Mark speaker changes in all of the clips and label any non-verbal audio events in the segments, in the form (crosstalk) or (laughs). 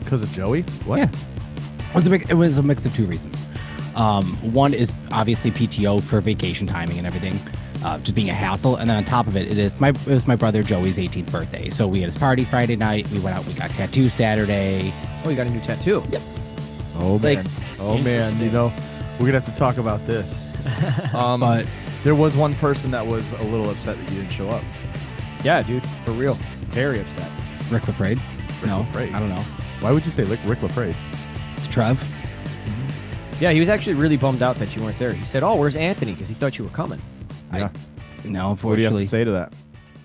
Speaker 1: Because of Joey? What?
Speaker 2: Yeah. It was a mix, it was a mix of two reasons. Um, one is obviously PTO for vacation timing and everything, uh, just being a hassle. And then on top of it, it is my it was my brother Joey's 18th birthday, so we had his party Friday night. We went out, we got tattoo Saturday.
Speaker 3: Oh, you got a new tattoo.
Speaker 1: Oh,
Speaker 2: Like-
Speaker 1: man. Oh, man. You know, we're going to have to talk about
Speaker 2: (laughs)
Speaker 1: this. Um,
Speaker 2: But
Speaker 1: there was one person that was a little upset that you didn't show up.
Speaker 3: Yeah, dude, for real. Very upset.
Speaker 2: Rick LaPrade, no,
Speaker 1: LaPrade.
Speaker 2: I don't know.
Speaker 1: Why would you say Rick, Rick LaFrey?
Speaker 2: It's Trev.
Speaker 3: Yeah, he was actually really bummed out that you weren't there. He said, "Oh, where's Anthony?" Because he thought you were coming.
Speaker 2: I-
Speaker 1: Yeah. What
Speaker 2: No,
Speaker 1: do you have
Speaker 2: unfortunately,
Speaker 1: to say to that?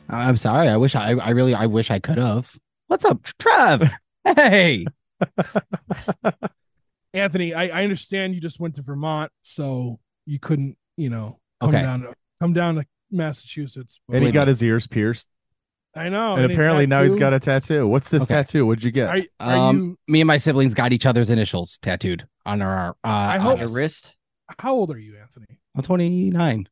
Speaker 2: I- I'm sorry. I wish I I really I wish I could have. What's up, Trev? (laughs) Hey,
Speaker 4: Anthony, I, I understand you just went to Vermont, so you couldn't, you know, come
Speaker 2: Okay.
Speaker 4: down to come down to Massachusetts. but-
Speaker 1: And he got his ears pierced.
Speaker 4: I know.
Speaker 1: and apparently now he's got a tattoo. What's this
Speaker 2: Okay.
Speaker 1: tattoo? What'd you get?
Speaker 4: Are, are
Speaker 2: Um,
Speaker 4: you?
Speaker 2: me and my siblings got each other's initials tattooed on our. Uh, I
Speaker 3: On
Speaker 4: hope-
Speaker 3: your wrist.
Speaker 4: How old are you, Anthony?
Speaker 2: I'm 29.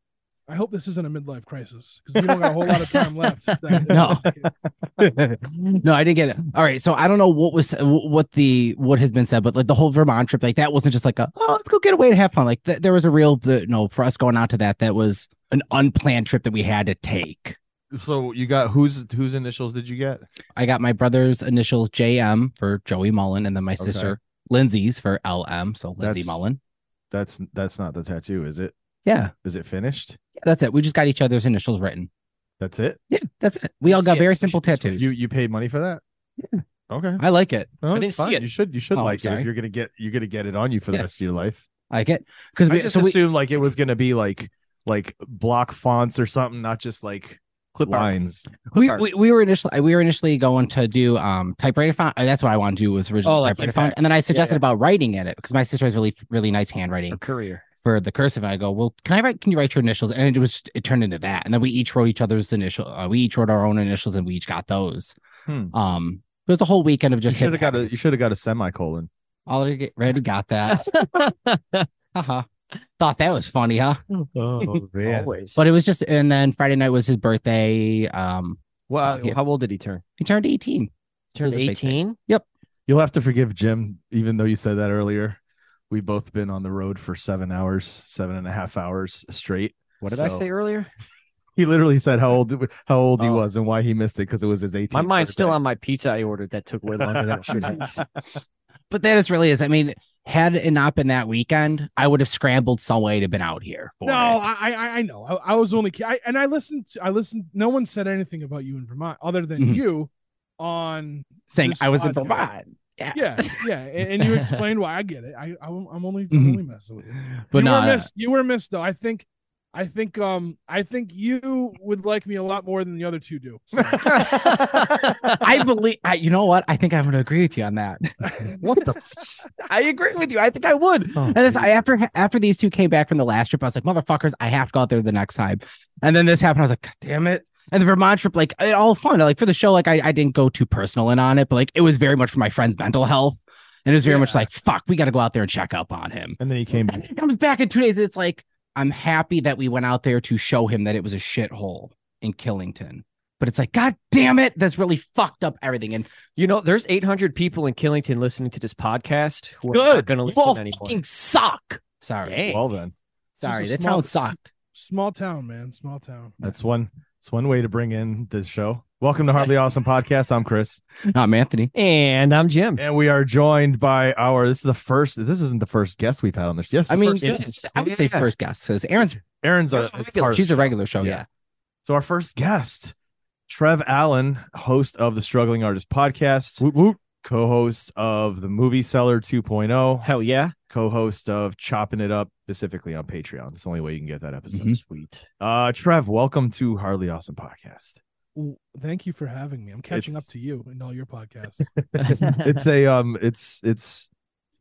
Speaker 4: I hope this isn't a midlife crisis because we don't got a whole lot of
Speaker 1: (laughs)
Speaker 4: time left. if that-
Speaker 2: No. no, I didn't get it. All right, so I don't know what was what the what has been said, but like the whole Vermont trip, like that wasn't just like a oh let's go get away and have fun. Like th- there was a real the, no for us going out to that that was an unplanned trip that we had to take.
Speaker 5: So you got whose whose initials did you get?
Speaker 2: I got my brother's initials JM for Joey Mullen, and then my sister Lindsay's for LM, so Lindsay
Speaker 1: That's-
Speaker 2: Mullen.
Speaker 1: That's that's not the tattoo, is it?
Speaker 2: Yeah,
Speaker 1: Is it finished?
Speaker 2: yeah, that's it. We just got each other's initials written.
Speaker 1: That's it.
Speaker 2: Yeah, that's it. We all
Speaker 3: See
Speaker 2: got
Speaker 3: it.
Speaker 2: very
Speaker 3: You
Speaker 2: simple
Speaker 3: should just-
Speaker 2: tattoos.
Speaker 1: You you paid money for that? Yeah. Okay.
Speaker 2: I like it.
Speaker 1: No,
Speaker 3: I
Speaker 1: it's
Speaker 3: didn't see
Speaker 1: fine.
Speaker 3: it.
Speaker 1: You should you should
Speaker 2: Oh, I'm
Speaker 1: like it.
Speaker 2: sorry.
Speaker 1: If you're gonna get you're gonna get it on you for the
Speaker 2: Yeah.
Speaker 1: rest of your life.
Speaker 2: I like it because
Speaker 1: I
Speaker 2: we
Speaker 1: just
Speaker 2: so we,
Speaker 1: assumed like it was gonna be like like block fonts or something, not just like clip lines.
Speaker 2: we,
Speaker 3: Sorry.
Speaker 2: we, we were initially we were initially going to do um typewriter font. Uh, That's what I wanted to do was originally
Speaker 3: Oh, like
Speaker 2: typewriter
Speaker 3: in
Speaker 2: font,
Speaker 3: fact.
Speaker 2: and then I suggested
Speaker 3: yeah.
Speaker 2: about writing in it because my sister has really really nice handwriting
Speaker 3: Your career.
Speaker 2: for the cursive, and I go, well, can I write? Can you write your initials? And it was it turned into that, and then we each wrote each other's initial. Uh, we each wrote our own initials, and we each got those.
Speaker 1: Hmm.
Speaker 2: Um, it was a whole weekend of
Speaker 1: You
Speaker 2: just
Speaker 1: should have
Speaker 2: hip
Speaker 1: got a
Speaker 2: hop.
Speaker 1: you should have got a semicolon.
Speaker 2: already already
Speaker 3: (laughs)
Speaker 2: got that. Haha. Thought that was funny, huh?
Speaker 1: Oh man.
Speaker 3: Always.
Speaker 2: But it was just, and then Friday night was his birthday. Um,
Speaker 3: Well,
Speaker 2: Yeah.
Speaker 3: how old did he turn?
Speaker 2: he turned eighteen. So it
Speaker 3: Turned
Speaker 2: was a big thing.
Speaker 3: eighteen.
Speaker 1: You'll have to forgive Jim, even though you said that earlier. We've both been on the road for seven hours, seven and a half hours straight.
Speaker 3: What did I
Speaker 1: So-
Speaker 3: say earlier?
Speaker 1: He literally said how old how old he
Speaker 3: Oh.
Speaker 1: was and why he missed it because it was his 18th.
Speaker 3: My mind's still
Speaker 1: birthday.
Speaker 3: on my pizza I ordered that took way longer than it should have.
Speaker 2: But that is really is. I mean, had it not been that weekend, I would have scrambled some way to been out here. For
Speaker 4: (laughs) No,
Speaker 2: it.
Speaker 4: I, I I know. I, I was only ki- I, and I listened. To, I listened. No one said anything about you in Vermont other than
Speaker 2: Mhm.
Speaker 4: you on
Speaker 2: saying
Speaker 4: this
Speaker 2: I was in
Speaker 4: podcast.
Speaker 2: Vermont. Yeah,
Speaker 4: yeah, yeah, and, and you explained why. I get it. I, I'm, I'm only,
Speaker 2: Mhm.
Speaker 4: I'm only messing with you.
Speaker 2: but
Speaker 4: you
Speaker 2: no,
Speaker 1: uh,
Speaker 4: were
Speaker 2: no,
Speaker 4: missed. You were missed, though. I think, I think, um, I think you would like me a lot more than the other two do.
Speaker 1: (laughs)
Speaker 2: I believe. I, you know what? I think I'm going to agree with you on that.
Speaker 3: (laughs) what the?
Speaker 2: (laughs) I agree with you. I think I would.
Speaker 1: Oh.
Speaker 2: and this, I, after after these two came back from the last trip, I was like, motherfuckers, I have to go out there the next time. And then this happened. I was like, God damn it. And the Vermont trip, like it all fun. Like for the show, like I, I didn't go too personal in on it, but like it was very much for my friend's mental health. And it was very much like, fuck, we got to go out there and check up on him.
Speaker 1: And then he came
Speaker 2: And he comes back in two days. It's like, I'm happy that we went out there to show him that it was a shithole in Killington. But it's like, God damn it, that's really fucked up everything. And
Speaker 3: You know, there's 800 people in Killington listening to this podcast who are
Speaker 2: good,
Speaker 3: not going to
Speaker 2: you
Speaker 3: listen
Speaker 2: all
Speaker 3: anymore.
Speaker 2: fucking suck. Sorry,
Speaker 3: Dang.
Speaker 1: well then.
Speaker 2: sorry,
Speaker 4: This is
Speaker 2: that
Speaker 4: a small-
Speaker 2: town sucked.
Speaker 4: Small town, man. Small town.
Speaker 1: That's one that's one way to bring in the show. Welcome to Hardly Awesome Podcast. I'm Chris.
Speaker 2: I'm Anthony.
Speaker 3: And I'm Jim.
Speaker 1: And we are joined by our this is the first this isn't the first guest we've had on this. Yes, the
Speaker 2: I mean,
Speaker 1: first
Speaker 3: it
Speaker 1: guest.
Speaker 3: is.
Speaker 2: I would say
Speaker 3: Yeah.
Speaker 2: first guest because Aaron's
Speaker 1: Aaron's a,
Speaker 3: Aaron's
Speaker 1: is part of
Speaker 2: she's
Speaker 1: the
Speaker 2: a
Speaker 1: show.
Speaker 2: regular show.
Speaker 1: Yeah.
Speaker 2: Yeah.
Speaker 1: So our first guest, Trev Allen, host of the Struggling Artist Podcast, co-host of the Movie Seller 2.0,
Speaker 3: Hell yeah.
Speaker 1: co-host of Chopping It Up, specifically on
Speaker 2: Mm-hmm.
Speaker 1: Patreon. That's the only way you can get that episode.
Speaker 2: Mhm.
Speaker 3: Sweet.
Speaker 1: Uh, Trev, welcome to Hardly Awesome Podcast.
Speaker 4: w- thank you for having me. I'm catching up
Speaker 1: It's-
Speaker 4: to you and all
Speaker 1: (laughs)
Speaker 4: your podcasts.
Speaker 2: (laughs)
Speaker 1: it's a um it's it's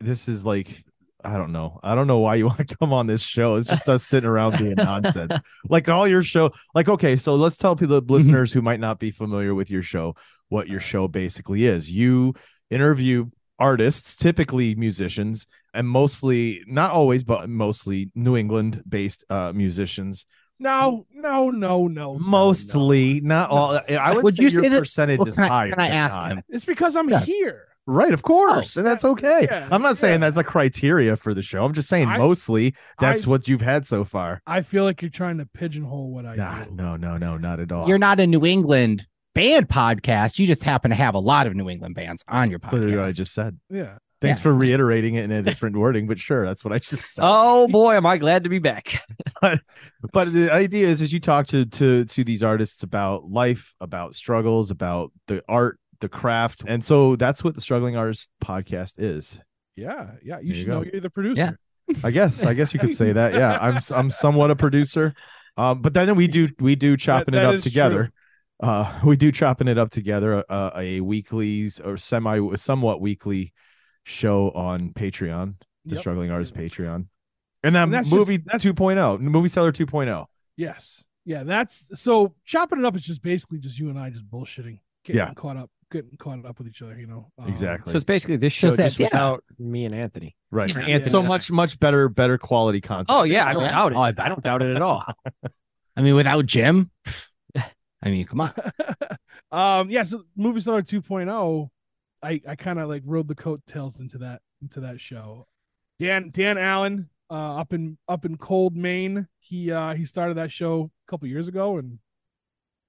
Speaker 1: this is like I don't know. I don't know why you (laughs) want to come on this show. It's just us sitting around being
Speaker 2: (laughs)
Speaker 1: nonsense. Like all your show, like okay, so let's tell people
Speaker 2: Mm-hmm.
Speaker 1: the listeners who might not be familiar with your show what your show basically is. You interview artists, typically musicians, and mostly not always, but mostly New England based uh musicians.
Speaker 4: no, no, no, no. no, no.
Speaker 1: Mostly, not all. I would,
Speaker 2: Oh, Would
Speaker 1: say
Speaker 2: you
Speaker 1: your
Speaker 2: say that-
Speaker 1: percentage
Speaker 2: well,
Speaker 1: is
Speaker 2: can I-
Speaker 1: higher.
Speaker 2: can I
Speaker 1: than
Speaker 2: ask
Speaker 1: mine.
Speaker 2: him?
Speaker 4: It's because I'm
Speaker 1: Yeah.
Speaker 4: here.
Speaker 1: Right, of course. and that's okay.
Speaker 4: Oh, yeah,
Speaker 1: I'm not
Speaker 4: yeah.
Speaker 1: saying that's a criteria for the show. I'm just saying
Speaker 4: I-
Speaker 1: mostly that's
Speaker 4: I-
Speaker 1: what you've had so far.
Speaker 4: I feel like you're trying to pigeonhole what I
Speaker 1: Nah,
Speaker 4: do.
Speaker 1: no, no, no, not at all.
Speaker 2: You're not a New England band podcast. You just happen to have a lot of New England bands on your
Speaker 1: That's literally what I
Speaker 2: podcast.
Speaker 1: just said.
Speaker 4: Yeah.
Speaker 1: Thanks
Speaker 2: Yeah.
Speaker 1: for reiterating it in a different wording, but sure, that's what I just said.
Speaker 3: oh boy, am I glad to be back.
Speaker 1: but the idea is, is you talk to to to these artists about life, about struggles, about the art, the craft, and so that's what the Struggling Artist podcast is.
Speaker 4: Yeah. Yeah. You
Speaker 1: you
Speaker 4: should
Speaker 1: go.
Speaker 4: know you're the producer.
Speaker 3: Yeah.
Speaker 1: I guess. I guess you could say that. Yeah, I'm I'm somewhat a producer, um, but then we do we do chopping
Speaker 4: that
Speaker 1: it up
Speaker 4: is true.
Speaker 1: together. Uh, we do chopping it up together uh, a weekly or semi somewhat weekly show on Patreon, the
Speaker 4: Yep.
Speaker 1: Struggling Artist Patreon, and then
Speaker 4: And that's just-
Speaker 1: movie that's 2.0, movie seller oh. 2.0.
Speaker 4: Yes. Yeah. That's so chopping it up is just basically just you and I just bullshitting, getting
Speaker 1: Yeah.
Speaker 4: caught up, getting caught up with each other, you know. Um,
Speaker 1: Exactly.
Speaker 3: So it's basically this show
Speaker 2: Just that-
Speaker 3: just
Speaker 2: yeah.
Speaker 3: without me and Anthony.
Speaker 1: right.
Speaker 3: Yeah.
Speaker 4: Anthony
Speaker 1: So
Speaker 3: and I.
Speaker 1: much much better better quality content.
Speaker 3: Oh yeah, I
Speaker 2: So-
Speaker 3: don't doubt it.
Speaker 2: Oh, I- I don't doubt it at all. I mean, without Jim, pff, I mean, come on.
Speaker 4: (laughs) um yeah, so movie star 2.0, I I kind of like rode the coattails into that into that show. Dan Dan Allen uh up in up in cold Maine, he uh he started that show a couple years ago and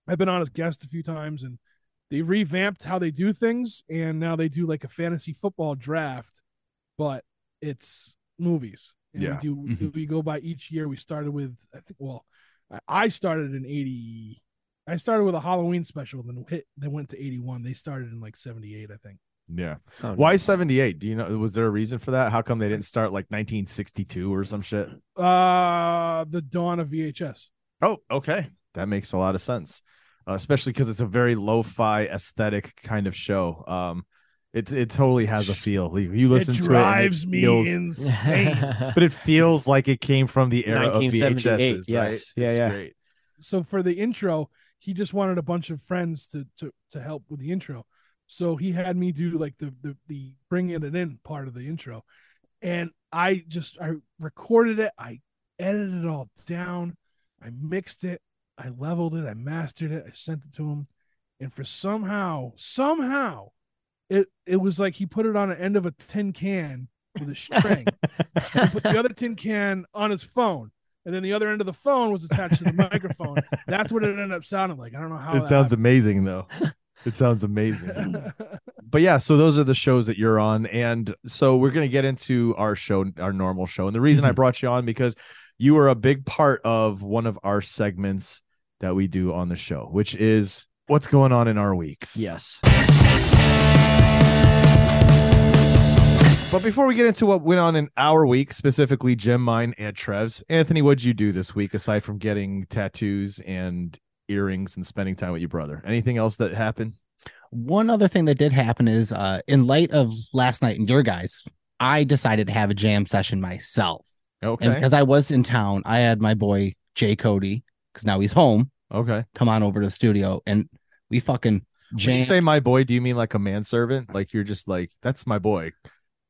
Speaker 4: I've been on as guest a few times and they revamped how they do things and now they do like a fantasy football draft, but it's movies. And
Speaker 1: Yeah.
Speaker 4: We do we go by each year. We started with I think well, I- I started in eighty. I started with a Halloween special, then hit then went to eighty one. They started in like seventy eight, I think.
Speaker 1: Yeah.
Speaker 3: Oh,
Speaker 1: Why (laughs)
Speaker 3: nice.
Speaker 1: 78? Do you know was there a reason for that? How come they didn't start like 1962 or some shit?
Speaker 4: Uh the dawn of VHS.
Speaker 1: Oh, okay. That makes a lot of sense, uh, especially because it's a very lo-fi aesthetic kind of show. Um, it it totally has a feel. Like, You listen
Speaker 4: it
Speaker 1: to
Speaker 4: drives
Speaker 1: it, and it
Speaker 4: me
Speaker 1: feels, (laughs)
Speaker 4: insane.
Speaker 1: but it feels like it came from the era of
Speaker 3: 1978,
Speaker 1: VHS.
Speaker 3: yes.
Speaker 1: right?
Speaker 3: Yeah,
Speaker 1: It's
Speaker 3: yeah.
Speaker 1: Great.
Speaker 4: so for the intro, he just wanted a bunch of friends to to to help with the intro. So he had me do like the the the bringing it in part of the intro, and I just I recorded it, I edited it all down, I mixed it, I leveled it, I mastered it, I sent it to him, and for somehow somehow, it it was like he put it on the end of a tin can with a string, put the other tin can on his phone, and then the other end of the phone was attached to the microphone. That's what it ended up sounding like. I don't know how
Speaker 1: It
Speaker 4: that
Speaker 1: sounds amazing
Speaker 4: (laughs)
Speaker 1: though. It sounds amazing.
Speaker 4: happened. (laughs)
Speaker 1: but yeah, so those are the shows that you're on, and so we're gonna get into our show, our normal show, and the reason I brought you on because you were a big part of one of our segments that we do on the show, which is what's going on in our weeks.
Speaker 3: Yes.
Speaker 1: But before we get into what went on in our week, specifically Jim, mine, and Trev's, Anthony, what'd you do this week aside from getting tattoos and earrings and spending time with your brother? Anything else that happened?
Speaker 2: One other thing that did happen is, uh, in light of last night and your guys, I decided to have a jam session myself. And
Speaker 1: Okay.
Speaker 2: because I was in town, I had my boy Jay Cody, because now he's home,
Speaker 1: Okay.
Speaker 2: come on over to the studio and we fucking
Speaker 1: When
Speaker 2: jam.
Speaker 1: you say my boy, do you mean like a manservant? Like you're just like, that's my boy.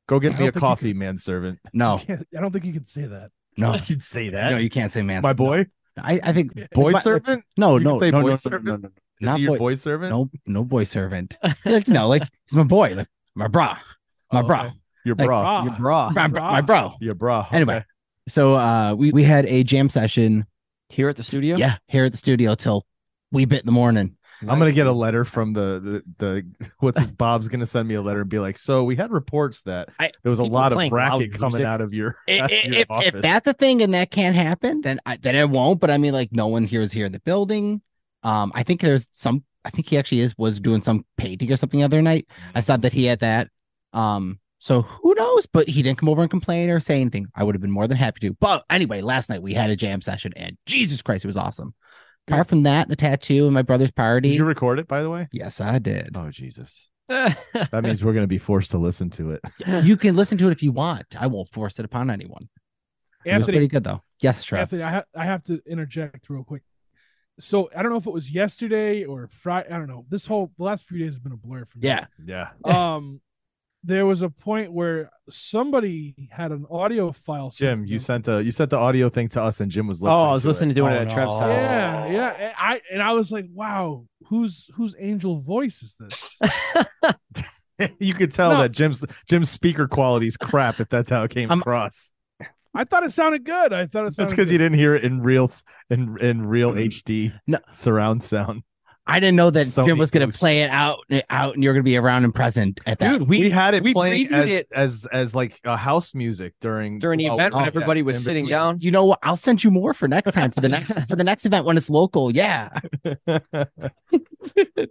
Speaker 1: Go
Speaker 4: I
Speaker 1: get me
Speaker 4: don't
Speaker 1: a
Speaker 4: think you
Speaker 1: coffee, manservant.
Speaker 2: no,
Speaker 4: I can't- I don't think you can say that.
Speaker 1: (laughs)
Speaker 2: no,
Speaker 1: You can say
Speaker 2: no, you can't say man.
Speaker 1: My boy?
Speaker 2: I, I think
Speaker 1: Boy
Speaker 2: my-
Speaker 1: servant?
Speaker 2: No,
Speaker 1: You can
Speaker 2: no,
Speaker 1: say
Speaker 2: no,
Speaker 1: boy
Speaker 2: no, no,
Speaker 1: servant?
Speaker 2: no, no,
Speaker 1: Is
Speaker 2: not
Speaker 1: he your
Speaker 2: boy-
Speaker 1: boy servant?
Speaker 2: no, no boy
Speaker 1: (laughs)
Speaker 2: servant. like, no, like he's my boy, like my bra, my
Speaker 4: Oh,
Speaker 2: bra,
Speaker 4: okay.
Speaker 1: Your
Speaker 2: Like-
Speaker 1: bra.
Speaker 4: Ah,
Speaker 3: Your bra.
Speaker 2: my bra, my bra.
Speaker 1: Your bra. Okay.
Speaker 2: Anyway, so uh, we we had a jam session,
Speaker 3: Here at the studio? (laughs)
Speaker 2: yeah, here at the studio till we bit in the morning.
Speaker 1: I'm gonna get a letter from the the, the what's this? Bob's gonna send me a letter and be like, so we had reports that
Speaker 2: I-
Speaker 1: there was a
Speaker 3: people
Speaker 1: lot of
Speaker 3: playing
Speaker 1: bracket
Speaker 3: loud
Speaker 1: coming
Speaker 3: music.
Speaker 1: out of your, (laughs)
Speaker 2: I-
Speaker 1: out of
Speaker 2: i-
Speaker 1: your
Speaker 2: if,
Speaker 1: office.
Speaker 2: if that's a thing and that can't happen, then I, then it won't. But I mean, like no one here is here in the building. Um, I think there's some. I think he actually is was doing some painting or something the other night. I saw that he had that. Um, so who knows? But he didn't come over and complain or say anything. I would have been more than happy to. But anyway, last night we had a jam session, and Jesus Christ, it was awesome. Apart from that, the tattoo and my brother's party.
Speaker 1: Did you record it, by the way?
Speaker 2: yes, I did.
Speaker 1: Oh Jesus!
Speaker 3: That
Speaker 1: That means we're gonna be forced to listen to it.
Speaker 2: You can listen to it if you want. I won't force it upon anyone. It was
Speaker 4: Anthony,
Speaker 2: pretty good though. Yes, Trev.
Speaker 4: Anthony, I, ha- I have to interject real quick. So I don't know if it was yesterday or Friday. I don't know. This whole the last few days has been a blur for me.
Speaker 2: Yeah.
Speaker 1: Yeah.
Speaker 4: (laughs) Um, there was a point where somebody had an audio file. sent
Speaker 1: Jim,
Speaker 4: to
Speaker 1: you
Speaker 4: them.
Speaker 1: sent the you sent the audio thing to us, and Jim was listening.
Speaker 3: oh, I was listening to it
Speaker 2: Oh,
Speaker 3: at Trev's
Speaker 2: no.
Speaker 3: house.
Speaker 4: Yeah, yeah. and I and I was like, wow, whose whose angel voice is
Speaker 1: (laughs)
Speaker 4: this?
Speaker 1: it. (laughs) you could tell
Speaker 4: No.
Speaker 1: that Jim's Jim's speaker quality's crap if that's how it came
Speaker 2: I'm-
Speaker 1: across.
Speaker 4: I thought it sounded good. I thought it.
Speaker 1: That's
Speaker 4: sounded
Speaker 1: because
Speaker 4: good.
Speaker 1: you didn't hear it in real s- in in real HD
Speaker 2: No.
Speaker 1: surround sound.
Speaker 2: I didn't know that
Speaker 1: Sony
Speaker 2: Jim was going to
Speaker 1: Ghost.
Speaker 2: play it out, eh, out, and you're going to be around and present at that.
Speaker 3: Dude, we,
Speaker 1: had it
Speaker 3: we
Speaker 1: playing
Speaker 3: previewed
Speaker 1: as,
Speaker 3: it.
Speaker 1: as as like uh, house music during
Speaker 3: during the
Speaker 1: while-
Speaker 3: event
Speaker 1: oh,
Speaker 3: when
Speaker 1: yeah,
Speaker 3: everybody was
Speaker 1: in
Speaker 3: sitting
Speaker 1: between.
Speaker 3: down.
Speaker 2: you know what? I'll send you more for next time for
Speaker 3: (laughs)
Speaker 2: the next for the next event when it's local. Yeah,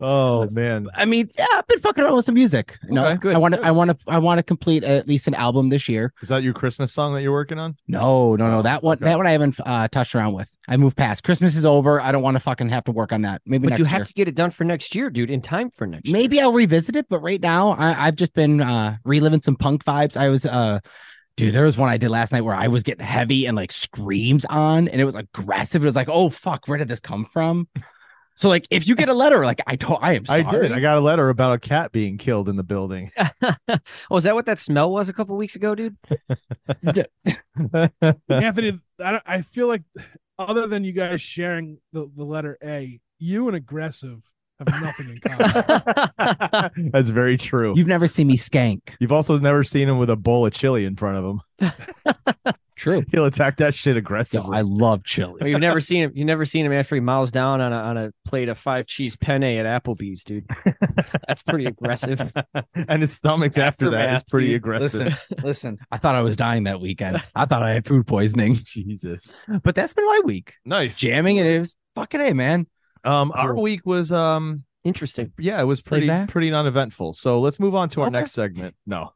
Speaker 1: oh man,
Speaker 2: I mean, yeah, I've been fucking around with some music. You know,
Speaker 3: Okay, good,
Speaker 2: I want to,
Speaker 3: good.
Speaker 2: I want to, I want to complete at least an album this year.
Speaker 1: is that your Christmas song that you're working on?
Speaker 2: No, no, no.
Speaker 1: Oh,
Speaker 2: That one,
Speaker 1: okay.
Speaker 2: that one I haven't uh, touched around with. I moved past. Christmas is over. I don't want to fucking have to work on that. Maybe
Speaker 3: But
Speaker 2: next
Speaker 3: you have
Speaker 2: year.
Speaker 3: to get it done for next year, dude, in time for next year.
Speaker 2: Maybe I'll revisit it. But right now, I, I've just been uh, reliving some punk vibes. I was, uh, dude, there was one I did last night where I was getting heavy and like screams on, and it was aggressive. It was like, oh fuck, where did this come from? So like, if you get a letter, like I told, I am. Sorry.
Speaker 1: I did. I got a letter about a cat being killed in the
Speaker 3: (laughs)
Speaker 1: building.
Speaker 3: (laughs)
Speaker 1: (laughs)
Speaker 3: oh, is that what that smell was a couple weeks ago, dude?
Speaker 4: Anthony, I, don't- I feel like other than you guys sharing the, the letter A, you and aggressive have nothing
Speaker 1: (laughs)
Speaker 4: in common.
Speaker 1: That's very true.
Speaker 2: You've never seen me skank.
Speaker 1: You've also never seen him with a bowl of chili in front of him. (laughs)
Speaker 2: True.
Speaker 1: He'll attack that shit
Speaker 2: Yo,
Speaker 1: aggressively.
Speaker 2: I love
Speaker 1: (laughs)
Speaker 2: chili.
Speaker 3: Or you've never seen him. You've never seen him after he miles down on a on a plate of five cheese penne at Applebee's, dude.
Speaker 1: (laughs)
Speaker 3: That's pretty aggressive.
Speaker 1: and his stomach's after that is
Speaker 3: Aftermath,
Speaker 1: pretty
Speaker 3: dude.
Speaker 1: aggressive.
Speaker 3: Listen,
Speaker 2: Listen, I thought I was dying that weekend. I thought I had food poisoning,
Speaker 1: Jesus.
Speaker 2: but that's been my week.
Speaker 1: Nice.
Speaker 2: Jamming and it was fucking a man.
Speaker 1: Um our
Speaker 2: Cool.
Speaker 1: week was um
Speaker 3: interesting.
Speaker 1: yeah, it was pretty
Speaker 2: back?
Speaker 1: pretty non-eventful. So let's move on to our
Speaker 2: Okay.
Speaker 1: next segment. No.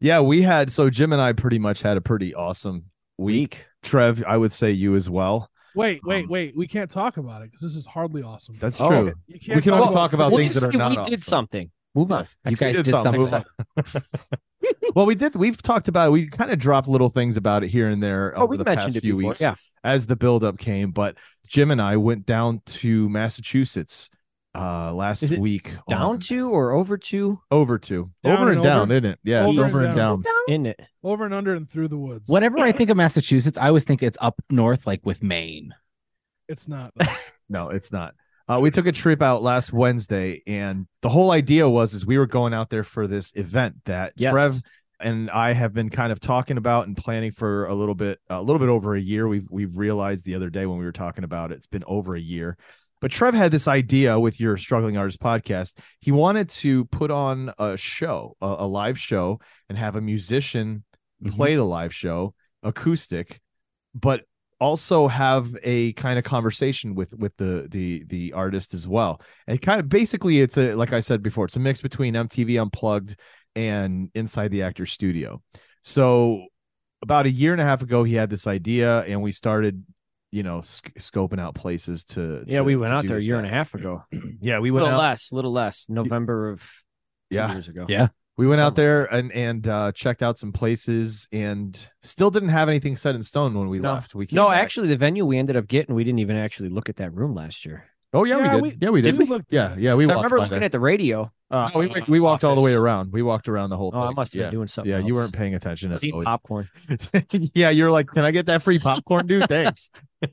Speaker 1: yeah, we had so Jim and I pretty much had a pretty awesome week. Trev, I would say you as well.
Speaker 4: Wait, wait,
Speaker 1: Um,
Speaker 4: wait. We can't talk about it because this is hardly awesome.
Speaker 1: That's
Speaker 3: Oh.
Speaker 1: true.
Speaker 4: You can't
Speaker 1: We can only
Speaker 3: talk
Speaker 1: talk about
Speaker 3: we'll
Speaker 1: things
Speaker 3: just
Speaker 1: that are
Speaker 3: say
Speaker 1: not
Speaker 3: we
Speaker 1: awesome.
Speaker 3: did something. Move on.
Speaker 2: You guys
Speaker 1: did
Speaker 2: did something.
Speaker 1: something. (laughs) well, we did. We've talked about it. We kind of dropped little things about it here and there
Speaker 3: Oh,
Speaker 1: over
Speaker 3: we
Speaker 1: the
Speaker 3: mentioned
Speaker 1: past
Speaker 3: it
Speaker 1: few
Speaker 3: before.
Speaker 1: weeks um,
Speaker 3: Yeah.
Speaker 1: as the buildup came. But Jim and I went down to Massachusetts uh last
Speaker 3: Is it
Speaker 1: week.
Speaker 3: Down
Speaker 1: on-
Speaker 3: to or over to
Speaker 1: over to
Speaker 4: Down
Speaker 1: over and,
Speaker 4: and
Speaker 1: down,
Speaker 4: over?
Speaker 1: isn't it? Yeah,
Speaker 4: Over
Speaker 1: it's
Speaker 4: and
Speaker 1: over and down.
Speaker 4: down.
Speaker 3: in it.
Speaker 4: over and under and through the woods.
Speaker 2: Whenever I think of Massachusetts, I always think it's up north, like with Maine.
Speaker 4: It's not. though.
Speaker 1: No, it's not. Uh, we took a trip out last Wednesday, and the whole idea was is we were going out there for this event that
Speaker 3: Yes.
Speaker 1: Trev and I have been kind of talking about and planning for a little bit, a little bit over a year. We've we've realized the other day when we were talking about it, it's been over a year. But Trev had this idea with your struggling artist podcast. He wanted to put on a show, a, a live show, and have a musician
Speaker 3: Mm-hmm.
Speaker 6: Mm-hmm.
Speaker 1: play the live show acoustic but also have a kind of conversation with with the the the artist as well and kind of basically it's a like i said before it's a mix between mtv unplugged and inside the actor studio so about a year and a half ago he had this idea and we started you know sc- scoping out places to
Speaker 3: Yeah,
Speaker 1: to-
Speaker 3: we went
Speaker 1: to
Speaker 3: out
Speaker 1: do
Speaker 3: there a
Speaker 1: this
Speaker 3: year
Speaker 1: at.
Speaker 3: and a half ago. A
Speaker 1: yeah we went
Speaker 3: little
Speaker 1: out
Speaker 3: less, little less. November of two
Speaker 1: Yeah.
Speaker 3: years ago.
Speaker 2: Yeah.
Speaker 1: we went out
Speaker 3: Something
Speaker 1: there and and uh checked out some places and still didn't have anything set in stone when we
Speaker 3: No.
Speaker 1: left we came
Speaker 3: No,
Speaker 1: back.
Speaker 3: actually, the venue we ended up getting, we didn't even actually look at that room last year.
Speaker 1: Oh yeah,
Speaker 4: Yeah,
Speaker 1: we
Speaker 4: we-
Speaker 1: did. yeah, we did.
Speaker 3: did we?
Speaker 4: looked
Speaker 1: yeah,
Speaker 4: at it.
Speaker 1: yeah, we
Speaker 3: I
Speaker 1: walked.
Speaker 3: remember
Speaker 1: by
Speaker 3: looking
Speaker 1: there.
Speaker 3: at the radio. Uh,
Speaker 1: No, we, went- we walked all the way
Speaker 3: office.
Speaker 1: around. We walked around the whole.
Speaker 3: Oh, I
Speaker 1: thing.
Speaker 3: must have
Speaker 1: yeah.
Speaker 3: been doing something.
Speaker 1: Yeah, you
Speaker 3: else.
Speaker 1: weren't paying attention. As
Speaker 3: I was eating
Speaker 1: always.
Speaker 3: popcorn.
Speaker 1: (laughs) yeah, you're like, can I get that free popcorn, dude? Thanks,
Speaker 3: (laughs)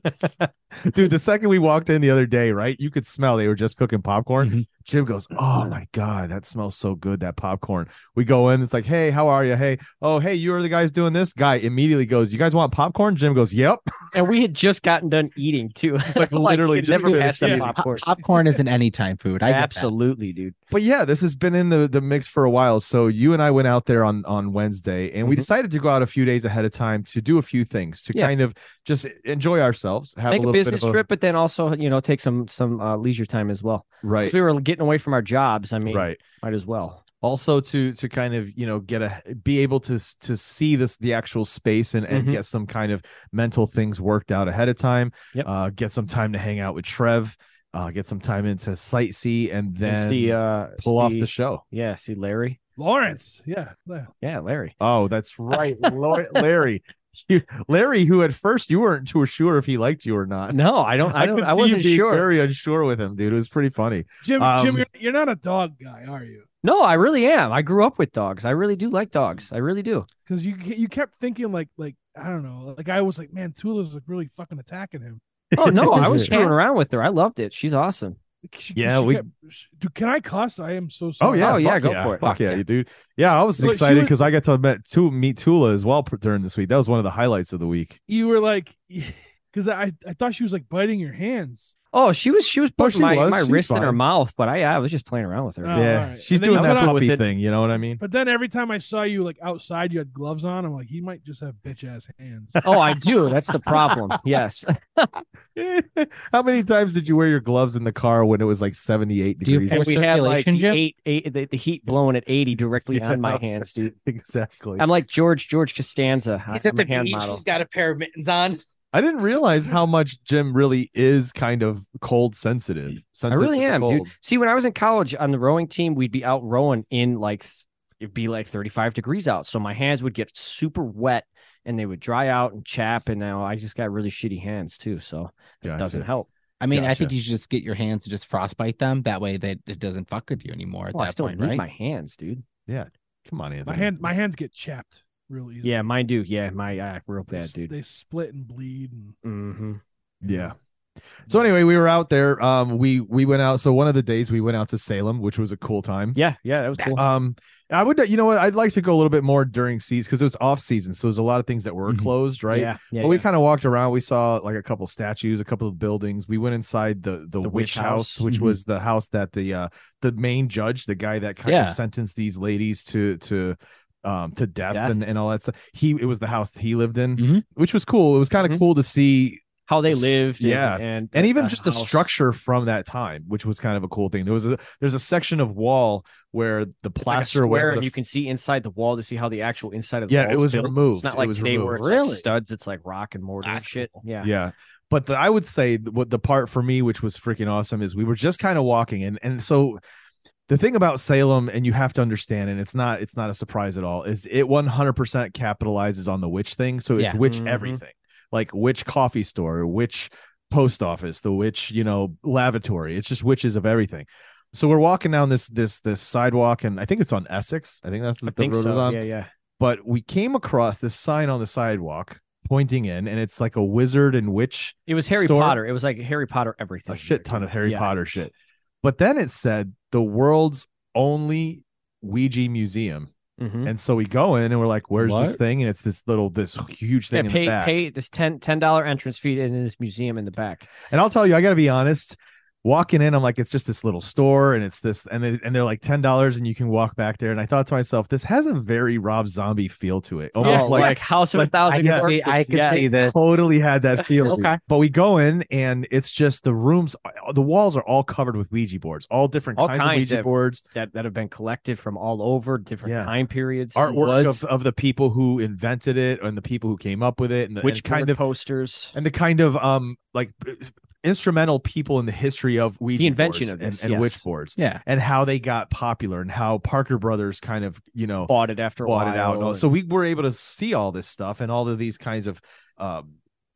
Speaker 1: dude. The second we walked in the other day, right, you could smell they were just cooking popcorn.
Speaker 3: Mm-hmm.
Speaker 2: Mhm.
Speaker 1: Jim goes, "Oh my god, that smells so good, that popcorn." We go in, it's like, "Hey, how are you? Hey, oh, hey, you are the guys doing this." Guy immediately goes, "You guys want popcorn?" Jim goes, "Yep." (laughs)
Speaker 3: and we had just gotten done eating too. like
Speaker 1: literally
Speaker 3: it
Speaker 1: just
Speaker 3: never
Speaker 1: finished
Speaker 3: passed the
Speaker 1: eating.
Speaker 3: popcorn.
Speaker 2: popcorn is an anytime food. I absolutely.
Speaker 3: Absolutely, dude.
Speaker 1: but yeah, this has been in the the mix for a while. So you and I went out there on on Wednesday, and we
Speaker 3: Mhm.
Speaker 1: decided to go out a few days ahead of time to do a few things to
Speaker 3: Yeah.
Speaker 1: kind of just enjoy ourselves, have
Speaker 3: Make
Speaker 1: a
Speaker 3: a,
Speaker 1: little
Speaker 3: business
Speaker 1: bit of a
Speaker 3: trip, but then also you know take some some uh, leisure time as well.
Speaker 1: right,
Speaker 3: If we were getting away from our jobs. I mean,
Speaker 1: right.
Speaker 3: might as well.
Speaker 1: also to to kind of you know get a be able to s- to see this the actual space and and
Speaker 3: Mhm.
Speaker 1: get some kind of mental things worked out ahead of time
Speaker 3: Yep.
Speaker 1: uh get some time to hang out with trev uh get some time into sightsee and
Speaker 3: It's
Speaker 1: then
Speaker 3: the uh,
Speaker 1: pull off
Speaker 3: see-
Speaker 1: the show
Speaker 3: yeah. See Larry.
Speaker 4: Lawrence. Yeah. yeah.
Speaker 3: Yeah, Larry.
Speaker 1: oh
Speaker 3: (laughs)
Speaker 1: that's right Lar- larry You- larry who at first you weren't too sure if he liked you or not
Speaker 3: No, I don't. I don't.
Speaker 1: could
Speaker 3: I,
Speaker 1: see you
Speaker 3: wasn't
Speaker 1: being
Speaker 3: sure.
Speaker 1: very unsure with him dude it was pretty funny
Speaker 4: Jim,
Speaker 1: Um,
Speaker 4: Jim, you're, you're not a dog guy, are you?
Speaker 3: No, I really am. I grew up with dogs. I really do like dogs. I really
Speaker 1: (laughs)
Speaker 3: do.
Speaker 4: Because you ke- you kept thinking like like I don't know. Like I was like, man, Tula's like really fucking attacking him.
Speaker 3: Oh no, I was screwing around with her. I loved it. She's awesome.
Speaker 4: Like, she-
Speaker 1: Yeah,
Speaker 4: she
Speaker 1: we-
Speaker 4: kept- she- dude, can I cuss? I am so
Speaker 1: Oh
Speaker 4: sorry.
Speaker 1: yeah,
Speaker 3: Oh, yeah,
Speaker 1: fuck
Speaker 3: go for it.
Speaker 1: Fuck
Speaker 3: Fuck
Speaker 1: yeah,
Speaker 3: yeah.
Speaker 1: you dude. Yeah, I was
Speaker 4: Look, she
Speaker 1: excited
Speaker 4: was-
Speaker 1: because I got to met to meet Tula as well pr- during this week. That was one of the highlights of the week.
Speaker 4: You were like, (laughs) because I I thought she was like biting your hands.
Speaker 3: Oh, she was she was
Speaker 1: No,
Speaker 3: pushing
Speaker 1: she
Speaker 3: my,
Speaker 1: was.
Speaker 3: my
Speaker 1: She's
Speaker 3: wrist in her
Speaker 1: fine.
Speaker 3: mouth, but I I was just playing around with her.
Speaker 4: Oh,
Speaker 1: yeah,
Speaker 4: alright.
Speaker 1: she's
Speaker 4: And then
Speaker 1: doing
Speaker 4: you
Speaker 1: that
Speaker 3: put up with
Speaker 1: puppy
Speaker 3: it.
Speaker 1: thing. You know what I mean? (laughs)
Speaker 4: But then every time I saw you like outside, you had gloves on. I'm like, he might just have bitch ass
Speaker 1: (laughs)
Speaker 4: hands.
Speaker 3: Oh, I do. That's the problem. Yes.
Speaker 1: How many times did you wear your gloves in the car when it was like seventy-eight
Speaker 2: Do you
Speaker 1: degrees?
Speaker 2: More
Speaker 3: And we had like
Speaker 2: circulation,
Speaker 3: the
Speaker 2: Jim?
Speaker 3: eight, eight the, the heat blowing at 80 directly
Speaker 1: Yeah,
Speaker 3: on my
Speaker 1: no.
Speaker 3: hands, dude.
Speaker 1: (laughs) exactly.
Speaker 3: I'm like George George Costanza.
Speaker 6: He's
Speaker 3: I'm
Speaker 6: at the
Speaker 3: a hand
Speaker 6: beach.
Speaker 3: model.
Speaker 6: He's got a pair of mittens on.
Speaker 1: I didn't realize how much Jim really is kind of cold sensitive.
Speaker 3: I
Speaker 1: sensitive
Speaker 3: really
Speaker 1: to the
Speaker 3: am, dude.
Speaker 1: cold.
Speaker 3: See, when I was in college on the rowing team, we'd be out rowing in like th- it'd be like 35 degrees out. So my hands would get super wet and they would dry out and chap. And now I just got really shitty hands too. So it
Speaker 1: Gotcha.
Speaker 3: doesn't help.
Speaker 2: I mean, I
Speaker 1: Gotcha.
Speaker 2: think you should just get your hands to just frostbite them. That way, that it doesn't fuck with you anymore at
Speaker 3: Well, Oh, I
Speaker 2: that
Speaker 3: still
Speaker 2: point,
Speaker 3: need
Speaker 2: right?
Speaker 3: my hands, dude.
Speaker 1: Come on, Anthony.
Speaker 4: my hand my hands get chapped real easy.
Speaker 3: Yeah, mine do. Yeah, my uh, real
Speaker 4: They
Speaker 3: bad,
Speaker 4: s-
Speaker 3: dude.
Speaker 4: They split and bleed. And
Speaker 3: Mm-hmm.
Speaker 1: Yeah. So anyway, we were out there. Um, we we went out. So one of the days we went out to Salem, which was a cool time.
Speaker 3: Yeah, yeah, that was cool.
Speaker 1: Um, I would, you know what? I'd like to go a little bit more during season because it was off season, so there's a lot of things that were
Speaker 2: Mhm.
Speaker 1: closed, right?
Speaker 3: Mm-hmm. Yeah, yeah,
Speaker 1: but we
Speaker 3: yeah.
Speaker 1: kind of walked around. We saw like a couple statues, a couple of buildings. We went inside the the,
Speaker 3: The
Speaker 1: witch
Speaker 3: witch
Speaker 1: house,
Speaker 3: house. mm-hmm.
Speaker 1: which
Speaker 2: Mhm.
Speaker 1: was the house that the uh the main judge, the guy that kind
Speaker 2: Yeah.
Speaker 1: of sentenced these ladies to to um to death,
Speaker 3: Death. Mm-hmm.
Speaker 1: and and all that stuff. He it was the house that he lived in,
Speaker 2: Mhm.
Speaker 1: which was cool. It was kind of
Speaker 3: Mhm.
Speaker 1: cool to see
Speaker 3: How they
Speaker 1: s-
Speaker 3: lived. and-
Speaker 1: yeah.
Speaker 3: and
Speaker 1: and even
Speaker 3: the
Speaker 1: just the
Speaker 3: house.
Speaker 1: structure from that time, which was kind of a cool thing. There was a there's a section of wall where the
Speaker 3: It's like a
Speaker 1: plaster
Speaker 3: square
Speaker 1: where
Speaker 3: and
Speaker 1: the
Speaker 3: you can see inside the wall to see how the actual inside of the
Speaker 1: yeah,
Speaker 3: wall
Speaker 1: it
Speaker 3: is
Speaker 1: was
Speaker 3: built.
Speaker 1: removed.
Speaker 3: It's not
Speaker 1: It
Speaker 3: like
Speaker 1: was
Speaker 3: today
Speaker 1: removed.
Speaker 3: where it's
Speaker 6: Really?
Speaker 3: like studs. It's like rock and mortar and
Speaker 6: That's
Speaker 3: shit.
Speaker 6: cool.
Speaker 3: Yeah.
Speaker 1: Yeah. But the, I would say th- what the part for me, which was freaking awesome, is we were just kind of walking, and and so the thing about Salem, and you have to understand, and it's not it's not a surprise at all, is it 100 percent capitalizes on the witch thing, so it's
Speaker 2: Yeah.
Speaker 1: witch
Speaker 3: Mhm.
Speaker 1: everything, like which coffee store, which post office, the witch you know lavatory. It's just witches of everything. So we're walking down this this this sidewalk, and I think it's on Essex. I think that's
Speaker 3: I
Speaker 1: the, the
Speaker 3: think
Speaker 1: road it was
Speaker 3: so.
Speaker 1: on
Speaker 3: Yeah, yeah.
Speaker 1: but we came across this sign on the sidewalk pointing in, and it's like a wizard and witch,
Speaker 3: It was Harry
Speaker 1: Store-
Speaker 3: Potter. It was like Harry Potter everything.
Speaker 1: a shit ton of Harry
Speaker 3: Yeah.
Speaker 1: Potter shit. But then it said the world's only Ouija museum.
Speaker 3: Mhm.
Speaker 1: And so we go in and we're like, where's this
Speaker 2: What?
Speaker 1: thing? And it's this little, this huge
Speaker 3: Yeah,
Speaker 1: thing in the
Speaker 3: pay
Speaker 1: back.
Speaker 3: pay this 10 dollar entrance fee in this museum in the back.
Speaker 1: And I'll tell you, I got to be honest. Walking in, I'm like, it's just this little store, and it's this, and they, and they're like ten dollars, and you can walk back there. And I thought to myself, this has a very Rob Zombie feel to it, almost
Speaker 3: Oh, like, House of
Speaker 1: like-
Speaker 3: a Thousand
Speaker 1: I
Speaker 3: Corpses. Yeah.
Speaker 2: that.
Speaker 1: totally had
Speaker 3: (laughs)
Speaker 1: that feeling.
Speaker 2: Okay.
Speaker 1: But we go in and it's just the rooms, uh, the walls are all covered with Ouija boards, all different
Speaker 3: All
Speaker 1: kinds,
Speaker 3: kinds
Speaker 1: of Ouija
Speaker 3: of-
Speaker 1: boards,
Speaker 3: that that have been collected from all over different
Speaker 1: Yeah.
Speaker 3: time periods.
Speaker 1: artwork
Speaker 2: was-
Speaker 1: of, of the people who invented it and the people who came up with it, and the
Speaker 3: which
Speaker 1: and kind of
Speaker 3: posters?
Speaker 1: and the kind of um like instrumental people in the history of Ouija
Speaker 3: invention
Speaker 1: boards
Speaker 3: of
Speaker 1: and,
Speaker 3: this,
Speaker 1: and
Speaker 3: yes.
Speaker 1: witch boards
Speaker 2: Yeah.
Speaker 1: and how they got popular and how Parker Brothers kind of you know
Speaker 3: Bought it after a
Speaker 1: bought
Speaker 3: while.
Speaker 1: it out. and all-
Speaker 3: and
Speaker 1: So we were able to see all this stuff and all of these kinds of um,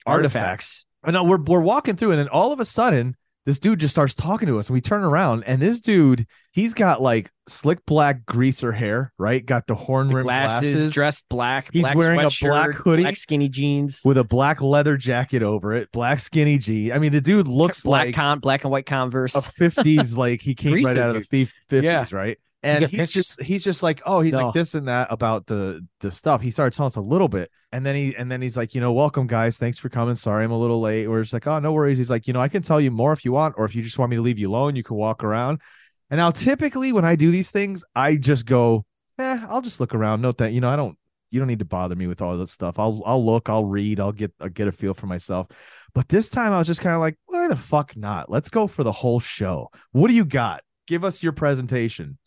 Speaker 1: artifacts. And now we're we're walking through, and then all of a sudden, this dude just starts talking to us. And we turn around, and this dude, he's got like slick black greaser hair, right? Got the horn
Speaker 3: The
Speaker 1: rimmed
Speaker 3: glasses,
Speaker 1: glasses,
Speaker 3: dressed black.
Speaker 1: He's
Speaker 3: black
Speaker 1: wearing a
Speaker 3: sweatshirt,
Speaker 1: black hoodie.
Speaker 3: black skinny jeans,
Speaker 1: with a black leather jacket over it, black skinny jean. I mean, the dude looks
Speaker 3: black
Speaker 1: like
Speaker 3: con, black and white Converse.
Speaker 1: a
Speaker 3: (laughs)
Speaker 1: fifties, like he came right
Speaker 3: Greaser
Speaker 1: out of the fifties,
Speaker 3: Yeah.
Speaker 1: right? And
Speaker 2: got
Speaker 1: he's just he's just like, oh, he's
Speaker 3: No.
Speaker 1: like this and that about the the stuff. He started telling us a little bit, and then he and then he's like, you know, welcome guys, thanks for coming. Sorry, I'm a little late. We're just like, oh, no worries. He's like, you know, I can tell you more if you want, or if you just want me to leave you alone, you can walk around. And now typically when I do these things, I just go, eh, I'll just look around. Note that you know, I don't you don't need to bother me with all this stuff. I'll I'll look, I'll read, I'll get I'll get a feel for myself. But this time I was just kind of like, why the fuck not? Let's go for the whole show. What do you got? Give us your presentation.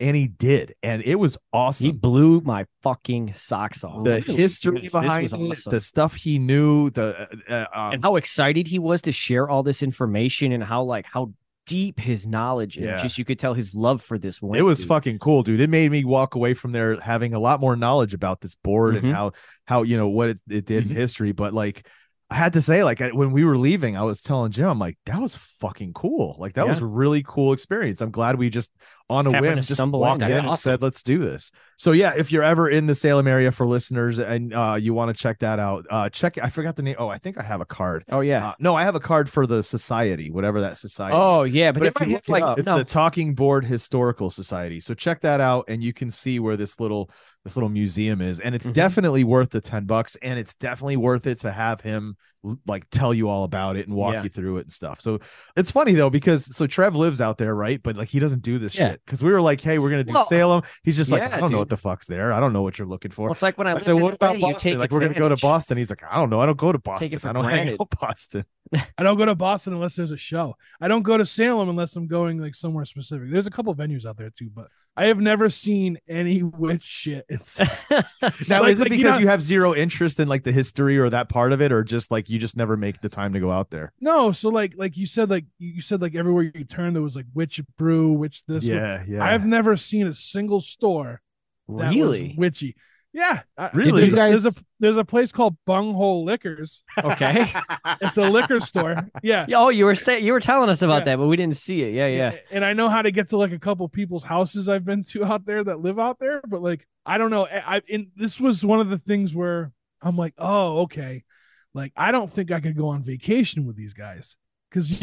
Speaker 1: and he did, and it was awesome.
Speaker 3: He blew my fucking socks off.
Speaker 1: the
Speaker 3: Holy
Speaker 1: history
Speaker 3: goodness, this
Speaker 1: behind
Speaker 3: was
Speaker 1: it,
Speaker 3: awesome.
Speaker 1: the stuff he knew, the uh, uh, um,
Speaker 3: and how excited he was to share all this information and how like how deep his knowledge and
Speaker 1: Yeah.
Speaker 3: just you could tell his love for this one.
Speaker 1: it was fucking cool, dude. It made me walk away from there having a lot more knowledge about this board
Speaker 3: Mhm.
Speaker 1: and how how you know what it, it did
Speaker 3: Mm-hmm.
Speaker 1: in history. But like, I had to say, like I, when we were leaving, I was telling Jim, I'm like, that was fucking cool. Like that was a really cool experience. I'm glad we just on a
Speaker 3: Happened
Speaker 1: whim
Speaker 3: to
Speaker 1: just
Speaker 3: stumble
Speaker 1: walked
Speaker 3: on
Speaker 1: in
Speaker 3: that.
Speaker 1: and
Speaker 3: Awesome.
Speaker 1: said, let's do this. So yeah, if you're ever in the Salem area for listeners and uh, you want to check that out, uh, check. I forgot the name. Oh, I think I have a card.
Speaker 3: Oh yeah.
Speaker 1: Uh, no, I have a card for the society, whatever that society.
Speaker 3: oh yeah, but,
Speaker 1: but
Speaker 3: they
Speaker 1: if you
Speaker 3: might have,
Speaker 1: look it
Speaker 3: like
Speaker 1: up, it's
Speaker 3: no,
Speaker 1: the Talking Board Historical Society. So check that out, and you can see where this little this little museum is, and it's
Speaker 3: Mhm.
Speaker 1: definitely worth the ten bucks, and it's definitely worth it to have him l- like tell you all about it and walk
Speaker 3: Yeah.
Speaker 1: you through it and stuff. So it's funny though because so Trev lives out there, right? But like he doesn't do this
Speaker 3: Yeah.
Speaker 1: shit because we were like, hey, we're gonna do
Speaker 3: Well,
Speaker 1: Salem. He's just like,
Speaker 3: yeah,
Speaker 1: I don't know
Speaker 3: dude.
Speaker 1: what the fuck's there. I don't know what you're looking for.
Speaker 3: well, it's like when I,
Speaker 1: I
Speaker 3: lived
Speaker 1: said,
Speaker 3: in
Speaker 1: what about
Speaker 3: LA, you take
Speaker 1: Boston? Like, we're
Speaker 3: (laughs)
Speaker 1: gonna go to
Speaker 3: advantage.
Speaker 1: Boston. He's like, I don't know. I don't go to Boston.
Speaker 3: it for
Speaker 1: I don't hang out
Speaker 3: granted.
Speaker 1: in Boston.
Speaker 4: I don't go to Boston unless there's a show. I don't go to Salem unless I'm going like somewhere specific. There's a couple venues out there too, but I have never seen any (laughs) witch shit. in Salem.
Speaker 1: Now,
Speaker 4: Like-
Speaker 1: is it
Speaker 4: like,
Speaker 1: because
Speaker 4: you
Speaker 1: you,
Speaker 4: know-
Speaker 1: have zero interest in like the history or that part of it, or just like you just never make the time to go out there?
Speaker 4: no, so like like you said, like you said, like everywhere you turn there was like witch brew, witch this. witch-
Speaker 1: yeah.
Speaker 4: I've never seen a single store that was
Speaker 3: Really?
Speaker 4: witchy. Yeah, I-
Speaker 1: Really?
Speaker 4: There's, a-
Speaker 2: Did you
Speaker 4: there's a
Speaker 2: guys-
Speaker 4: there's a place called Bunghole Liquors.
Speaker 3: okay. (laughs)
Speaker 4: It's a liquor store. Yeah.
Speaker 3: Yeah, Oh, you
Speaker 1: (laughs)
Speaker 3: were saying you were telling us about
Speaker 4: Yeah.
Speaker 3: that, but we didn't see it. Yeah, yeah.
Speaker 4: And I know how to get to like a couple people's houses I've been to out there that live out there, but like I don't know. I, I in this was one of the things where I'm like, oh, okay. Like I don't think I could go on vacation with these guys because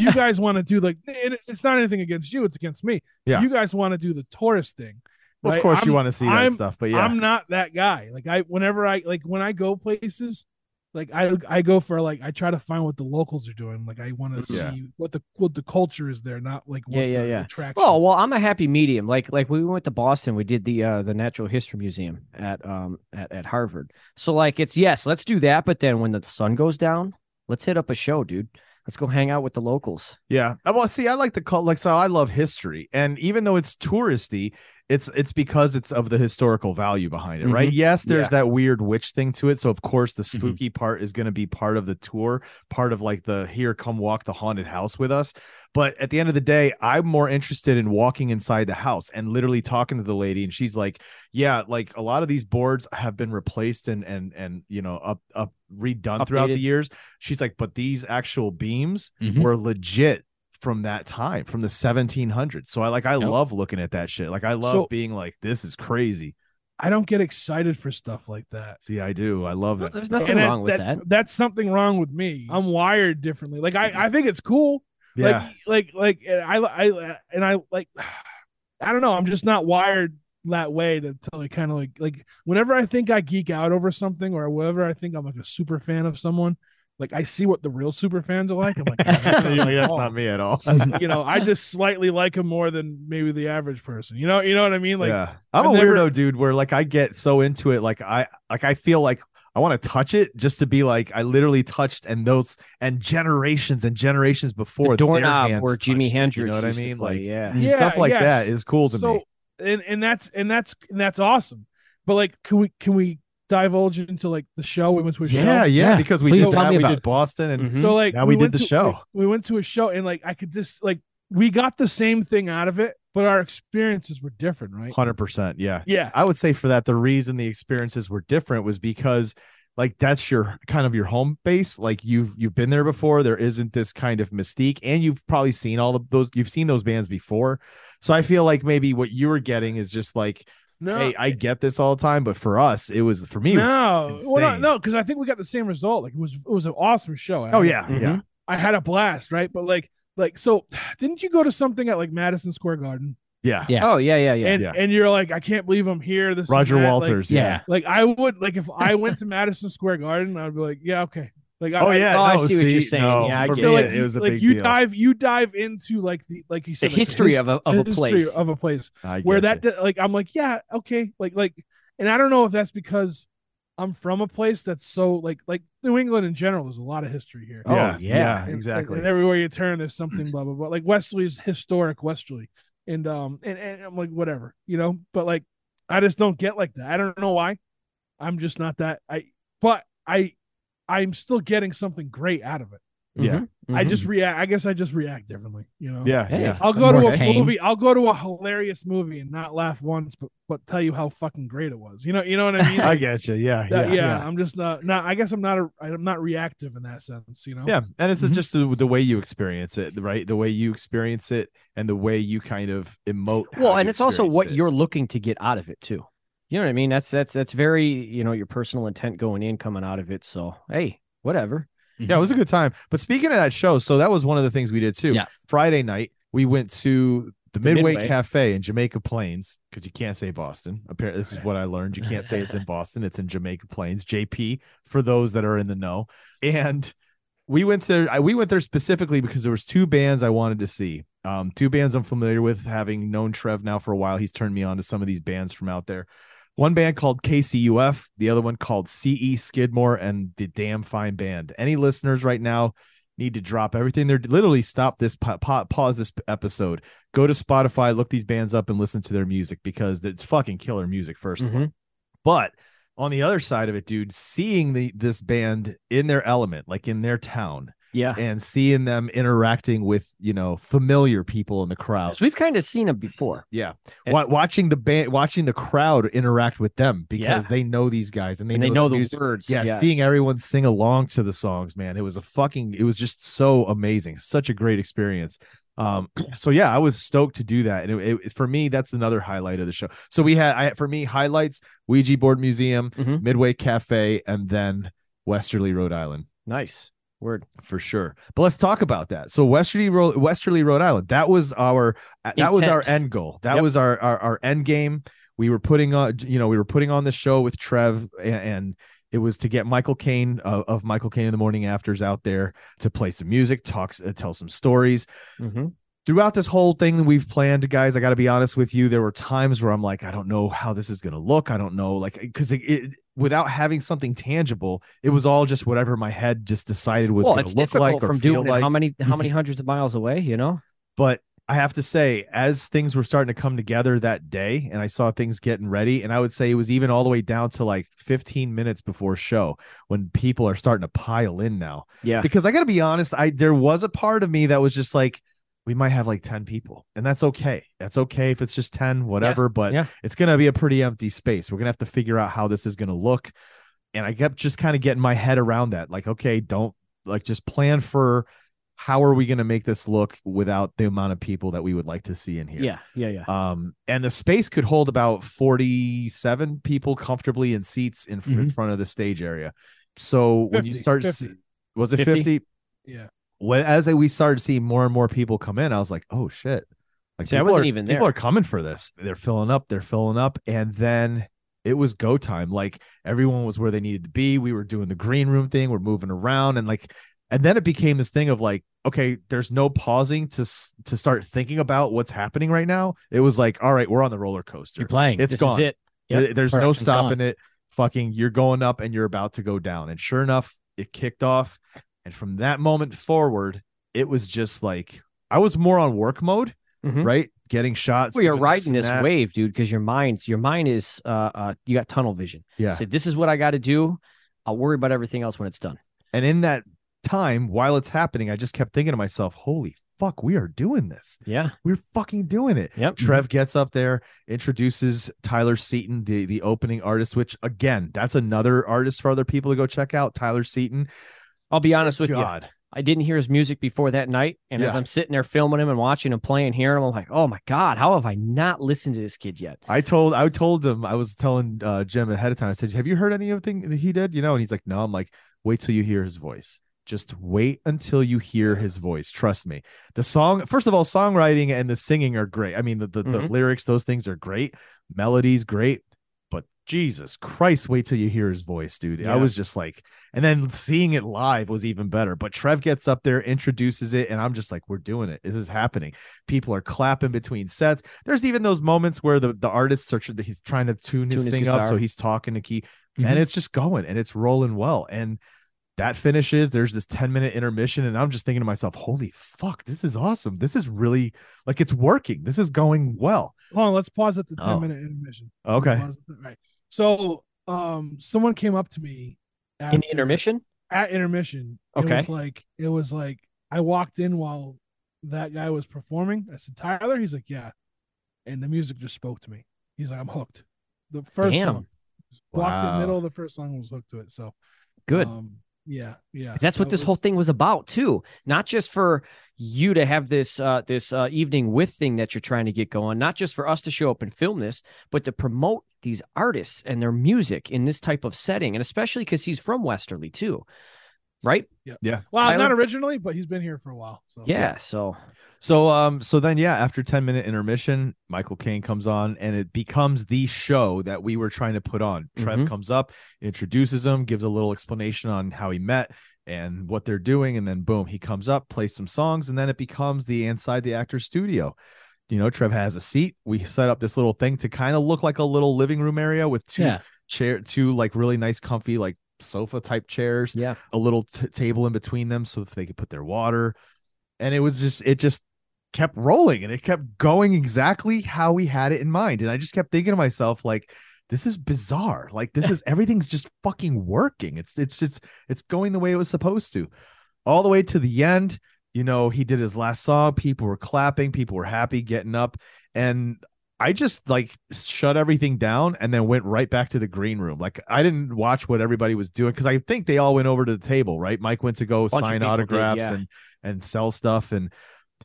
Speaker 3: (laughs)
Speaker 4: you guys want to do like and it's not anything against you, it's against me.
Speaker 1: Yeah.
Speaker 4: You guys want to do the tourist thing.
Speaker 1: Well,
Speaker 4: right?
Speaker 1: of course,
Speaker 4: I'm-
Speaker 1: you want to see that
Speaker 4: I'm-
Speaker 1: stuff, but yeah,
Speaker 4: I'm not that guy. Like I whenever I like when I go places, like I I go for like I try to find what the locals are doing. Like I want to
Speaker 1: Yeah.
Speaker 4: see what the what the culture is there, not like what
Speaker 3: Yeah, yeah,
Speaker 4: the
Speaker 3: yeah.
Speaker 4: attraction.
Speaker 3: Oh well, I'm a happy medium. Like like when we went to Boston, we did the uh the Natural History Museum at um at, at Harvard. So like it's yes, let's do that. But then when the sun goes down, let's hit up a show, dude. Let's go hang out with the locals.
Speaker 1: yeah. Uh, Well, see, I like the cult, like so. I love history, and even though it's touristy, it's it's because it's of the historical value behind it, right? Yes, there's that weird witch thing to it, so of course the spooky part is going to be part of the tour, part of like the here come walk the haunted house with us. But at the end of the day, I'm more interested in walking inside the house and literally talking to the lady, and she's like, yeah like a lot of these boards have been replaced and and and you know up up redone throughout the
Speaker 3: Updated.
Speaker 1: years she's like but these actual beams
Speaker 3: Hmm.
Speaker 2: Mhm.
Speaker 1: were legit from that time from the 1700s so i like i
Speaker 2: Yep.
Speaker 1: love looking at that shit like i love
Speaker 4: So-
Speaker 1: being like this is crazy
Speaker 4: I don't get excited for stuff like that.
Speaker 1: see i do i love it
Speaker 3: There's nothing
Speaker 4: And
Speaker 3: wrong with that.
Speaker 4: That's something wrong with me. I'm wired differently. Like I, I think it's cool.
Speaker 1: yeah
Speaker 4: Like, like, like and I, I, and I like, (sighs) I don't know. I'm just not wired that way to, to like kind of like, like whenever I think I geek out over something or whenever I think I'm like a super fan of someone, like I see what the real super fans are like. (laughs) I'm like,
Speaker 3: (laughs)
Speaker 4: "Yeah, that's not
Speaker 1: You're
Speaker 4: me
Speaker 1: (laughs) like,
Speaker 4: at
Speaker 1: that's
Speaker 4: all."
Speaker 3: Oh.
Speaker 1: not me at all
Speaker 4: you know, I just slightly like him more than maybe the average person. You know, you know what I mean? Like,
Speaker 1: yeah i'm a
Speaker 4: I've never-
Speaker 1: weirdo dude where like i get so into it like i like i feel like i want to touch it just to be like i literally touched and those and generations and generations before
Speaker 3: The
Speaker 1: their
Speaker 3: doorknob
Speaker 1: hands
Speaker 3: where
Speaker 1: touched it,
Speaker 3: Jimi Hendrix.
Speaker 1: you know what i
Speaker 3: used to
Speaker 1: mean
Speaker 3: play,
Speaker 1: like
Speaker 3: yeah.
Speaker 1: and
Speaker 4: Yeah,
Speaker 1: stuff like that
Speaker 4: yes.
Speaker 1: is cool to
Speaker 4: so,
Speaker 1: me
Speaker 4: And and that's and that's and that's awesome. But like, can we can we divulge into like the show we went to a show?
Speaker 1: yeah, yeah
Speaker 2: Yeah.
Speaker 1: because we
Speaker 2: Please
Speaker 1: did
Speaker 2: tell
Speaker 1: that
Speaker 2: me
Speaker 1: we
Speaker 2: about
Speaker 1: did
Speaker 2: it.
Speaker 1: boston and
Speaker 3: Mhm.
Speaker 4: So like,
Speaker 1: Now we did
Speaker 4: went
Speaker 1: the
Speaker 4: to-
Speaker 1: show.
Speaker 4: We, we went to a show and like I could just like we got the same thing out of it, but our experiences were different, right?
Speaker 1: 100% yeah
Speaker 4: Yeah.
Speaker 1: i would say for that the reason the experiences were different was because like that's your kind of your home base like you've you've been there before there isn't this kind of mystique and you've probably seen all of those you've seen those bands before so i feel like maybe what you were getting is just like
Speaker 4: No.
Speaker 1: hey i get this all the time but for us it was for me it was,
Speaker 4: no, well, no,
Speaker 1: insane.
Speaker 4: no, because I think we got the same result. Like it was, it was an awesome show. I
Speaker 1: oh
Speaker 4: had-
Speaker 1: yeah
Speaker 3: Mm-hmm.
Speaker 1: yeah
Speaker 4: I had a blast, right? But like, like, so didn't you go to something at like Madison Square Garden?
Speaker 1: yeah
Speaker 2: Yeah.
Speaker 3: Oh yeah, yeah, yeah.
Speaker 4: and
Speaker 1: Yeah.
Speaker 4: and you're like, I can't believe I'm here. This and
Speaker 1: roger
Speaker 4: that, like-
Speaker 1: walters yeah,
Speaker 2: yeah.
Speaker 4: Like I would like if I
Speaker 3: (laughs)
Speaker 4: went to Madison Square Garden, I'd be like, yeah, okay. Like I-
Speaker 1: Oh yeah,
Speaker 3: Oh, I
Speaker 1: no,
Speaker 3: see what you're
Speaker 1: see,
Speaker 3: saying.
Speaker 1: no,
Speaker 3: Yeah, I
Speaker 1: for me,
Speaker 3: get
Speaker 4: So like,
Speaker 1: it,
Speaker 4: you-
Speaker 1: was a
Speaker 4: like
Speaker 1: big
Speaker 4: you
Speaker 1: deal.
Speaker 4: dive you dive into like the like you
Speaker 3: the
Speaker 4: said like,
Speaker 3: history
Speaker 4: his-
Speaker 3: of a of a
Speaker 4: history
Speaker 3: place.
Speaker 4: of a place
Speaker 1: I
Speaker 4: where
Speaker 1: getcha.
Speaker 4: that di- like I'm like yeah okay like like and I don't know if that's because I'm from a place that's so like like New England in general there's a lot of history here
Speaker 3: Oh,
Speaker 1: yeah,
Speaker 3: yeah.
Speaker 4: And-
Speaker 1: exactly.
Speaker 4: and everywhere you turn there's something blah blah blah like Westerly's historic Westerly and um and, and I'm like whatever, you know. But like I just don't get like that. I don't know why. I'm just not that. I but I I'm still getting something great out of it.
Speaker 1: Yeah.
Speaker 3: Mm-hmm.
Speaker 4: I just react. I guess I just react differently, you know.
Speaker 1: Mm-hmm. Yeah,
Speaker 3: Hey.
Speaker 1: yeah.
Speaker 4: I'll go to
Speaker 3: More
Speaker 4: a
Speaker 3: pain.
Speaker 4: movie. I'll go to a hilarious movie and not laugh once, but but tell you how fucking great it was. You know. You know what I
Speaker 1: (laughs)
Speaker 4: mean?
Speaker 1: I get you. Yeah,
Speaker 4: That-
Speaker 1: yeah, yeah.
Speaker 4: I'm just not. Not. I guess I'm not. A, I'm not reactive in that sense. You know.
Speaker 1: Yeah, and it's
Speaker 3: Mhm.
Speaker 1: just the, the way you experience it, right? The way you experience it, and the way you kind of emote. how
Speaker 3: well,
Speaker 1: you
Speaker 3: and it's also
Speaker 1: experienced
Speaker 3: what
Speaker 1: it.
Speaker 3: you're looking to get out of it too. You know what I mean? That's that's that's very you know your personal intent going in, coming out of it. So hey, whatever.
Speaker 1: (laughs) Yeah, it was a good time. But speaking of that show, so that was one of the things we did too.
Speaker 2: Yes.
Speaker 1: Friday night, we went to the Midway,
Speaker 3: Midway.
Speaker 1: Cafe in Jamaica Plains because you can't say Boston. Apparently, this is what I learned. You can't say it's (laughs) in Boston, it's in Jamaica Plains, JP, for those that are in the know. And we went there, I, we went there specifically because there was two bands I wanted to see. Um, two bands I'm familiar with, having known Trev now for a while. He's turned me on to some of these bands from out there. One band called KCUF, the other one called CE Skidmore, and the Damn Fine Band. Any listeners right now need to drop everything. They're literally stop this, pa- pa- pause this episode, go to Spotify, look these bands up, and listen to their music because it's fucking killer music. 1st of all.
Speaker 3: Mhm.
Speaker 1: But on the other side of it, dude, seeing the this band in their element, like in their town,
Speaker 3: Yeah.
Speaker 1: and seeing them interacting with you know familiar people in the crowd.
Speaker 3: 'Cause we've kind of seen them before.
Speaker 1: Yeah,
Speaker 3: And-
Speaker 1: Wa- watching the band, watching the crowd interact with them because
Speaker 3: Yeah.
Speaker 1: they know these guys and they
Speaker 3: and they
Speaker 1: know,
Speaker 3: know
Speaker 1: the
Speaker 3: the
Speaker 1: music.
Speaker 3: words.
Speaker 1: Yeah, seeing everyone sing along to the songs, man, it was a fucking, it was just so amazing, such a great experience. Um, (clears throat) so yeah, I was stoked to do that, and it, it- for me, that's another highlight of the show. So we had, I for me, highlights: Ouija Board Museum,
Speaker 3: Mhm.
Speaker 1: Midway Cafe, and then Westerly, Rhode Island
Speaker 3: nice word.
Speaker 1: for sure. But let's talk about that. So Westerly, Ro- Westerly, Rhode Island. That was our that was our
Speaker 3: Intent.
Speaker 1: end goal. That
Speaker 3: Yep.
Speaker 1: was our, our our end game. We were putting on, you know, we were putting on the show with Trev, and, and it was to get Michael Caine uh, of Michael Caine in the Morning Afters out there to play some music, talks, uh, tell some stories.
Speaker 3: Mm-hmm.
Speaker 1: Throughout this whole thing that we've planned, guys, I got to be honest with you. There were times where I'm like, I don't know how this is going to look. I don't know, like, because it, it without having something tangible, it was all just whatever my head just decided was
Speaker 3: Well,
Speaker 1: going
Speaker 3: it's
Speaker 1: to look
Speaker 3: difficult
Speaker 1: like or
Speaker 3: from
Speaker 1: feel
Speaker 3: doing it
Speaker 1: like.
Speaker 3: how many
Speaker 1: (laughs)
Speaker 3: how many hundreds of miles away. You know.
Speaker 1: but I have to say, as things were starting to come together that day, and I saw things getting ready, and I would say it was even all the way down to like 15 minutes before show when people are starting to pile in now.
Speaker 3: Yeah.
Speaker 1: Because I got to be honest, I there was a part of me that was just like, we might have like 10 people, and that's okay. That's okay if it's just 10, whatever. But
Speaker 3: yeah.
Speaker 1: it's gonna be a pretty empty space. We're gonna have to figure out how this is gonna look. And I kept just kind of getting my head around that. Like, okay, don't like just plan for how are we gonna make this look without the amount of people that we would like to see in here.
Speaker 3: Yeah. Yeah. Yeah.
Speaker 1: Um, and the space could hold about 47 people comfortably in seats in, f- in
Speaker 3: Mhm.
Speaker 1: front of the stage area. So when you
Speaker 4: 50,
Speaker 1: start,
Speaker 4: 50.
Speaker 1: see- was it
Speaker 3: 50?
Speaker 1: 50?
Speaker 4: Yeah.
Speaker 1: When as we started seeing more and more people come in, I was like, oh shit. Like
Speaker 3: See, I
Speaker 1: people
Speaker 3: wasn't
Speaker 1: are-
Speaker 3: even
Speaker 1: people
Speaker 3: there.
Speaker 1: are coming for this. They're filling up, they're filling up, and then it was go time. Like everyone was where they needed to be. We were doing the green room thing, we're moving around, and like and then it became this thing of like okay there's no pausing to s- to start thinking about what's happening right now it was like all right we're on the roller coaster
Speaker 2: You're playing.
Speaker 1: it's
Speaker 3: This
Speaker 1: gone
Speaker 3: is it. Yep.
Speaker 1: Th- there's no
Speaker 2: Perfect. It's gone.
Speaker 1: stopping it fucking you're going up and you're about to go down and sure enough it kicked off and from that moment forward it was just like i was more on work mode
Speaker 3: Mhm.
Speaker 1: right getting shots
Speaker 3: We are
Speaker 1: doing
Speaker 3: riding
Speaker 1: and
Speaker 3: this
Speaker 1: that.
Speaker 3: wave, dude, because your mind's your mind is uh uh you got tunnel vision.
Speaker 1: yeah
Speaker 3: Say this is what I got to do. I'll worry about everything else when it's done.
Speaker 1: and in that time while it's happening i just kept thinking to myself holy fuck we are doing this
Speaker 3: Yeah.
Speaker 1: we're fucking doing it
Speaker 3: Yep.
Speaker 1: Trev gets up there, introduces Tyler Seaton, the the opening artist, which again, that's another artist for other people to go check out. Tyler Seaton.
Speaker 3: I'll be honest with you.
Speaker 1: God.
Speaker 3: I didn't hear his music before that night. And as
Speaker 1: Yeah.
Speaker 3: I'm sitting there filming him and watching him play and hearing him, I'm like, oh my God, how have I not listened to this kid yet?
Speaker 1: I told I told him, I was telling uh Jim ahead of time, I said, Have you heard any of the thing that he did? You know, and he's like, No, I'm like, wait till you hear his voice. Just wait until you hear his voice. Trust me. The song, first of all, songwriting and the singing are great. I mean, the the, the
Speaker 3: Mhm.
Speaker 1: lyrics, those things are great. Melody's great. But Jesus Christ, wait till you hear his voice, dude. I
Speaker 3: Yeah.
Speaker 1: was just like, and then seeing it live was even better. But Trev gets up there, introduces it, and I'm just like, we're doing it. This is happening. People are clapping between sets. There's even those moments where the, the artists are tr- he's trying to tune, his
Speaker 3: Tune his
Speaker 1: thing up, so
Speaker 3: guitar.
Speaker 1: he's talking to Key,
Speaker 3: Mhm.
Speaker 1: and it's just going and it's rolling well. And that finishes. There's this 10 minute intermission, and I'm just thinking to myself, holy fuck, this is awesome. This is really like it's working. This is going well.
Speaker 4: Hold on, let's pause at the 10
Speaker 1: Oh.
Speaker 4: minute intermission.
Speaker 1: Okay.
Speaker 4: Pause at the- Right. So, um, someone came up to me
Speaker 3: in
Speaker 4: after-
Speaker 3: the intermission.
Speaker 4: at intermission.
Speaker 3: Okay.
Speaker 4: It was like it was like I walked in while that guy was performing. I said, Tyler, he's like, Yeah. And the music just spoke to me. He's like, I'm hooked. The first
Speaker 3: Damn.
Speaker 4: song. Blocked in
Speaker 1: Wow.
Speaker 4: the middle of the first song was hooked to it. So
Speaker 3: Good.
Speaker 4: Um, yeah, yeah.
Speaker 3: 'Cause that's what
Speaker 4: that
Speaker 3: this whole
Speaker 4: was-
Speaker 3: thing was about too. Not just for you to have this uh, this uh, evening with thing that you're trying to get going. Not just for us to show up and film this, but to promote these artists and their music in this type of setting, and especially because he's from Westerly too, right?
Speaker 4: Well, not
Speaker 3: Tyler-
Speaker 4: originally, but he's been here for a while. So
Speaker 3: Yeah. So
Speaker 1: So um so then yeah, after 10 minute intermission, Michael Caine comes on and it becomes the show that we were trying to put on. Trev
Speaker 3: Mhm.
Speaker 1: comes up, introduces him, gives a little explanation on how he met and what they're doing and then boom, he comes up, plays some songs and then it becomes the inside the actor's studio. You know, Trev has a seat. We set up this little thing to kind of look like a little living room area with two
Speaker 2: Yeah.
Speaker 1: chair two like really nice comfy like sofa type chairs
Speaker 3: Yeah.
Speaker 1: a little t- table in between them so that they could put their water and it was just it just kept rolling and it kept going exactly how we had it in mind and i just kept thinking to myself like this is bizarre like
Speaker 3: (laughs)
Speaker 1: this is everything's just fucking working it's it's just it's going the way it was supposed to all the way to the end you know he did his last song people were clapping people were happy getting up and I just like shut everything down and then went right back to the green room. Like I didn't watch what everybody was doing because I think they all went over to the table, right? Mike went to go
Speaker 3: Bunch of
Speaker 1: sign
Speaker 3: people did,
Speaker 1: autographs
Speaker 3: yeah.
Speaker 1: and and sell stuff, and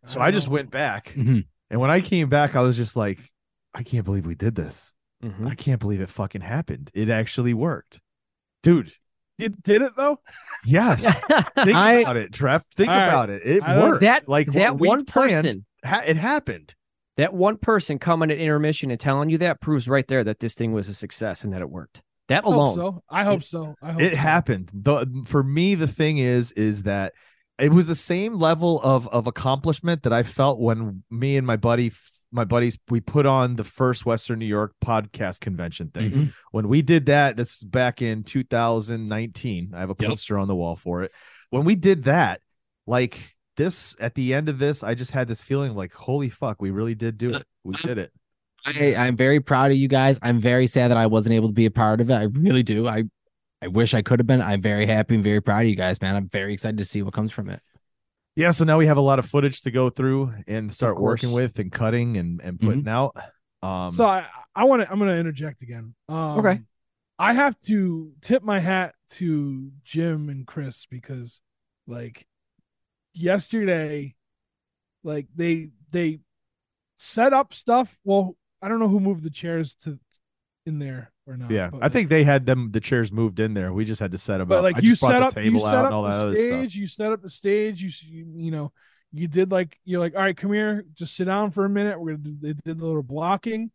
Speaker 1: so
Speaker 4: don't
Speaker 1: I just
Speaker 4: know.
Speaker 1: went back.
Speaker 3: Mm-hmm.
Speaker 2: Mhm.
Speaker 1: And when I came back, I was just like, I can't believe we did this.
Speaker 4: Mm-hmm.
Speaker 3: mhm.
Speaker 1: I can't believe it fucking happened. It actually worked, dude.
Speaker 4: Did, did it though?
Speaker 1: Yes, (laughs) think
Speaker 2: I-
Speaker 1: about it, Trev. Think
Speaker 4: All right.
Speaker 1: about it. It
Speaker 4: I don't-
Speaker 1: worked.
Speaker 3: that
Speaker 1: like
Speaker 3: like
Speaker 1: what
Speaker 3: (laughs) that
Speaker 1: we
Speaker 3: one
Speaker 1: planned,
Speaker 3: person,
Speaker 1: ha- it happened.
Speaker 3: that one person coming at intermission and telling you that proves right there that this thing was a success and that it worked. That
Speaker 4: I hope
Speaker 3: alone.
Speaker 4: so. I hope so. I hope
Speaker 1: it
Speaker 4: so.
Speaker 1: happened the, for me the thing is is that it was the same level of of accomplishment that i felt when me and my buddy my buddies we put on the first western new york podcast convention
Speaker 3: Mm-hmm.
Speaker 1: thing
Speaker 2: Mhm.
Speaker 1: when we did that this was back in 2019 i have a
Speaker 2: Yep.
Speaker 1: poster on the wall for it when we did that like this at the end of this i just had this feeling like holy fuck we really did do it we
Speaker 4: (laughs)
Speaker 1: did it
Speaker 2: I, I'm very proud of you guys. I'm very sad that I wasn't able to be a part of it. I really do. I I wish I could have been. I'm very happy and very proud of you guys, man. I'm very excited to see what comes from it.
Speaker 1: yeah so now we have a lot of footage to go through and start working
Speaker 3: course.
Speaker 1: with and cutting and and putting out um
Speaker 4: Mm-hmm. so I I want to I'm going to interject again. Um,
Speaker 3: Okay.
Speaker 4: I have to tip my hat to Jim and Chris because like yesterday like they they set up stuff. Well, I don't know who moved the chairs to in there or not.
Speaker 1: Yeah,
Speaker 4: but,
Speaker 1: I
Speaker 4: like-
Speaker 1: think they had them the chairs moved in there. We just had to set them
Speaker 4: uh, but
Speaker 1: up.
Speaker 4: like
Speaker 1: I
Speaker 4: you
Speaker 1: just brought
Speaker 4: set
Speaker 1: the
Speaker 4: up
Speaker 1: table
Speaker 4: you
Speaker 1: out
Speaker 4: set
Speaker 1: and all
Speaker 4: up
Speaker 1: that
Speaker 4: the
Speaker 1: other
Speaker 4: stage
Speaker 1: stuff.
Speaker 4: you set up the stage you s- you, you know you did like you're like all right come here just sit down for a minute we're gonna do, they did a little blocking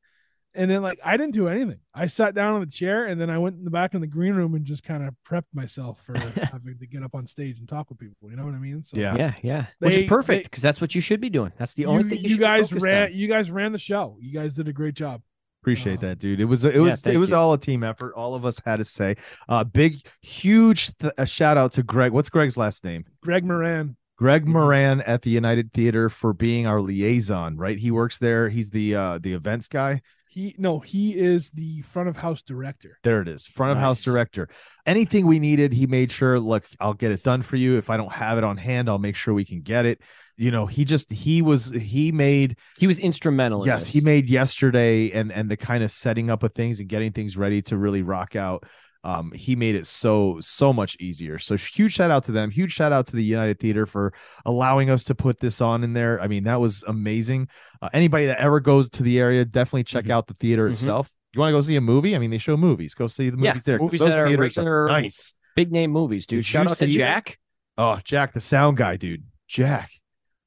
Speaker 4: and then like i didn't do anything i sat down on the chair and then i went in the back in the green room and just kind of prepped myself
Speaker 1: (laughs)
Speaker 4: for having to get up on stage and talk with people you know what i mean so
Speaker 1: Yeah.
Speaker 3: Yeah, yeah. Which
Speaker 4: They-
Speaker 3: is perfect
Speaker 4: they-
Speaker 3: because that's what you should be doing. That's the only
Speaker 4: you,
Speaker 3: thing you,
Speaker 4: you
Speaker 3: should be
Speaker 4: guys
Speaker 3: focused
Speaker 4: ran
Speaker 3: on.
Speaker 4: you guys ran the show you guys did a great job
Speaker 1: Appreciate
Speaker 4: Uh,
Speaker 1: that, dude. It was it
Speaker 3: Oh. yeah,
Speaker 1: was it
Speaker 3: thank
Speaker 1: was
Speaker 3: you.
Speaker 1: all a team effort. All of us had a say. Uh, big, huge th- a shout out to Greg. What's Greg's last name?
Speaker 4: greg moran
Speaker 1: Greg
Speaker 3: Mm-hmm.
Speaker 1: Moran at the United Theater for being our liaison. Right, he works there. He's the uh the events guy.
Speaker 4: he no he is the front of house director
Speaker 1: There it is. Front of house
Speaker 3: Nice.
Speaker 1: director. Anything we needed, he made sure, look, I'll get it done for you. If I don't have it on hand, I'll make sure we can get it. You know, he just he was he made
Speaker 3: He was instrumental. in
Speaker 1: yes,
Speaker 3: this.
Speaker 1: he made yesterday and and the kind of setting up of things and getting things ready to really rock out. Um, he made it so so much easier. So huge shout out to them. Huge shout out to the United Theater for allowing us to put this on in there. I mean, that was amazing. Uh, anybody that ever goes to the area, definitely check out the theater
Speaker 3: Mhm.
Speaker 1: itself. You want to go see a movie? I mean, they show movies. Go see the movies
Speaker 3: Yeah,
Speaker 1: there. 'cause
Speaker 3: movies
Speaker 1: those
Speaker 3: that are
Speaker 1: theaters
Speaker 3: regular-
Speaker 1: nice.
Speaker 3: big name movies, dude.
Speaker 1: Did
Speaker 3: Shout
Speaker 1: you
Speaker 3: out to
Speaker 1: see it?
Speaker 3: Jack.
Speaker 1: Oh, Jack, the sound guy, dude. Jack,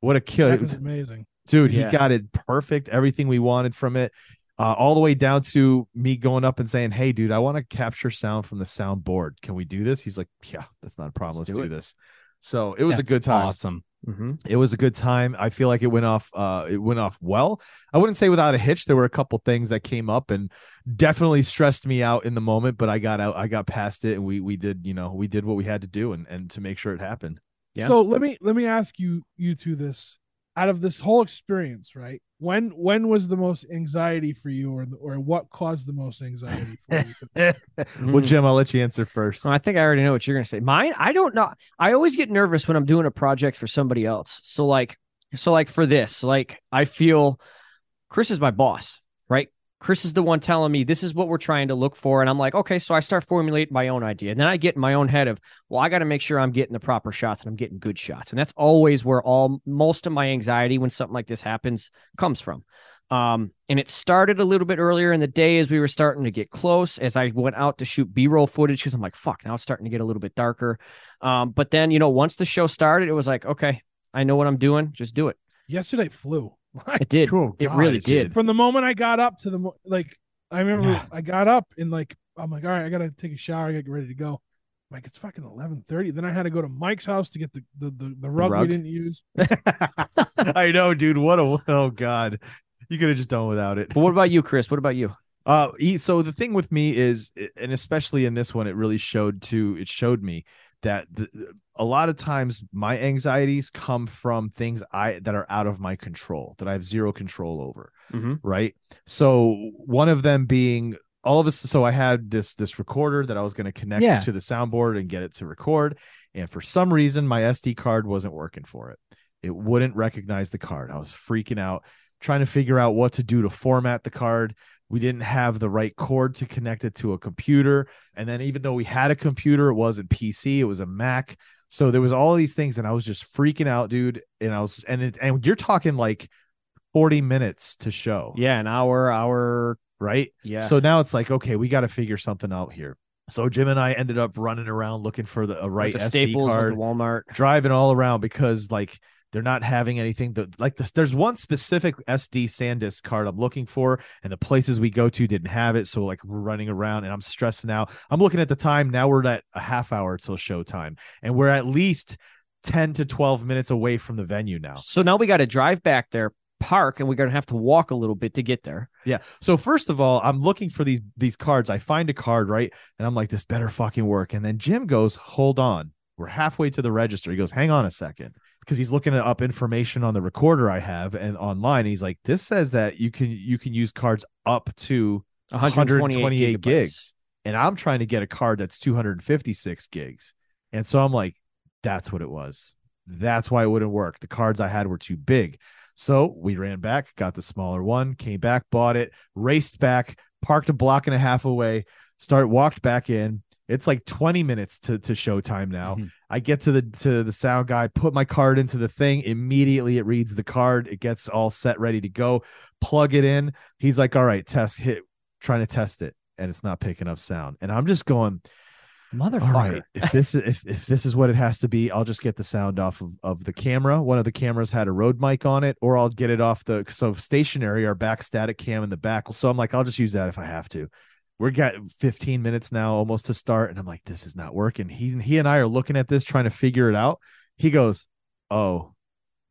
Speaker 1: what a kill!
Speaker 4: that was amazing
Speaker 1: dude
Speaker 3: Yeah.
Speaker 1: he got it perfect everything we wanted from it uh, all the way down to me going up and saying hey dude i want to capture sound from the soundboard can we do this he's like yeah that's not a problem let's,
Speaker 3: Let's
Speaker 1: do,
Speaker 3: do it."
Speaker 1: this So it was a
Speaker 2: That's
Speaker 1: good time.
Speaker 2: Awesome.
Speaker 3: Mm-hmm.
Speaker 1: It was a good time. I feel like it went off. Uh, it went off well. I wouldn't say without a hitch. There were a couple things that came up and definitely stressed me out in the moment, but I got out. I got past it, and we we did. You know, we did what we had to do, and and to make sure it happened.
Speaker 3: Yeah.
Speaker 4: So let me let me ask you you two this out of this whole experience, right? When when was the most anxiety for you, or or what caused the most anxiety for you?
Speaker 1: Well, Jim, I'll let you answer first.
Speaker 3: Mm-hmm. Oh, I think I already know what you're going to say. Mine, I don't know. I always get nervous when I'm doing a project for somebody else. So like, so like for this, like I feel Chris is my boss, right? Chris is the one telling me this is what we're trying to look for. And I'm like, okay, so I start formulating my own idea. And then I get in my own head of, well, I got to make sure I'm getting the proper shots and I'm getting good shots. And that's always where all most of my anxiety when something like this happens comes from. Um, and it started a little bit earlier in the day as we were starting to get close, as I went out to shoot B roll footage because I'm like, fuck, now it's starting to get a little bit darker. Um, but then, you know, once the show started, it was like, okay, I know what I'm doing, just do it.
Speaker 4: Yesterday flew.
Speaker 3: It did.
Speaker 1: Cool.
Speaker 3: It
Speaker 1: God,
Speaker 3: really
Speaker 1: it did.
Speaker 3: did.
Speaker 4: From the moment I got up to the mo- like, I remember
Speaker 3: Yeah.
Speaker 4: I got up and like I'm like, all right, I gotta take a shower, I gotta get ready to go. I'm like it's fucking eleven thirty. Then I had to go to Mike's house to get the the the, the rug, we
Speaker 3: rug?
Speaker 4: didn't use.
Speaker 1: (laughs) I know, dude. What a oh god. You could have just done without it.
Speaker 3: But what about you, Chris? What about you?
Speaker 1: Uh, he, so the thing with me is, and especially in this one, it really showed too. It showed me that the, a lot of times my anxieties come from things I that are out of my control that I have zero control over.
Speaker 3: Mhm.
Speaker 1: Right. So one of them being all of us. So I had this this recorder that I was going to connect
Speaker 2: Yeah.
Speaker 1: to the soundboard and get it to record, and for some reason my SD card wasn't working for it. It wouldn't recognize the card. I was freaking out, trying to figure out what to do to format the card we didn't have the right cord to connect it to a computer and then even though we had a computer it wasn't pc it was a mac so there was all these things and i was just freaking out dude and i was and it, and you're talking like 40 minutes to show
Speaker 3: Yeah, an hour, hour.
Speaker 1: right
Speaker 3: Yeah.
Speaker 1: so now it's like okay we got to figure something out here so jim and i ended up running around looking for the a right
Speaker 3: With the
Speaker 1: sd
Speaker 3: Staples, with
Speaker 1: card
Speaker 3: the Walmart.
Speaker 1: driving all around because like they're not having anything that like this there's one specific sd sandisk card i'm looking for and the places we go to didn't have it so like we're running around and i'm stressing out i'm looking at the time now we're at a half hour till showtime and we're at least 10 to 12 minutes away from the venue now
Speaker 3: So now we got to drive back there, park, and we're going to have to walk a little bit to get there.
Speaker 1: Yeah. So first of all, I'm looking for these these cards. I find a card, right? And I'm like, this better fucking work. And then Jim goes, hold on. We're halfway to the register. He goes, hang on a second. Because he's looking up information on the recorder I have and online. he's like, this says that you can you can use cards up to
Speaker 3: 128,
Speaker 1: 128
Speaker 3: gigabytes.
Speaker 1: gigs. and I'm trying to get a card that's 256 gigs. And so I'm like, that's what it was. That's why it wouldn't work. The cards I had were too big. So we ran back, got the smaller one, came back, bought it, raced back, parked a block and a half away, start walked back in. It's like 20 minutes to, to showtime now.
Speaker 3: Mhm.
Speaker 1: I get to the to the sound guy, put my card into the thing. Immediately it reads the card. It gets all set, ready to go. Plug it in. He's like, all right, test hit, trying to test it. And it's not picking up sound. And I'm just going, all
Speaker 3: Motherfucker.
Speaker 1: right. If this is if, if this is what it has to be, I'll just get the sound off of, of the camera. One of the cameras had a Rode mic on it, or I'll get it off the so stationary or back static cam in the back. So I'm like, I'll just use that if I have to. We're got 15 minutes now almost to start, and I'm like, this is not working. He he and I are looking at this, trying to figure it out. He goes, Oh,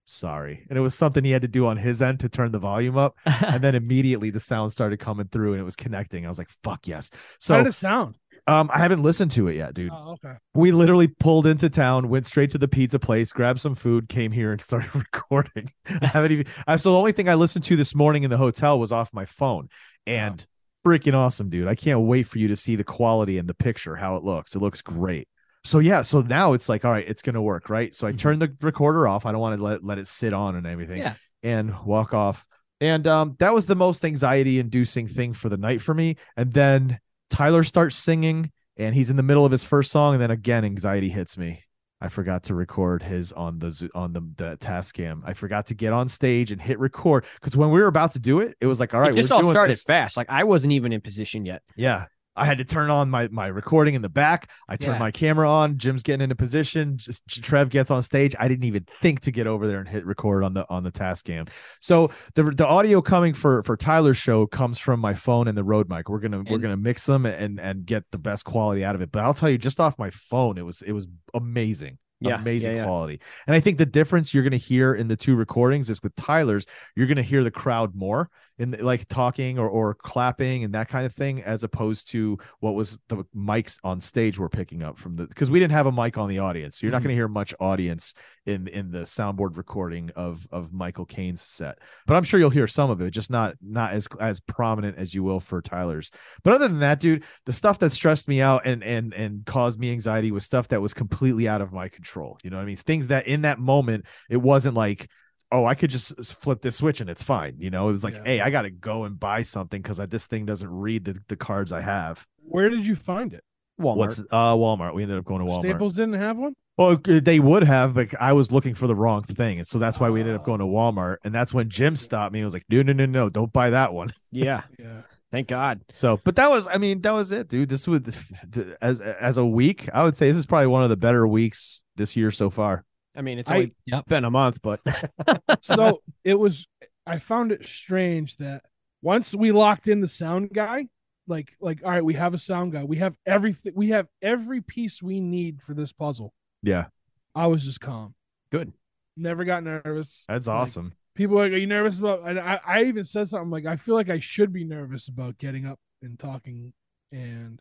Speaker 1: sorry. And it was something he had to do on his end to turn the volume up.
Speaker 3: (laughs)
Speaker 1: And then immediately the sound started coming through and it was connecting. I was like, fuck yes.
Speaker 4: So, How
Speaker 1: So
Speaker 4: did it sound?
Speaker 1: um I haven't listened to it yet, dude
Speaker 4: Oh, okay.
Speaker 1: we literally pulled into town, went straight to the pizza place, grabbed some food, came here, and (laughs) started recording. I haven't even. I, so the only thing I listened to this morning in the hotel was off my phone, and freaking awesome, dude! I can't wait for you to see the quality and the picture, how it looks. It looks great. So yeah, so now it's like, all right, it's gonna work, right? So I
Speaker 3: Mhm.
Speaker 1: turned the recorder off. I don't want to let let it sit on and everything,
Speaker 3: Yeah.
Speaker 1: and walk off. And um, that was the most anxiety-inducing thing for the night for me. And then Tyler starts singing and he's in the middle of his first song and then again anxiety hits me i forgot to record his on the Zo- on the, the task cam i forgot to get on stage and hit record because when we were about to do it it was like all right
Speaker 3: it just
Speaker 1: we're
Speaker 3: all
Speaker 1: doing
Speaker 3: started
Speaker 1: this.
Speaker 3: fast. Like I wasn't even in position yet.
Speaker 1: yeah i had to turn on my my recording in the back i turned
Speaker 2: Yeah.
Speaker 1: my camera on jim's getting into position just trev gets on stage i didn't even think to get over there and hit record on the on the task cam so the the audio coming for for Tyler's show comes from my phone and the Rode mic. We're gonna we're
Speaker 3: And-
Speaker 1: gonna mix them and and get the best quality out of it. But I'll tell you, just off my phone, it was it was amazing.
Speaker 3: Yeah,
Speaker 1: amazing
Speaker 3: yeah, yeah.
Speaker 1: quality. And I think the difference you're going to hear in the two recordings is with Tyler's, you're going to hear the crowd more in like talking or, or clapping and that kind of thing, as opposed to what was the mics on stage were picking up from the because we didn't have a mic on the audience. So you're not
Speaker 3: Mhm.
Speaker 1: going to hear much audience in in the soundboard recording of of Michael Caine's set, but I'm sure you'll hear some of it, just not not as as prominent as you will for Tyler's. But other than that, dude, the stuff that stressed me out and and and caused me anxiety was stuff that was completely out of my control. You know what I mean? Things that in that moment it wasn't like, oh, I could just s- flip this switch and it's fine. You know, it was like,
Speaker 4: Yeah.
Speaker 1: hey, I got to go and buy something because this thing doesn't read the, the cards I have.
Speaker 4: Where did you find it?
Speaker 3: Walmart.
Speaker 1: What's uh Walmart? We ended up going to Walmart.
Speaker 4: Staples didn't have one.
Speaker 1: Well, g- they would have, but I was looking for the wrong thing, and so that's why we ended
Speaker 4: Ah.
Speaker 1: up going to Walmart. And that's when Jim stopped me. He was like, "No, no, no, no, don't buy that one." (laughs)
Speaker 3: yeah.
Speaker 4: Yeah.
Speaker 3: Thank God.
Speaker 1: So, but that was, I mean, that was it, dude. This would, (laughs) th- as as a week, I would say this is probably one of the better weeks this year so far.
Speaker 3: I mean, it's
Speaker 4: I-
Speaker 3: only been a month, but (laughs)
Speaker 1: (laughs)
Speaker 4: so it was i found it strange that once we locked in the sound guy like like all right we have a sound guy we have everything we have every piece we need for this puzzle
Speaker 1: Yeah.
Speaker 4: i was just calm
Speaker 3: Good.
Speaker 4: never got nervous
Speaker 1: That's
Speaker 4: Like,
Speaker 1: awesome.
Speaker 4: people were like are you nervous about and i i even said something like i feel like i should be nervous about getting up and talking and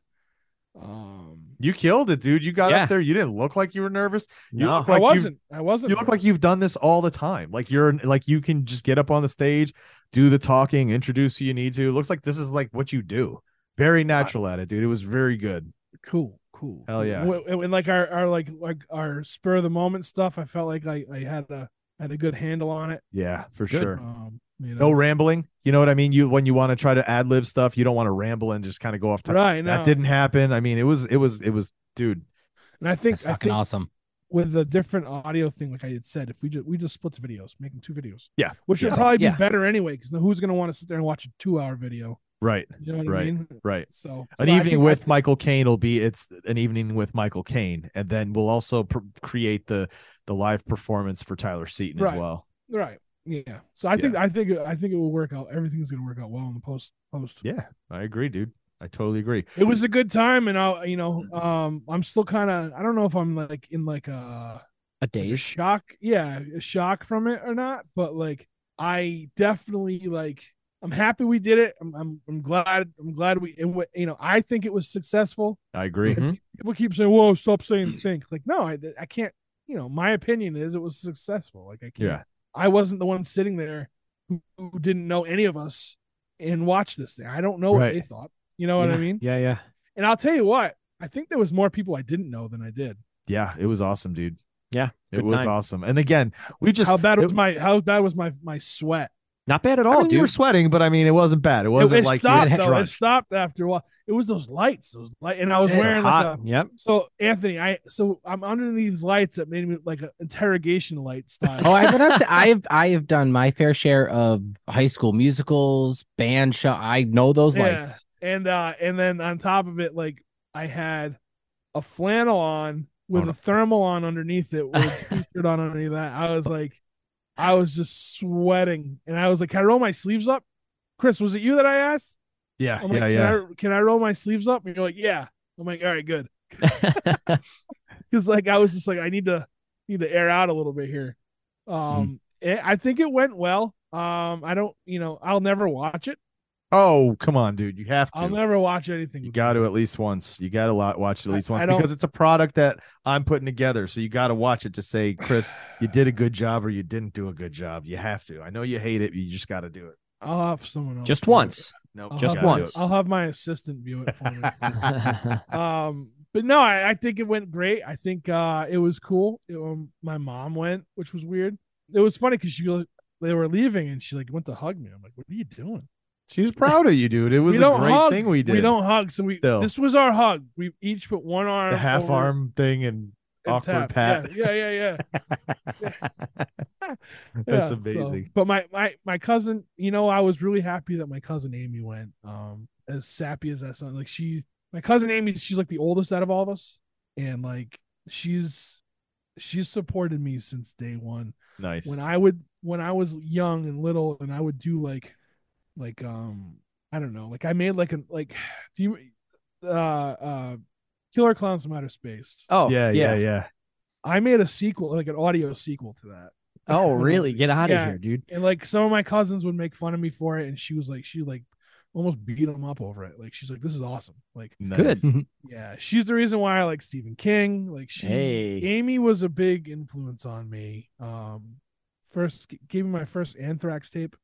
Speaker 4: um
Speaker 1: You killed it, dude. You got
Speaker 3: Yeah.
Speaker 1: up there. You didn't look like you were nervous. You
Speaker 3: No.
Speaker 1: look like you-
Speaker 4: i wasn't i wasn't
Speaker 1: You look like you've done this all the time. Like you're like you can just get up on the stage, do the talking, introduce who you need to. looks like this is like what you do. Very natural at it, dude. It was very good.
Speaker 4: cool cool
Speaker 1: Hell yeah.
Speaker 4: W- and, like our, our like like our spur of the moment stuff i felt like i, I had a had a good handle on it
Speaker 1: Yeah, for
Speaker 3: Good.
Speaker 1: sure.
Speaker 4: um you know
Speaker 1: No rambling. You know what I mean? You when you want to try to ad lib stuff, you don't want to ramble and just kind of go off. Topic.
Speaker 4: right no.
Speaker 1: That didn't happen. I mean, it was it was it was, dude.
Speaker 4: and i think
Speaker 2: That's
Speaker 4: i
Speaker 2: fucking
Speaker 4: think
Speaker 2: awesome.
Speaker 4: with the different audio thing like i had said if we just we just split the videos make them two videos
Speaker 1: Yeah.
Speaker 4: which
Speaker 1: Yeah.
Speaker 4: would probably
Speaker 3: Yeah.
Speaker 4: be better anyway because who's going to want to sit there and watch a two hour video
Speaker 1: Right,
Speaker 4: you know what
Speaker 1: Right.
Speaker 4: i mean
Speaker 1: right.
Speaker 4: so
Speaker 1: An
Speaker 4: so I
Speaker 1: evening
Speaker 4: think- I
Speaker 1: with
Speaker 4: think-
Speaker 1: Michael Caine will be it's an evening with Michael Caine, and then we'll also pr- create the the live performance for Tyler Seaton as
Speaker 4: Right.
Speaker 1: well.
Speaker 4: right yeah so i think i think i think it will work out everything's going to work out well in the post post
Speaker 1: Yeah, I agree, dude. I totally agree.
Speaker 4: it was a good time and i you know um i'm still kind of i don't know if i'm like in like uh
Speaker 3: a
Speaker 4: like, a
Speaker 3: day.
Speaker 4: shock yeah a shock from it or not but like i definitely like i'm happy we did it i'm i'm, I'm glad i'm glad we it, wa- you know i think it was successful
Speaker 1: I agree.
Speaker 3: Mhm.
Speaker 4: people keep saying whoa stop saying
Speaker 1: Mm.
Speaker 4: think like no i, I can't you know my opinion is it was successful like i can't
Speaker 1: Yeah.
Speaker 4: i wasn't the one sitting there who, who didn't know any of us and watched this thing i don't know what
Speaker 1: Right.
Speaker 4: they thought you know what
Speaker 3: yeah.
Speaker 4: i mean
Speaker 3: Yeah, yeah.
Speaker 4: and i'll tell you what i think there was more people i didn't know than i did
Speaker 1: Yeah, it was awesome, dude.
Speaker 3: Yeah,
Speaker 1: it
Speaker 3: good
Speaker 1: was
Speaker 3: night.
Speaker 1: awesome. And again, we just
Speaker 4: how bad
Speaker 1: it-
Speaker 4: was my how bad was my my sweat
Speaker 3: Not bad at
Speaker 1: I
Speaker 3: all,
Speaker 1: mean, you were
Speaker 3: dude.
Speaker 1: sweating, but I mean, it wasn't bad. It wasn't
Speaker 4: it, it
Speaker 1: like you
Speaker 4: stopped
Speaker 1: were
Speaker 4: though. It
Speaker 1: drenched.
Speaker 4: stopped after a while. It was those lights, those light, and I was
Speaker 3: They were
Speaker 4: wearing like
Speaker 3: hot.
Speaker 4: a.
Speaker 3: Yep.
Speaker 4: So Anthony, I so I'm under these lights that made me like an interrogation light
Speaker 1: (laughs)
Speaker 4: style.
Speaker 2: oh, I can not say I have I have done my fair share of high school musicals, band show. I know those
Speaker 4: Yeah.
Speaker 2: lights.
Speaker 4: and uh and then on top of it, like I had a flannel on with
Speaker 1: Oh, no.
Speaker 4: a thermal on underneath it with
Speaker 1: (laughs)
Speaker 4: a t-shirt on underneath that. I was like, I was just sweating, and I was like, can I roll my sleeves up? Chris, was it you that I asked?
Speaker 1: Yeah,
Speaker 4: I'm
Speaker 1: yeah,
Speaker 4: like,
Speaker 1: yeah.
Speaker 4: Can I, can I roll my sleeves up? And you're like, yeah. I'm like, all right,
Speaker 1: (laughs)
Speaker 4: good. because like I was just like I need to need to air out a little bit here.
Speaker 1: Hmm.
Speaker 4: Um, it, I think it went well. Um, I don't, you know, I'll never watch it.
Speaker 1: Oh, come on, dude. You have to.
Speaker 4: I'll never watch anything.
Speaker 1: you
Speaker 4: with
Speaker 1: got
Speaker 4: them.
Speaker 1: to at least once. You got to lot watch it at
Speaker 4: I-
Speaker 1: least
Speaker 4: I
Speaker 1: once
Speaker 4: don't-
Speaker 1: because it's a product that I'm putting together. So you got to watch it to say, Chris, you did a good job or you didn't do a good job. You have to. I know you hate it, but you just got to do it.
Speaker 4: I'll have someone else. (laughs)
Speaker 3: Just
Speaker 4: do it.
Speaker 3: once. (laughs)
Speaker 1: No,
Speaker 4: I'll
Speaker 3: Just
Speaker 4: have-
Speaker 3: once.
Speaker 4: I'll have my assistant view it for me.
Speaker 1: (laughs)
Speaker 3: yeah,
Speaker 4: um, but no, I, I think it went great. I think uh, it was cool. It, um, my mom went, which was weird. It was funny because she was- they were leaving and she like went to hug me. I'm like, what are you doing?
Speaker 1: She's proud of you, dude. It was a
Speaker 4: don't
Speaker 1: great
Speaker 4: hug.
Speaker 1: thing we did.
Speaker 4: We don't hug, so we
Speaker 1: Still.
Speaker 4: this was our hug. We each put one arm,
Speaker 1: the half
Speaker 4: over-
Speaker 1: arm thing and
Speaker 4: and
Speaker 1: awkward
Speaker 4: tap.
Speaker 1: pat.
Speaker 4: Yeah, yeah, yeah. yeah.
Speaker 1: (laughs) That's
Speaker 4: Yeah, so-
Speaker 1: amazing.
Speaker 4: but my my my cousin, you know, I was really happy that my cousin Amy went. Um, as sappy as that sounds, like she, my cousin Amy, she's like the oldest out of all of us, and like she's she's supported me since day one.
Speaker 1: Nice.
Speaker 4: When I would when I was young and little, and I would do like like um I don't know, like I made like a like do you uh uh Killer Clowns from Outer Space.
Speaker 3: Oh,
Speaker 1: yeah, yeah, yeah.
Speaker 4: I made a sequel, like an audio sequel to that.
Speaker 3: Oh, really? Get out
Speaker 4: Yeah.
Speaker 3: of here, dude.
Speaker 4: And like some of my cousins would make fun of me for it, and she was like, she like almost beat them up over it. Like she's like, this is awesome. Like
Speaker 3: Good.
Speaker 4: (laughs)
Speaker 1: (laughs)
Speaker 4: yeah, she's the reason why I like Stephen King. Like she,
Speaker 3: Hey.
Speaker 4: Amy was a big influence on me. Um, first g- gave me my first Anthrax tape.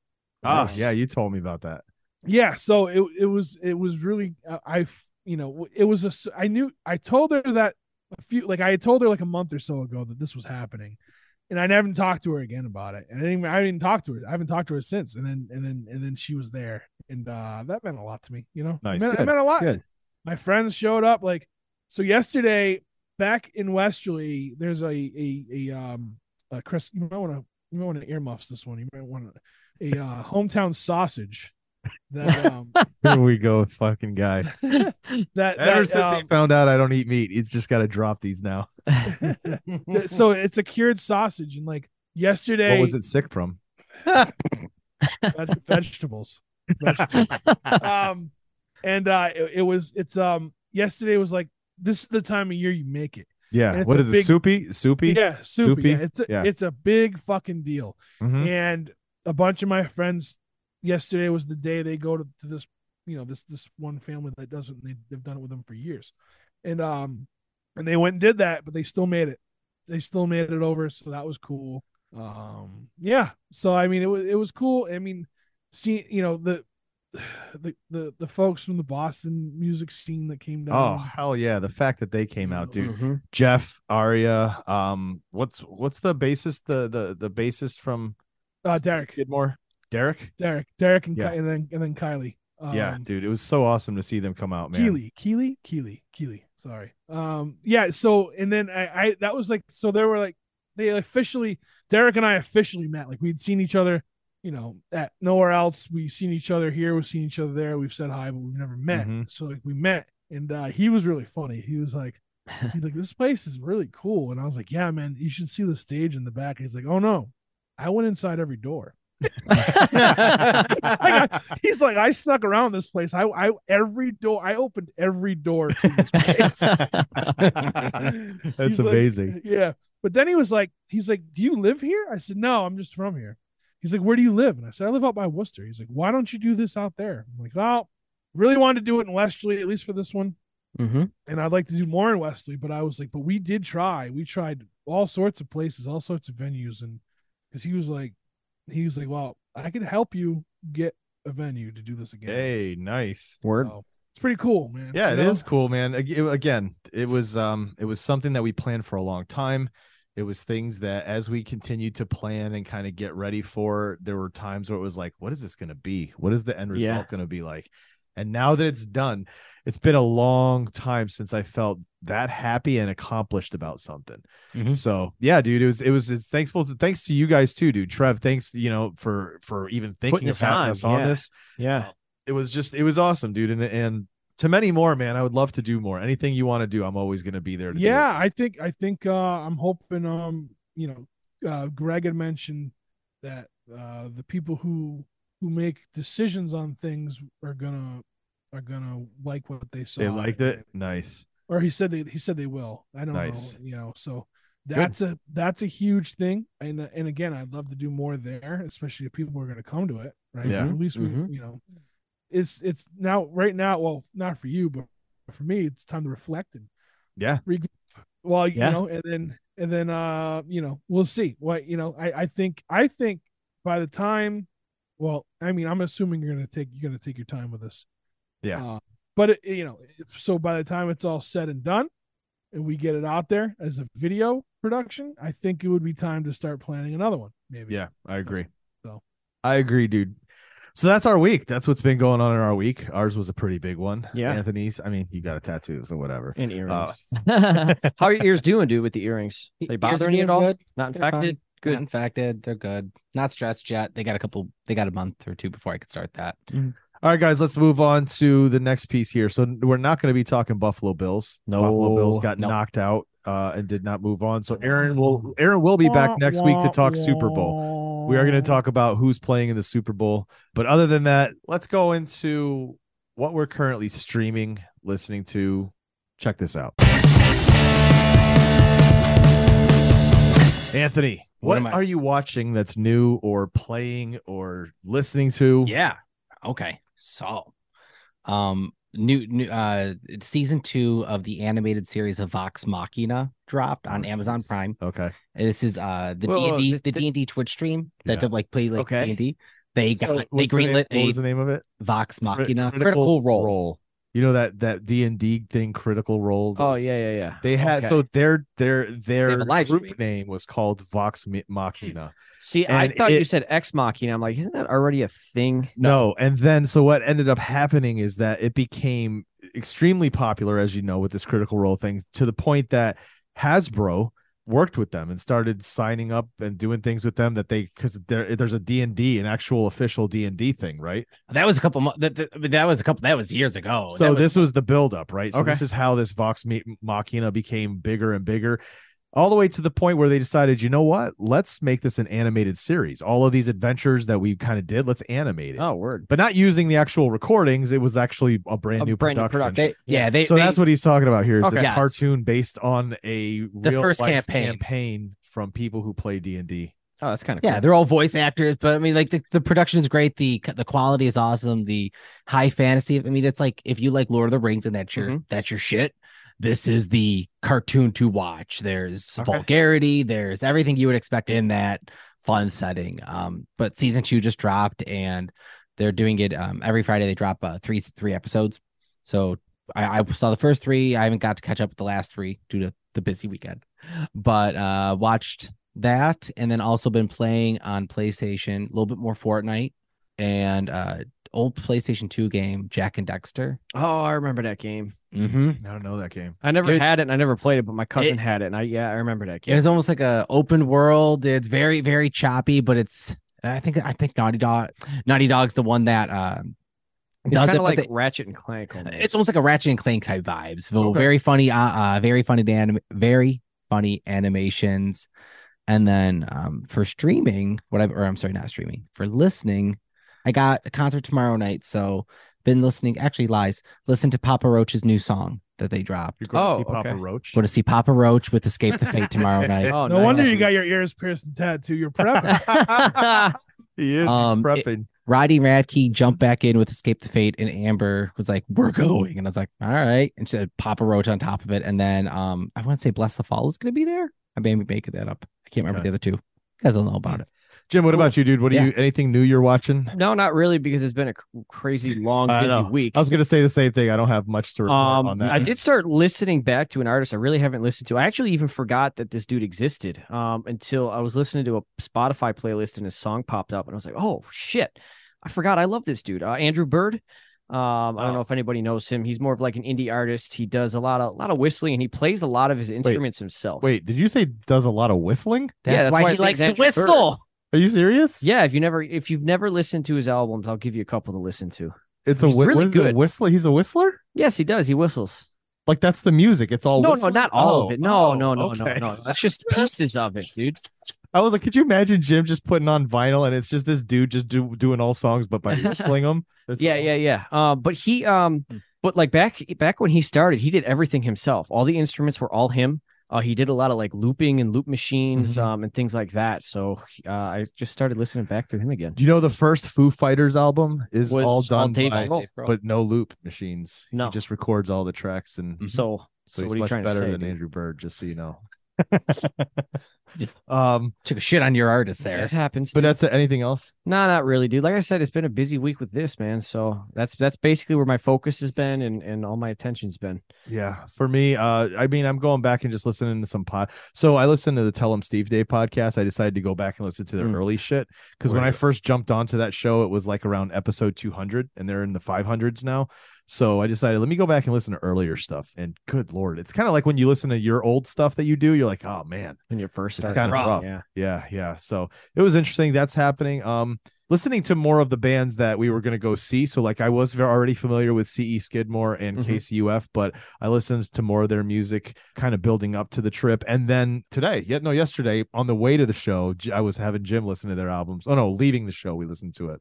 Speaker 1: Ah,
Speaker 3: Nice.
Speaker 1: yeah, you told me about
Speaker 3: (laughs)
Speaker 1: that.
Speaker 4: yeah so it it was it was really uh, i f- you know w- it was a s- i knew i told her that a few like i had told her like a month or so ago that this was happening and i never talked to her again about it and i didn't i didn't talk to her i haven't talked to her since and then and then and then she was there and uh that meant a lot to me you know
Speaker 1: Nice.
Speaker 4: it meant, it
Speaker 1: Good.
Speaker 4: meant a lot
Speaker 3: Good.
Speaker 4: my friends showed up like so yesterday back in westerly there's a a a um a chris you might want to you might want to earmuffs this one you might want to a uh, hometown sausage
Speaker 1: (laughs)
Speaker 4: that um
Speaker 1: Here we go, fucking
Speaker 4: (laughs)
Speaker 1: guy.
Speaker 4: that,
Speaker 1: Ever
Speaker 4: that
Speaker 1: since he
Speaker 4: um,
Speaker 1: found out I don't eat meat, he's just got to drop these now.
Speaker 4: th- so it's a cured sausage and like yesterday
Speaker 1: What was it sick from?
Speaker 4: veg- vegetables,
Speaker 1: (laughs)
Speaker 4: vegetables.
Speaker 3: Mm-hmm.
Speaker 4: um and uh it, it was it's um yesterday was like this is the time of year you make it And
Speaker 1: Yeah.
Speaker 4: it's
Speaker 1: What
Speaker 4: a
Speaker 1: is
Speaker 4: big-
Speaker 1: it? Soupy? Soupy?
Speaker 4: yeah soupy,
Speaker 1: Soupy?
Speaker 4: Yeah, it's a,
Speaker 1: Yeah.
Speaker 4: it's a big fucking deal
Speaker 1: Mhm.
Speaker 4: and a bunch of my friends yesterday was the day they go to, to this you know this this one family that doesn't they, they've done it with them for years and um and they went and did that but they still made it they still made it over so that was cool um yeah so i mean it was it was cool i mean see you know the (sighs) the the, the folks from the boston music scene that came
Speaker 1: Oh
Speaker 4: down
Speaker 1: hell yeah! The fact that they came out, dude.
Speaker 3: Mhm.
Speaker 1: Jeff Aria. Um, what's what's the bassist? The the the bassist from
Speaker 4: uh derek
Speaker 1: Skidmore. Derek.
Speaker 4: derek derek and,
Speaker 1: Oh, Yeah.
Speaker 4: Ki- and then and then kylie um,
Speaker 1: yeah, dude, it was so awesome to see them come out, man.
Speaker 4: Keely, Keely, Keely, Keely. Sorry. Um, yeah. So and then I, I that was like so they were like they officially Derek and I officially met like we'd seen each other, you know, at nowhere else. We've seen each other here, we've seen each other there. We've said hi, but we've never met.
Speaker 1: Mhm.
Speaker 4: So like we met, and uh, he was really funny. He was like, he's like this place is really cool, and I was like, yeah, man, you should see the stage in the back. He's like, oh no, I went inside every door. (laughs) He's like, I, he's like, I snuck around this place. I, I, every door, I opened every door to this place.
Speaker 1: That's
Speaker 4: (laughs) He's like-
Speaker 1: amazing.
Speaker 4: yeah. But then he was like, he's like, do you live here? I said, no, I'm just from here. He's like, where do you live? And I said, I live out by Worcester. He's like, why don't you do this out there? I'm like, well, really wanted to do it in Westerly, at least for this one.
Speaker 3: Mhm.
Speaker 4: And I'd like to do more in Westerly, but I was like, but we did try. We tried all sorts of places, all sorts of venues. And because he was like, he was like, well, I could help you get a venue to do this again.
Speaker 1: Hey, nice.
Speaker 3: Word.
Speaker 4: So, it's pretty cool, man.
Speaker 1: Yeah,
Speaker 4: You
Speaker 1: it
Speaker 4: know?
Speaker 1: is cool, man. Ag- it- Again, it was um it was something that we planned for a long time. It was things that as we continued to plan and kind of get ready for, there were times where it was like, what is this going to be? What is the end result
Speaker 3: Yeah.
Speaker 1: going to be like? And now that it's done, it's been a long time since I felt that happy and accomplished about something.
Speaker 3: Mhm.
Speaker 1: So yeah, dude, it was it was it's thankful to, thanks to you guys too, dude. Trev, thanks you know for for even thinking of
Speaker 3: us
Speaker 1: having
Speaker 3: on,
Speaker 1: us on
Speaker 3: yeah.
Speaker 1: this
Speaker 3: Yeah.
Speaker 1: it was just it was awesome, dude. And and to many more, man. I would love to do more. Anything you want to do, I'm always gonna be there. To do it.
Speaker 4: yeah i think i think uh i'm hoping um you know uh greg had mentioned that uh the people who who make decisions on things are gonna are gonna like what they saw
Speaker 1: they liked it. Nice.
Speaker 4: or he said they he said they will i don't
Speaker 1: Nice.
Speaker 4: know you know so that's a that's a huge thing and uh, and again i'd love to do more there especially if people are going to come to it right
Speaker 1: Yeah.
Speaker 4: at least we
Speaker 3: Mhm.
Speaker 4: you know it's it's now right now well not for you but for me it's time to reflect and
Speaker 1: Yeah.
Speaker 4: regroup. Well, you
Speaker 3: Yeah.
Speaker 4: know, and then and then uh, you know, we'll see. What you know, I I think I think by the time, well, I mean, I'm assuming you're gonna take you're gonna take your time with this.
Speaker 1: Yeah.
Speaker 4: Uh, but it, you know, so by the time it's all said and done, and we get it out there as a video production, I think it would be time to start planning another one. Maybe.
Speaker 1: Yeah, I agree.
Speaker 4: So.
Speaker 1: I agree, dude. So that's our week. That's what's been going on in our week. Ours was a pretty big one.
Speaker 3: Yeah.
Speaker 1: Anthony's. I mean, you got a tattoo, so whatever.
Speaker 3: And earrings.
Speaker 1: Uh,
Speaker 3: (laughs) How are your ears doing, dude, with the earrings? They
Speaker 2: E-, Ears
Speaker 3: bothering
Speaker 2: are
Speaker 3: you at
Speaker 2: doing
Speaker 3: all?
Speaker 2: good.
Speaker 3: Not
Speaker 2: They're fine.
Speaker 3: infected?
Speaker 2: Good.
Speaker 3: Good.
Speaker 2: infected. They're good. Not stressed yet. They got a couple. They got a month or two before I could start that.
Speaker 1: All right, guys, let's move on to the next piece here. So we're not going to be talking Buffalo Bills. Buffalo Bills
Speaker 3: No.
Speaker 1: got
Speaker 2: No.
Speaker 1: knocked out uh, and did not move on. So Aaron will Aaron will be back next week to talk Super Bowl. We are going to talk about who's playing in the Super Bowl. But other than that, let's go into what we're currently streaming, listening to. Check this out. Anthony,
Speaker 2: What
Speaker 1: what,
Speaker 2: am I-
Speaker 1: are you watching that's new or playing or listening to?
Speaker 2: Yeah. Okay. So, um, new new uh season two of the animated series of Vox Machina dropped on Amazon Prime.
Speaker 1: Okay.
Speaker 2: This is uh the
Speaker 3: Whoa,
Speaker 2: D
Speaker 3: whoa,
Speaker 2: and D
Speaker 3: this-
Speaker 2: the
Speaker 3: thi-
Speaker 2: D and D Twitch stream that
Speaker 1: Yeah.
Speaker 2: did like play like D
Speaker 3: Okay.
Speaker 2: and D. They got
Speaker 1: So
Speaker 2: they
Speaker 1: what's the name-
Speaker 2: greenlit
Speaker 1: What
Speaker 2: a
Speaker 1: was the name of it?
Speaker 2: Vox
Speaker 1: Cri-
Speaker 2: Machina critical, role.
Speaker 1: Role. You know that that D and D thing, Critical Role.
Speaker 3: Oh yeah, yeah, yeah.
Speaker 1: They had
Speaker 2: Okay.
Speaker 1: so their their
Speaker 2: have
Speaker 1: their
Speaker 2: a live
Speaker 1: group
Speaker 2: stream. Hmm.
Speaker 1: name was called Vox Mi- Machina.
Speaker 3: See, I
Speaker 1: And
Speaker 3: thought you
Speaker 1: it-
Speaker 3: said Ex Machina. I'm like, isn't that already a thing?
Speaker 1: No. and then so what ended up happening is that it became extremely popular, as you know, with this Critical Role thing, to the point that Hasbro worked with them and started signing up and doing things with them that they because there there's a D and D, an actual official D and D thing, right?
Speaker 2: That was a couple months. That, that, that was a couple. That was years ago.
Speaker 1: so
Speaker 2: That was-
Speaker 1: this was the buildup, right? So
Speaker 2: Oh, Okay.
Speaker 1: this is how this Vox Ma- Machina became bigger and bigger, all the way to the point where they decided, you know what? Let's make this an animated series. All of these adventures that we kind of did, let's animate it,
Speaker 3: Oh, word.
Speaker 1: but not using the actual recordings. It was actually a brand
Speaker 3: A
Speaker 1: new
Speaker 3: brand new
Speaker 1: production.
Speaker 3: production.
Speaker 2: they, yeah, they.
Speaker 1: so
Speaker 2: they-
Speaker 1: that's what he's talking about here. Is this
Speaker 2: Okay. Yes.
Speaker 1: cartoon based on a
Speaker 2: The
Speaker 1: real
Speaker 2: first
Speaker 1: life
Speaker 2: campaign.
Speaker 1: campaign from people who play D and D?
Speaker 3: Oh, that's kind of
Speaker 2: Yeah, they're all voice actors, but I mean, like the, the production is great. the The quality is awesome. The high fantasy. I mean, it's like if you like Lord of the Rings and that's your
Speaker 1: Mm-hmm.
Speaker 3: Mhm.
Speaker 2: that's your shit. This is the cartoon to watch. There's
Speaker 3: Okay.
Speaker 2: vulgarity. There's everything you would expect in that fun setting. Um, but season two just dropped, and they're doing it um every Friday. They drop uh, three three episodes. So I, I saw the first three. I haven't got to catch up with the last three due to the busy weekend, but uh, watched that and then also been playing on PlayStation a little bit more Fortnite and uh, old PlayStation 2 game Jack and Dexter.
Speaker 3: cool. Oh, I remember that game.
Speaker 2: Mm-hmm.
Speaker 1: I don't know that game.
Speaker 3: I never
Speaker 2: It's-
Speaker 3: had it and I never played it, but my cousin
Speaker 2: It-
Speaker 3: had it. And I yeah, I remember that game.
Speaker 2: It's almost like a open world. It's very very choppy, but it's I think I think Naughty Dog Naughty Dog's the one that um,
Speaker 3: It's
Speaker 2: does
Speaker 3: kind
Speaker 2: it,
Speaker 3: of
Speaker 2: but
Speaker 3: like
Speaker 2: they-
Speaker 3: Ratchet and Clank. Almost.
Speaker 2: it's almost like a Ratchet and Clank type vibes. So
Speaker 1: Okay.
Speaker 2: very funny, uh, uh very funny to anim- very funny animations. And then um for streaming, whatever or I'm sorry, not streaming, for listening, I got a concert tomorrow night, so been listening actually lies, listen to Papa Roach's new song that they dropped.
Speaker 1: You're going
Speaker 3: Oh,
Speaker 1: to see Papa
Speaker 3: okay.
Speaker 1: Roach.
Speaker 2: Go to see Papa Roach with Escape the
Speaker 1: (laughs)
Speaker 2: Fate tomorrow night.
Speaker 3: oh,
Speaker 4: No
Speaker 3: nice.
Speaker 4: wonder you got your ears pierced and tattooed.
Speaker 3: (laughs)
Speaker 4: You're prepping. (laughs)
Speaker 1: He is he's
Speaker 2: Um, it-
Speaker 1: prepping.
Speaker 2: Roddy Radke jumped back in with Escape the Fate, and Amber was like, "We're going," and I was like, "All right," and she had Papa Roach on top of it, and then um, I want to say Bless the Fall is going to be there. I may be making that up. I can't remember
Speaker 1: Okay.
Speaker 2: the other two. You guys will know about it.
Speaker 1: Jim, what about you, dude? What do
Speaker 2: Yeah.
Speaker 1: you? Anything new you're watching?
Speaker 3: no, not really, because it's been a c- crazy long,
Speaker 1: I
Speaker 3: busy
Speaker 1: know.
Speaker 3: week.
Speaker 1: I was going to say the same thing. I don't have much to report on
Speaker 3: Um,
Speaker 1: that.
Speaker 3: I did start listening back to an artist I really haven't listened to. I actually even forgot that this dude existed um, until I was listening to a Spotify playlist and his song popped up, and I was like, "Oh shit, I forgot I love this dude, uh, Andrew Bird." Um, I don't know if anybody knows him. He's more of like an indie artist. He does a lot of lot of whistling, and he plays a lot of his instruments himself.
Speaker 1: Wait, did you say does a lot of whistling?
Speaker 3: Yeah, that's why his name's Andrew Bird.
Speaker 1: Are you serious?
Speaker 3: Yeah, if you never if you've never listened to his albums, I'll give you a couple to listen to.
Speaker 1: it's a
Speaker 3: he's
Speaker 1: whi-
Speaker 3: really
Speaker 1: what is it,
Speaker 3: good.
Speaker 1: whistler. He's a whistler.
Speaker 3: Yes, he does. He whistles.
Speaker 1: Like that's the music. It's all
Speaker 3: no,
Speaker 1: whistling?
Speaker 3: no, not all
Speaker 1: Oh,
Speaker 3: of it. No,
Speaker 1: oh,
Speaker 3: no, no,
Speaker 1: okay.
Speaker 3: no, no. That's just pieces of it, dude.
Speaker 1: I was like, could you imagine Jim just putting on vinyl and it's just this dude just do, doing all songs but
Speaker 3: (laughs)
Speaker 1: by whistling them? It's-
Speaker 3: Yeah, yeah, yeah. Um, but he, um,
Speaker 1: Hmm.
Speaker 3: but like back back when he started, he did everything himself. All the instruments were all him. Uh, he did a lot of like looping and loop machines,
Speaker 1: Mhm.
Speaker 3: um, and things like that. So uh, I just started listening back to him again.
Speaker 1: Do you know the first Foo Fighters album is
Speaker 3: Was
Speaker 1: all done
Speaker 3: Dave
Speaker 1: by,
Speaker 3: Grohl.
Speaker 1: but no loop machines.
Speaker 3: No.
Speaker 1: He just records all the tracks and
Speaker 2: Mhm.
Speaker 3: So,
Speaker 1: Mm-hmm. so,
Speaker 3: so
Speaker 1: he's
Speaker 3: what are you
Speaker 1: much
Speaker 3: trying to
Speaker 1: better
Speaker 3: say,
Speaker 1: than
Speaker 3: dude?
Speaker 1: Andrew Bird, just so you
Speaker 3: (laughs)
Speaker 1: know. (laughs)
Speaker 2: Just-
Speaker 1: um,
Speaker 2: Took a shit on your artist
Speaker 3: It
Speaker 2: there.
Speaker 3: happens.
Speaker 1: but uh,
Speaker 3: dude.
Speaker 1: that's it. anything else?
Speaker 3: No, not really, dude. Like I said, it's been a busy week with this, man. So that's that's basically where my focus has been and and all my attention's been.
Speaker 1: Yeah, for me, uh, I mean, I'm going back and just listening to some pod. So I listened to the Tell 'em Steve Day podcast. I decided to go back and listen to their
Speaker 3: Mm.
Speaker 1: early shit because when I
Speaker 3: Right.
Speaker 1: first jumped onto that show, it was like around episode 200, and they're in the 500s now. So I decided let me go back and listen to earlier stuff. And good lord, it's kind of like when you listen to your old stuff that you do, you're like, oh man,
Speaker 3: When you're first,
Speaker 1: It's
Speaker 3: starting
Speaker 1: kinda
Speaker 3: out,
Speaker 1: rough.
Speaker 3: Yeah.
Speaker 1: yeah, yeah. So it was interesting. That's happening. Um, listening to more of the bands that we were going to go see. So like I was ve- already familiar with CE Skidmore and
Speaker 3: Mhm.
Speaker 1: KCUF, but I listened to more of their music, kind of building up to the trip. And then today, yet no, yesterday on the way to the show, J- I was having Jim listen to their albums. Oh no, leaving the show, we listened to it.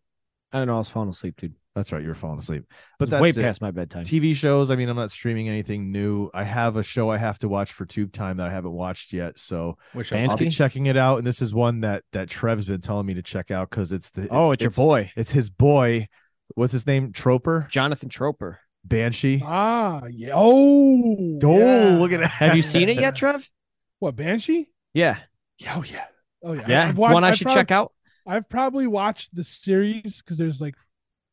Speaker 3: I don't know. I was falling asleep, dude.
Speaker 1: That's right, you were falling asleep. But
Speaker 3: But
Speaker 1: that's
Speaker 3: way
Speaker 1: it.
Speaker 3: past my bedtime.
Speaker 1: TV shows. I mean, I'm not streaming anything new. I have a show I have to watch for Tube Time that I haven't watched yet, so
Speaker 2: Which
Speaker 3: Fancy.
Speaker 1: I'll be checking it out. And this is one that that Trev's been telling me to check out because it's the
Speaker 3: oh, it's, your boy,
Speaker 1: it's his boy. What's his name? Troper
Speaker 3: Jonathan Troper.
Speaker 1: Banshee.
Speaker 4: Ah, yeah. Oh,
Speaker 1: oh,
Speaker 4: yeah.
Speaker 1: look at that.
Speaker 3: Have you seen it yet, Trev?
Speaker 4: what Banshee?
Speaker 3: Yeah,
Speaker 4: Yeah, Oh yeah. Oh yeah.
Speaker 1: Yeah,
Speaker 4: I've watched,
Speaker 3: one I
Speaker 4: I've
Speaker 3: should
Speaker 4: prob-
Speaker 3: check out. Oh,
Speaker 4: I've probably watched the series because there's like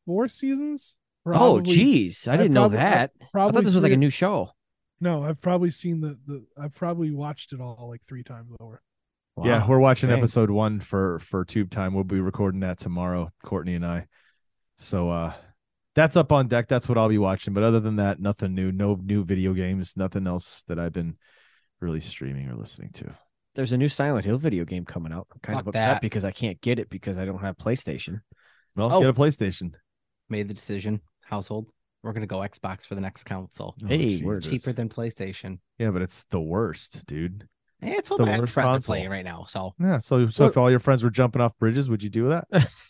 Speaker 4: four seasons.
Speaker 3: Oh,
Speaker 4: Probably-
Speaker 3: geez, I
Speaker 4: I
Speaker 3: didn't know
Speaker 4: probably- I
Speaker 3: that. I
Speaker 4: Probably
Speaker 3: thought this was like
Speaker 4: three-
Speaker 3: a new show.
Speaker 4: No, I've probably seen the the. I've probably watched it all like three times over.
Speaker 1: (laughs) Yeah,
Speaker 3: Wow.
Speaker 1: we're watching
Speaker 3: Dang.
Speaker 1: episode one for for Tube Time. We'll be recording that tomorrow, Courtney and I. So uh that's up on deck. That's what I'll be watching. But other than that, nothing new. No new video games. Nothing else that I've been really streaming or listening to.
Speaker 3: there's a new Silent Hill video game coming out. I'm kind of
Speaker 2: Fuck
Speaker 3: upset
Speaker 2: that.
Speaker 3: because I can't get it because I don't have PlayStation.
Speaker 1: Well,
Speaker 2: Oh.
Speaker 1: get a PlayStation.
Speaker 2: Made the decision. Household. We're gonna go Xbox for the next console.
Speaker 1: Oh,
Speaker 3: Hey,
Speaker 1: Jesus.
Speaker 3: we're
Speaker 2: Cheaper than PlayStation.
Speaker 1: Yeah, but it's the worst, dude.
Speaker 2: Eh, It's,
Speaker 1: It's the
Speaker 2: what my
Speaker 1: worst
Speaker 2: friends are
Speaker 1: console.
Speaker 2: playing right now. So
Speaker 1: Yeah. So so if all your friends were jumping off bridges, would you do that?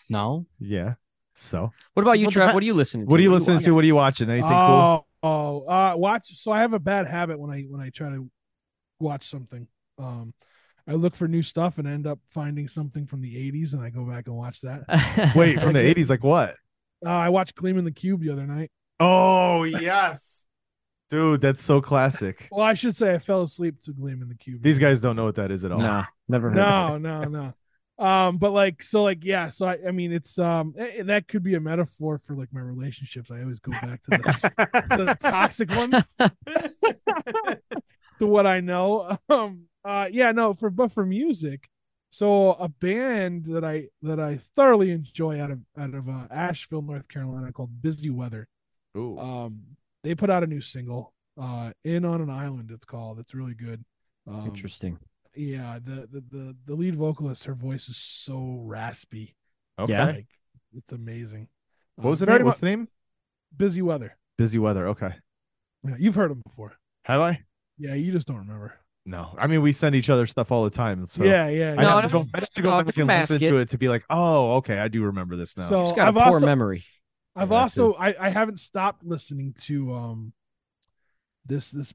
Speaker 2: no.
Speaker 1: yeah. So
Speaker 3: What about you,
Speaker 2: Well,
Speaker 3: Trev?
Speaker 2: depe-
Speaker 3: What are you listening to?
Speaker 1: what are you listening to? What are you watching? Anything cool?
Speaker 4: oh, oh, uh, watch. So I have a bad habit when I when I try to watch something. Um, I look for new stuff and end up finding something from the '80s, and I go back and watch that.
Speaker 1: Wait,
Speaker 3: (laughs)
Speaker 1: from the
Speaker 4: Okay.
Speaker 1: eighties, like what?
Speaker 4: Uh, I watched Gleaming the Cube the other night.
Speaker 1: Oh yes. Dude, that's so
Speaker 4: (laughs)
Speaker 1: classic.
Speaker 4: Well, I should say I fell asleep to Gleaming the Cube.
Speaker 1: These guys don't know what that is at all.
Speaker 3: Nah, never heard.
Speaker 1: (laughs)
Speaker 3: of
Speaker 4: no no no um but like so like yeah so i, I mean it's um eh, eh, that could be a metaphor for like my relationships i always go back
Speaker 1: (laughs)
Speaker 3: (laughs)
Speaker 4: to the, to the toxic one to what i know um uh yeah no for but for music so a band that i that i thoroughly enjoy out of out of uh, asheville north carolina called busy weather
Speaker 1: Ooh.
Speaker 4: um they put out a new single uh in on an island it's called it's really good
Speaker 3: it.
Speaker 4: um,
Speaker 3: Interesting.
Speaker 4: yeah the, the the the lead vocalist her voice is so raspy
Speaker 1: Okay.
Speaker 3: Yeah.
Speaker 4: like it's amazing
Speaker 1: What was the
Speaker 4: Uh, very
Speaker 1: name? What's
Speaker 4: mu-
Speaker 1: the name?
Speaker 4: busy weather
Speaker 1: Busy Weather. Okay.
Speaker 4: yeah, you've heard him before
Speaker 1: Have I?
Speaker 4: yeah you just don't remember
Speaker 1: No. I mean, we send each other stuff all the time. So
Speaker 4: yeah yeah
Speaker 1: I
Speaker 3: No,
Speaker 4: yeah.
Speaker 1: have
Speaker 3: no,
Speaker 1: to go, I'd have to go
Speaker 3: no,
Speaker 1: back
Speaker 3: don't
Speaker 1: and
Speaker 3: mask
Speaker 1: listen
Speaker 3: it.
Speaker 1: to it to be like, oh, okay, I do remember this now.
Speaker 4: so
Speaker 3: He's got a
Speaker 4: i've
Speaker 3: poor
Speaker 4: also
Speaker 3: memory.
Speaker 4: i've
Speaker 1: Yeah, I
Speaker 4: also I, I haven't stopped listening to um this this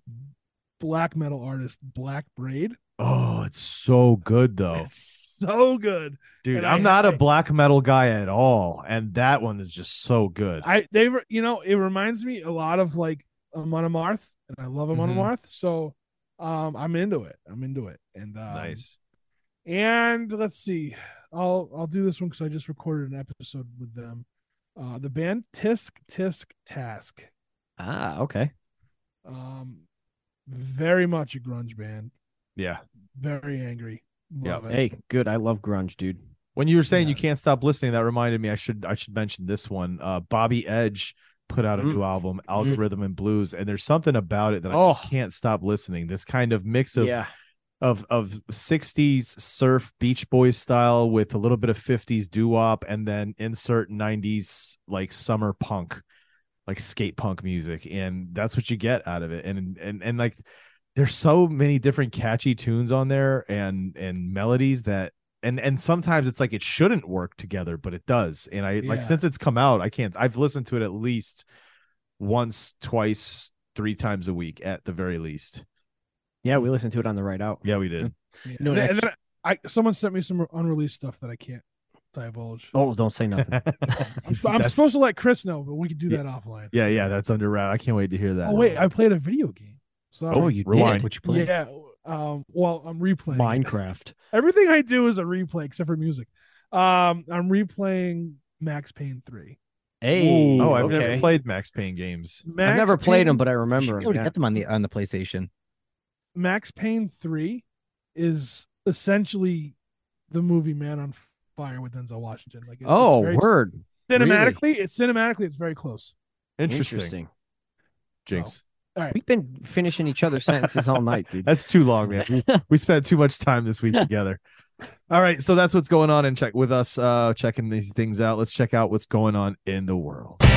Speaker 4: black metal artist black braid (laughs)
Speaker 1: oh, it's so good though.
Speaker 4: it's so good
Speaker 1: Dude,
Speaker 4: And I
Speaker 1: I'm not a
Speaker 4: have-
Speaker 1: black metal guy at all. And that one is just so good.
Speaker 4: I they re- you know it reminds me a lot of like Amon Amarth, and I love Amon
Speaker 1: Mhm.
Speaker 4: Amarth, so um I'm into it. I'm into it, and um,
Speaker 1: nice.
Speaker 4: And let's see, I'll I'll do this one because I just recorded an episode with them. Uh, the band Tisk Tisk Task,
Speaker 3: Ah, okay.
Speaker 4: um, very much a grunge band,
Speaker 1: Yeah.
Speaker 4: very angry.
Speaker 1: Yeah.
Speaker 4: Love it.
Speaker 3: Hey, good. I love grunge, dude.
Speaker 1: When you were saying
Speaker 4: Yeah.
Speaker 1: you can't stop listening, that reminded me I should I should mention this one. Uh Bobby Edge put out a
Speaker 3: Mm.
Speaker 1: new album, Algorithm and Blues, and there's something about it that I just
Speaker 3: Oh.
Speaker 1: can't stop listening. This kind of mix of
Speaker 3: yeah.
Speaker 1: of of 60s surf beach boys style with a little bit of 50s doo-wop and then insert 90s like summer punk like skate punk music and that's what you get out of it and and and like there's so many different catchy tunes on there and and melodies that and and sometimes it's like it shouldn't work together but it does and i
Speaker 4: Yeah.
Speaker 1: like since it's come out i can't i've listened to it at least once twice three times a week at the very least
Speaker 3: Yeah, we listened to it on the ride out.
Speaker 1: yeah we did
Speaker 4: Yeah.
Speaker 2: No,
Speaker 4: and,
Speaker 2: it
Speaker 4: and then I someone sent me some unreleased stuff that I can't divulge.
Speaker 3: Oh, don't say nothing. (laughs)
Speaker 4: I'm, sp- I'm
Speaker 1: That's-
Speaker 4: supposed to let Chris know, but we can do
Speaker 1: Yeah.
Speaker 4: that offline.
Speaker 1: Yeah, yeah, that's under wrap. I can't wait to hear that.
Speaker 4: Oh wait, I played a video game. Sorry.
Speaker 3: oh, you
Speaker 1: Rewind.
Speaker 3: did.
Speaker 2: What you play?
Speaker 4: Yeah. Um, well, I'm replaying. it.
Speaker 3: Minecraft.
Speaker 4: Everything I do is a replay except for music. Um, I'm replaying Max Payne 3.
Speaker 3: Hey.
Speaker 1: oh, I've
Speaker 3: okay.
Speaker 1: never played Max Payne games.
Speaker 4: Max
Speaker 3: I've never played them,
Speaker 4: Payne-
Speaker 3: but I remember
Speaker 2: You
Speaker 3: them.
Speaker 2: already
Speaker 3: yeah.
Speaker 2: got them on the on the PlayStation.
Speaker 4: Max Payne 3 is essentially the movie Man on Fire with Denzel Washington. Like it- it's
Speaker 3: Oh,
Speaker 4: very-
Speaker 3: word.
Speaker 4: Cinematically, it's cinematically it's very close.
Speaker 1: Interesting. Jinx.
Speaker 3: Oh. We've been finishing each other's sentences all night, dude.
Speaker 1: That's too long,
Speaker 3: (laughs)
Speaker 1: man. We, we spent too much time this week together. All right, so that's what's going on in check with us uh checking these things out. Let's check out what's going on in the world. Did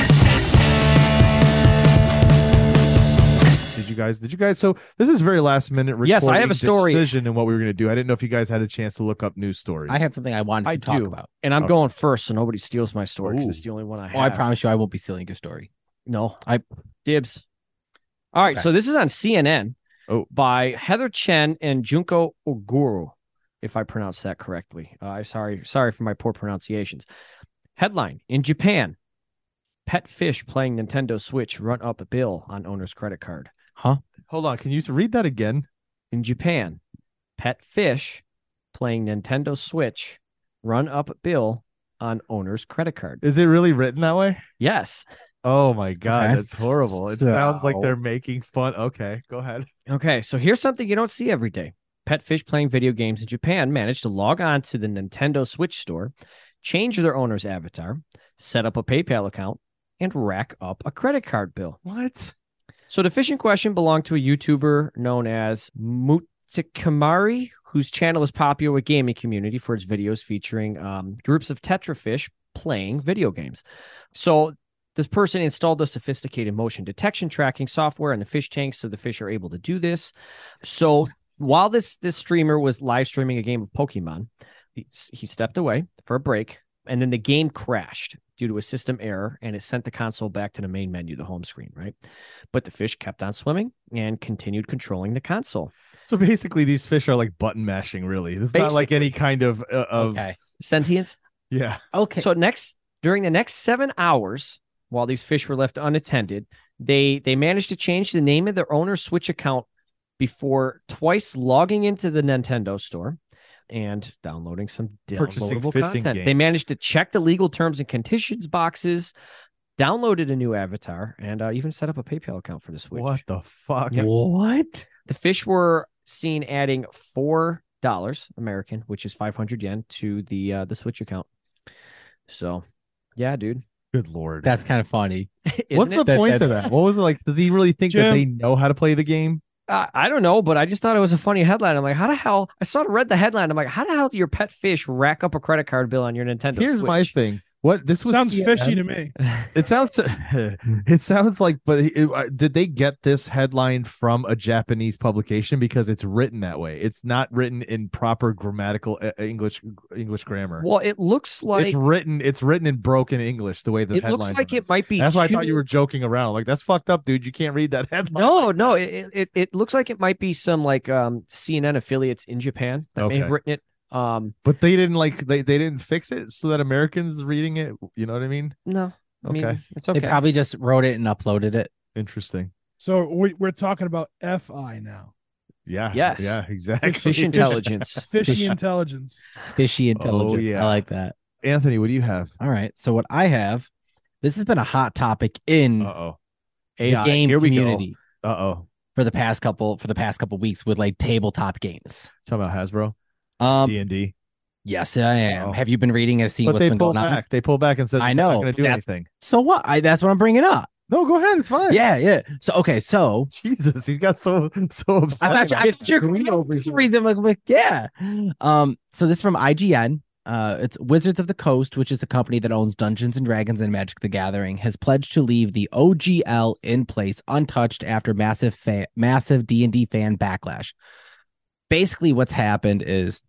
Speaker 1: you you guys. Did you guys? So this is very last minute. Recording
Speaker 3: Yes, I have a story.
Speaker 1: Decision and what we were going to do. I didn't know if you guys had a chance to look up news stories.
Speaker 2: I had something I wanted to
Speaker 3: I
Speaker 2: talk
Speaker 3: do.
Speaker 2: about.
Speaker 3: And I'm
Speaker 1: Okay.
Speaker 3: going first, so nobody steals my story because
Speaker 1: Oh. Ooh.
Speaker 3: it's the only one I have.
Speaker 2: Oh, I promise you, I won't be stealing your story.
Speaker 3: No,
Speaker 2: I-
Speaker 3: dibs. All right,
Speaker 2: Okay.
Speaker 3: so this is on CNN.
Speaker 1: Oh.
Speaker 3: by Heather Chen and Junko Oguru, if I pronounce that correctly. Uh, I'm sorry, sorry for my poor pronunciations. Headline: In Japan, pet fish playing Nintendo Switch run up a bill on owner's credit card.
Speaker 1: Hold on. Can you s- read that again?
Speaker 3: In Japan, pet fish playing Nintendo Switch run up a bill on owner's credit card.
Speaker 1: Is it really written that way?
Speaker 3: Yes.
Speaker 1: Oh my god,
Speaker 2: Okay.
Speaker 1: that's horrible. It sounds like
Speaker 2: So-
Speaker 1: they're making fun. Okay, go ahead. (laughs)
Speaker 3: Okay, so here's something you don't see every day. Pet fish playing video games in Japan managed to log on to the Nintendo Switch store, change their owner's avatar, set up a PayPal account, and rack up a credit card bill.
Speaker 1: What?
Speaker 3: So the fish in question belonged to a YouTuber known as Mutakamari, whose channel is popular with gaming community for its videos featuring um, groups of tetra fish playing video games. So this person installed a sophisticated motion detection tracking software in the fish tanks, so the fish are able to do this. So while this this streamer was live streaming a game of Pokemon, he, he stepped away for a break, and then the game crashed due to a system error, and it sent the console back to the main menu, the home screen, right? But the fish kept on swimming and continued controlling the console.
Speaker 1: So basically, these fish are like button mashing. Really, it's not like any kind of uh, of
Speaker 2: Okay.
Speaker 3: Sentience.
Speaker 1: yeah.
Speaker 2: Okay.
Speaker 3: So next, during the next seven hours, while these fish were left unattended, they they managed to change the name of their owner's Switch account before twice logging into the Nintendo store and downloading some
Speaker 1: Purchasing
Speaker 3: downloadable
Speaker 1: fishing
Speaker 3: content.
Speaker 1: games.
Speaker 3: They managed to check the legal terms and conditions boxes, downloaded a new avatar, and uh, even set up a PayPal account for the Switch.
Speaker 1: What the fuck?
Speaker 3: What? The fish were seen adding four dollars American, which is five hundred yen, to the uh, the Switch account. So, yeah, dude. (laughs)
Speaker 1: Good lord.
Speaker 2: That's kind of funny.
Speaker 3: Isn't
Speaker 1: What's the
Speaker 3: it?
Speaker 2: That-
Speaker 1: point
Speaker 2: that-
Speaker 1: of that? What was it like? Does he really think that
Speaker 4: Jim.
Speaker 1: they know how to play the game?
Speaker 3: I, I don't know, but I just thought it was a funny headline. I'm like, how the hell? I sort of read the headline. I'm like, how the hell do your pet fish rack up a credit card bill on your Nintendo?
Speaker 1: Here's my
Speaker 3: Switch?
Speaker 1: thing. What this was
Speaker 4: Sounds
Speaker 1: CNN.
Speaker 4: fishy to me.
Speaker 3: (laughs)
Speaker 1: It sounds (laughs) it sounds like but it, uh, did they get this headline from a Japanese publication because it's written that way. It's not written in proper grammatical uh, English English grammar.
Speaker 3: Well, it looks like
Speaker 1: it's written it's written in broken English the way the
Speaker 3: it
Speaker 1: headline
Speaker 3: looks like it
Speaker 1: reads.
Speaker 3: might be.
Speaker 1: That's why I thought
Speaker 3: two-
Speaker 1: you were joking around. Like that's fucked up, dude. You can't read that (laughs) headline.
Speaker 3: No, no, it, it- it it looks like it might be some like um CNN affiliates in Japan that may have
Speaker 1: Okay.
Speaker 3: written it. Um,
Speaker 1: But they didn't like they, they didn't fix it so that Americans reading it, you know what I mean?
Speaker 3: no, I
Speaker 1: Okay.
Speaker 3: mean it's okay.
Speaker 2: They probably just wrote it and uploaded it.
Speaker 1: Interesting.
Speaker 4: So we, we're talking about FI now.
Speaker 1: Yeah.
Speaker 3: Yes.
Speaker 1: Yeah, exactly. (laughs)
Speaker 3: Fish intelligence.
Speaker 2: (laughs)
Speaker 4: Fishy
Speaker 2: Fish-
Speaker 4: intelligence.
Speaker 2: Fishy intelligence.
Speaker 1: yeah.
Speaker 2: I like that.
Speaker 1: Anthony, what do you have?
Speaker 2: All right. So what I have, this has been a hot topic in
Speaker 1: Uh-oh.
Speaker 2: the
Speaker 3: AI.
Speaker 2: game
Speaker 3: Here we
Speaker 2: community
Speaker 1: Uh-oh.
Speaker 2: for the past couple for the past couple weeks with like tabletop games.
Speaker 1: Talking about Hasbro,
Speaker 2: Um,
Speaker 1: D&D.
Speaker 2: yes, I am.
Speaker 3: Oh.
Speaker 2: Have you been reading and seeing
Speaker 1: but
Speaker 2: what's
Speaker 1: they
Speaker 2: been
Speaker 1: pulled
Speaker 2: going on?
Speaker 1: back. They pulled back and said,
Speaker 2: I
Speaker 1: "We're not
Speaker 2: know,
Speaker 1: going to do
Speaker 2: that's-
Speaker 1: anything." (laughs)
Speaker 2: So what? I that's what I'm bringing up.
Speaker 1: No, go ahead. It's fine.
Speaker 2: Yeah, yeah. So okay, so
Speaker 1: Jesus, he got so so upset.
Speaker 2: I thought, you- I thought you were over reason. Like, like, (laughs) yeah. Um, so this is from IGN. Uh, it's Wizards of the Coast, which is the company that owns Dungeons and Dragons and Magic the Gathering, has pledged to leave the OGL in place untouched after massive fa- massive D&D fan backlash. Basically what's happened is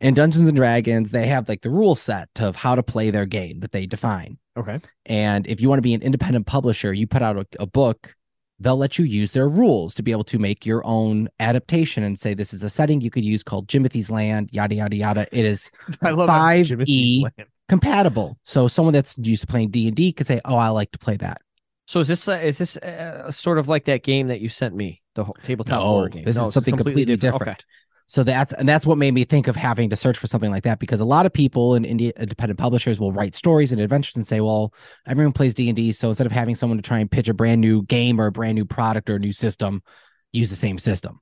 Speaker 2: in Dungeons and Dragons, they have like the rule set of how to play their game that they define.
Speaker 3: Okay.
Speaker 2: And if you want to be an independent publisher, you put out a, a book, they'll let you use their rules to be able to make your own adaptation and say this is a setting you could use called Jimothy's Land, yada yada yada. It is
Speaker 1: (laughs) I love
Speaker 2: 5E. compatible. So someone that's used to playing D and D could say, "Oh, I like to play that."
Speaker 3: So is this uh, is this uh, sort of like that game that you sent me, the ho- tabletop
Speaker 2: No,
Speaker 3: horror game?
Speaker 2: this is
Speaker 3: it's
Speaker 2: something completely different. So that's and that's what made me think of having to search for something like that because a lot of people and indie independent publishers will write stories and adventures and say, "Well, everyone plays D and D, so instead of having someone to try and pitch a brand new game or a brand new product or a new system, use the same system."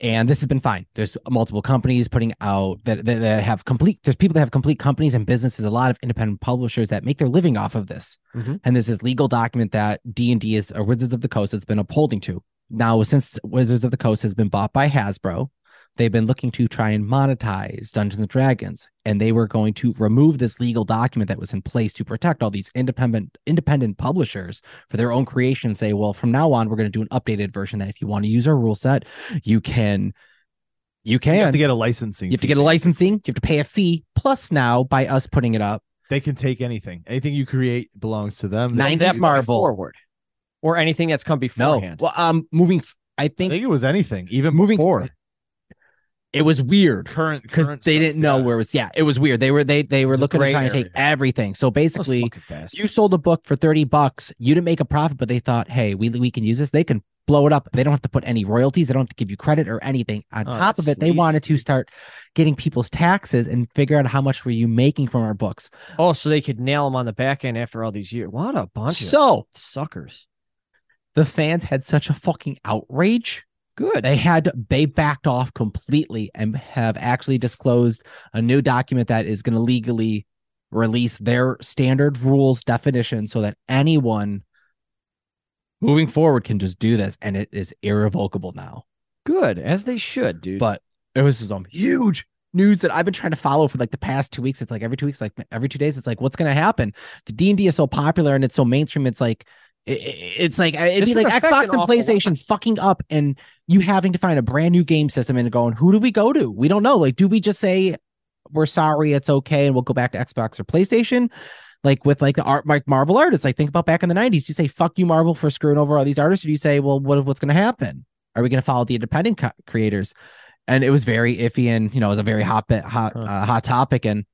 Speaker 2: And this has been fine. There's multiple companies putting out that, that that have complete. There's people that have complete companies and businesses. A lot of independent publishers that make their living off of this.
Speaker 3: Mhm.
Speaker 2: And there's this legal document that D and D is or Wizards of the Coast has been upholding to. Now, since Wizards of the Coast has been bought by Hasbro, they've been looking to try and monetize Dungeons and Dragons, and they were going to remove this legal document that was in place to protect all these independent independent publishers for their own creation. And say, well, from now on, we're going to do an updated version that if you want to use our rule set, you can. You
Speaker 1: You have
Speaker 2: can.
Speaker 1: to get a licensing.
Speaker 2: You have to
Speaker 1: fee.
Speaker 2: get a licensing. You have to pay a fee. Plus, now by us putting it up,
Speaker 1: They can take anything. Anything you create belongs to them.
Speaker 2: Nine-
Speaker 1: I
Speaker 3: And that's
Speaker 2: Marvel.
Speaker 3: forward, or anything that's come
Speaker 2: no.
Speaker 3: beforehand.
Speaker 2: Well, um, moving. f- I think,
Speaker 1: think it was anything, even
Speaker 2: Moving-
Speaker 1: before
Speaker 2: it was weird
Speaker 1: current
Speaker 2: because
Speaker 1: current
Speaker 2: they
Speaker 1: stuff,
Speaker 2: didn't know
Speaker 1: yeah.
Speaker 2: where it was. Yeah, it was weird. They were they they were
Speaker 3: was a
Speaker 2: looking to
Speaker 3: gray
Speaker 2: try and take everything. So
Speaker 3: Those
Speaker 2: basically,
Speaker 3: fucking bastards.
Speaker 2: you sold a book for 30 bucks you didn't make a profit but they thought hey we, we can use this they can blow it up they don't have to put any royalties they don't have to give you credit or anything on
Speaker 3: Oh,
Speaker 2: top of
Speaker 3: that's
Speaker 2: it they
Speaker 3: sleazy,
Speaker 2: wanted to
Speaker 3: dude.
Speaker 2: start getting people's taxes and figure out how much were you making from our books
Speaker 3: Oh, so they could nail him on the back end after all these years. What a bunch of
Speaker 2: so
Speaker 3: suckers.
Speaker 2: the fans had such a fucking outrage
Speaker 3: Good.
Speaker 2: they had they backed off completely and have actually disclosed a new document that is going to legally release their standard rules definition so that anyone moving forward can just do this and it is irrevocable now
Speaker 3: Good. As they should, dude.
Speaker 2: But it was some huge news that I've been trying to follow for like the past two weeks. It's like every two weeks, like every two days, it's like what's going to happen? The D and D is so popular and it's so mainstream. It's like i- i- it's like uh, it'd
Speaker 3: This
Speaker 2: be
Speaker 3: would
Speaker 2: like
Speaker 3: affect
Speaker 2: Xbox
Speaker 3: an
Speaker 2: and
Speaker 3: awful lot.
Speaker 2: PlayStation fucking up and you having to find a brand new game system and going, who do we go to? We don't know. Like, do we just say we're sorry, it's okay, and we'll go back to Xbox or PlayStation? Like with like the art, like Marvel artists. Like think about back in the '90s. Do you say "fuck you, Marvel" for screwing over all these artists, or do you say, "Well, what what's going to happen? Are we going to follow the independent co- creators?" and it was very iffy and you know it was a very hot bit, hot
Speaker 3: Huh.
Speaker 2: uh, hot topic and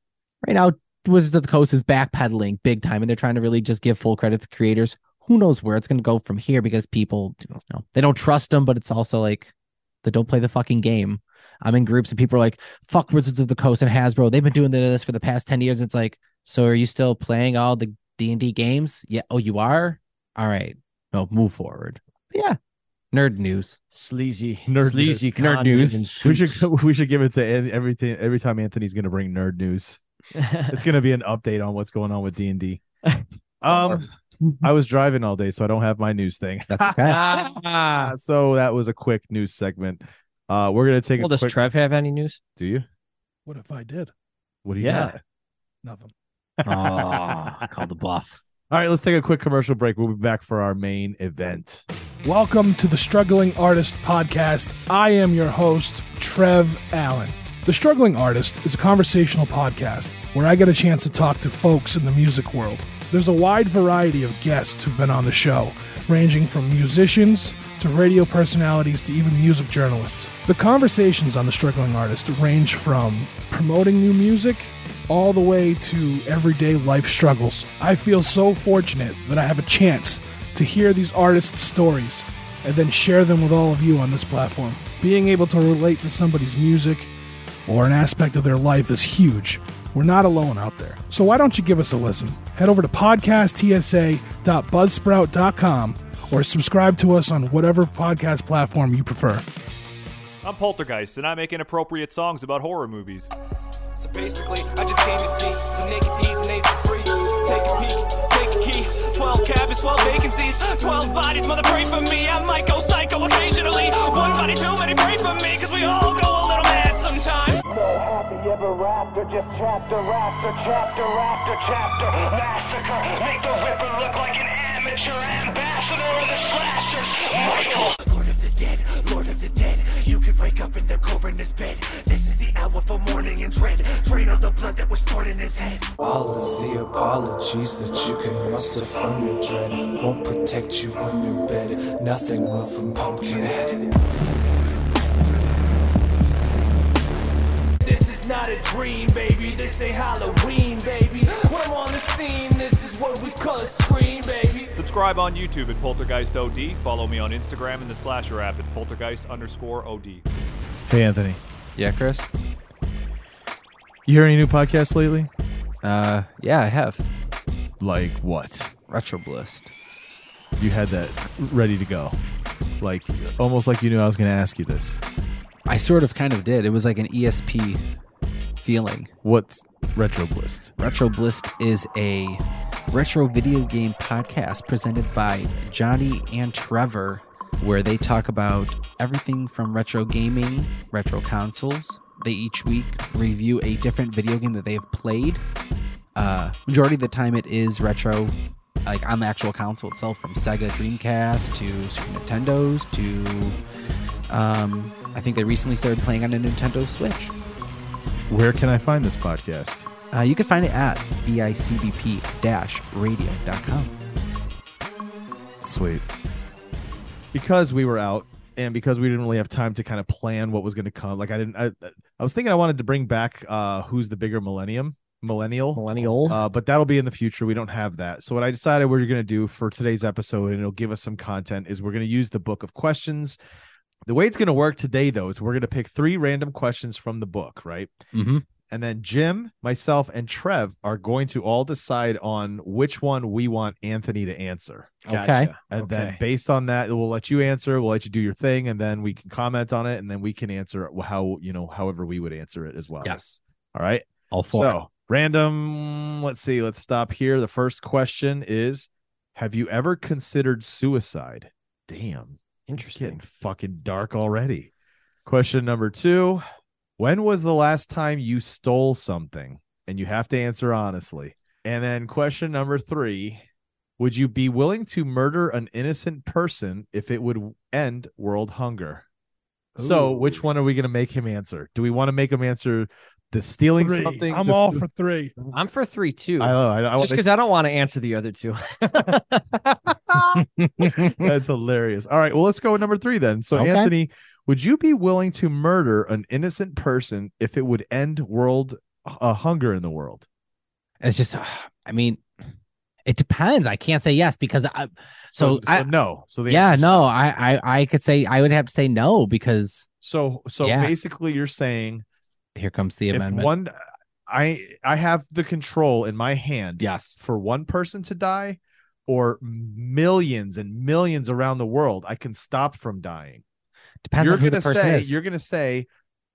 Speaker 2: right now Wizards of the Coast is backpedaling big time and they're trying to really just give full credit to the creators who knows where it's going to go from here because people you know they don't trust them but it's also like they don't play the fucking game I'm in groups and people are like fuck Wizards of the Coast and Hasbro they've been doing this for the past 10 years it's like so are you still playing all the D&D games yeah oh you are all right no move forward yeah nerd news
Speaker 3: sleazy,
Speaker 1: Nerd
Speaker 3: sleazy,
Speaker 2: news. Nerd
Speaker 3: con
Speaker 2: news.
Speaker 3: men in
Speaker 2: (laughs)
Speaker 1: We
Speaker 3: suits.
Speaker 1: should (laughs) we should give it to An- everything every time Anthony's gonna bring nerd news.
Speaker 3: (laughs)
Speaker 1: It's gonna be an update on what's going on with D and
Speaker 2: (laughs)
Speaker 1: D. Um, I was driving all day, so I don't have my news thing.
Speaker 2: that's okay
Speaker 3: Ah.
Speaker 1: (laughs) Uh, so that was a quick news segment. Uh, we're gonna take
Speaker 3: well,
Speaker 1: a
Speaker 3: does
Speaker 1: quick.
Speaker 3: Trev have any news?
Speaker 1: Do you?
Speaker 4: What if I did?
Speaker 1: What do you
Speaker 3: Yeah.
Speaker 1: got?
Speaker 4: Nothing.
Speaker 2: oh, call the bluff.
Speaker 1: All right, let's take a quick commercial break. We'll be back for our main event.
Speaker 4: Welcome to the Struggling Artist Podcast. I am your host, Trev Allen. The Struggling Artist is a conversational podcast where I get a chance to talk to folks in the music world. There's a wide variety of guests who've been on the show, ranging from musicians to radio personalities to even music journalists. The conversations on The Struggling Artist range from promoting new music all the way to everyday life struggles. I feel so fortunate that I have a chance to hear these artists' stories and then share them with all of you on this platform. Being able to relate to somebody's music or an aspect of their life is huge. We're not alone out there. So why don't you give us a listen? Head over to podcasttsa.buzzsprout.com or subscribe to us on whatever podcast platform you prefer.
Speaker 7: I'm Poltergeist, and I make inappropriate songs about horror movies.
Speaker 8: So basically, I just came to see some naked D's and A's for free. Take a peek, take a key. 12 cabins, 12 vacancies, 12 bodies, mother, pray for me. I might go psycho occasionally. One body too many, pray for me, cause we all go a little mad sometimes.
Speaker 9: No happy ever after, just chapter after chapter after chapter. Massacre, make the Ripper look like an amateur ambassador of the slashers. Michael! Lord of the dead, Lord of the dead. You could wake up in the coroner's bed. This is the hour for mourning and dread. Drain all the blood that was stored in his head.
Speaker 10: All of the apologies that you can muster from your dread won't protect you on your bed. Nothing will from Pumpkinhead.
Speaker 8: This is not a dream, baby. This ain't Halloween, baby. We're on the scene. This is what we call a scream, baby.
Speaker 7: Subscribe on YouTube at Poltergeist OD. Follow me on Instagram and the Slasher app at Poltergeist underscore OD.
Speaker 1: Hey, Anthony,
Speaker 10: Yeah, Chris?
Speaker 1: you hear any new podcasts lately?
Speaker 10: Uh, yeah, I have.
Speaker 1: Like what?
Speaker 10: Retroblist.
Speaker 1: You had that ready to go, like almost like you knew I was gonna ask you this.
Speaker 10: I sort of kind of did. It was like an ESP feeling.
Speaker 1: What's Retroblist?
Speaker 10: Retroblist is a retro video game podcast presented by Johnny and Trevor
Speaker 11: where they talk about everything from retro gaming, retro consoles. They each week review a different video game that they have played. Uh, majority of the time, it is retro, like on the actual console itself, from Sega Dreamcast to Super Nintendo's to. Um, I think they recently started playing on a Nintendo Switch.
Speaker 1: Where can I find this podcast?
Speaker 11: Uh, you can find it at bicbp-radio.com.
Speaker 1: Sweet. Because we were out and because we didn't really have time to kind of plan what was going to come. Like I didn't I, I was thinking I wanted to bring back uh who's the bigger millennium? Millennial.
Speaker 3: Millennial.
Speaker 1: Uh, but that'll be in the future. We don't have that. So what I decided we're going to do for today's episode, and it'll give us some content, is we're going to use the book of questions. The way it's going to work today, though, is we're going to pick three random questions from the book, right?
Speaker 11: Mm-hmm.
Speaker 1: And then Jim, myself, and Trev are going to all decide on which one we want Anthony to answer.
Speaker 3: Gotcha.
Speaker 1: And then
Speaker 3: Okay.
Speaker 1: based on that, we'll let you answer, we'll let you do your thing, and then we can comment on it, and then we can answer it how you know, however we would answer it as well.
Speaker 11: Yes.
Speaker 1: All right.
Speaker 11: All four.
Speaker 1: So random. Let's see. Let's stop here. The first question is Have you ever considered suicide? Damn. It's getting
Speaker 3: Interesting.
Speaker 1: fucking dark already. Question number two When was the last time you stole something? And you have to answer honestly. And then question number three Would you be willing to murder an innocent person if it would end world hunger? So, which one are we going to make him answer? Do we want to make him answer the stealing
Speaker 4: Three.
Speaker 1: something?
Speaker 4: I'm
Speaker 1: the-
Speaker 4: all for three.
Speaker 3: I'm for three too.
Speaker 1: I know. I, I,
Speaker 3: just because I don't want to answer the other two. (laughs)
Speaker 1: That's hilarious. All right. Well, let's go with number three then. So,
Speaker 11: Okay.
Speaker 1: Anthony, would you be willing to murder an innocent person if it would end world uh, hunger in the world?
Speaker 2: It's just, ah, I mean, it depends. I can't say yes because I. So, I,
Speaker 1: no. So the
Speaker 2: yeah,
Speaker 1: answer's
Speaker 2: no, I, I, I could say I would have to say no because
Speaker 1: So so
Speaker 2: Yeah.
Speaker 1: basically, you're saying
Speaker 2: here comes the
Speaker 1: if
Speaker 2: amendment.
Speaker 1: one, I I have the control in my hand
Speaker 2: yes,
Speaker 1: for one person to die, or millions and millions around the world, I can stop from dying.
Speaker 2: depends
Speaker 1: you're
Speaker 2: on who the
Speaker 1: gonna
Speaker 2: person
Speaker 1: say
Speaker 2: is.
Speaker 1: you're gonna say,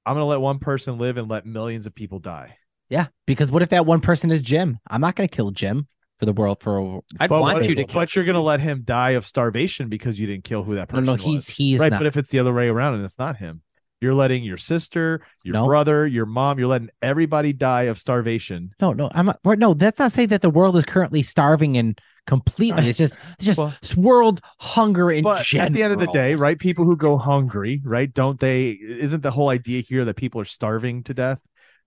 Speaker 1: I'm gonna let one person live and let millions of people die.
Speaker 2: Yeah, because what if that one person is Jim? I'm not going to kill Jim for the world for. a-
Speaker 3: I'd
Speaker 1: But,
Speaker 3: want
Speaker 1: what-
Speaker 3: you to
Speaker 1: but
Speaker 3: kill.
Speaker 1: you're gonna let him die of starvation because you didn't kill who that
Speaker 2: No,
Speaker 1: person
Speaker 2: no,
Speaker 1: was.
Speaker 2: he's he's
Speaker 1: right,
Speaker 2: not.
Speaker 1: but if it's the other way around and it's not him, you're letting your sister, your
Speaker 2: No.
Speaker 1: brother, your mom, you're letting everybody die of starvation.
Speaker 2: no, no, I'm not, we're- no. That's not saying that the world is currently starving and completely. It's just it's just
Speaker 1: Well-
Speaker 2: world hunger in
Speaker 1: But
Speaker 2: general.
Speaker 1: at the end of the day, right? People who go hungry, right? Don't they? Isn't the whole idea here that people are starving to death?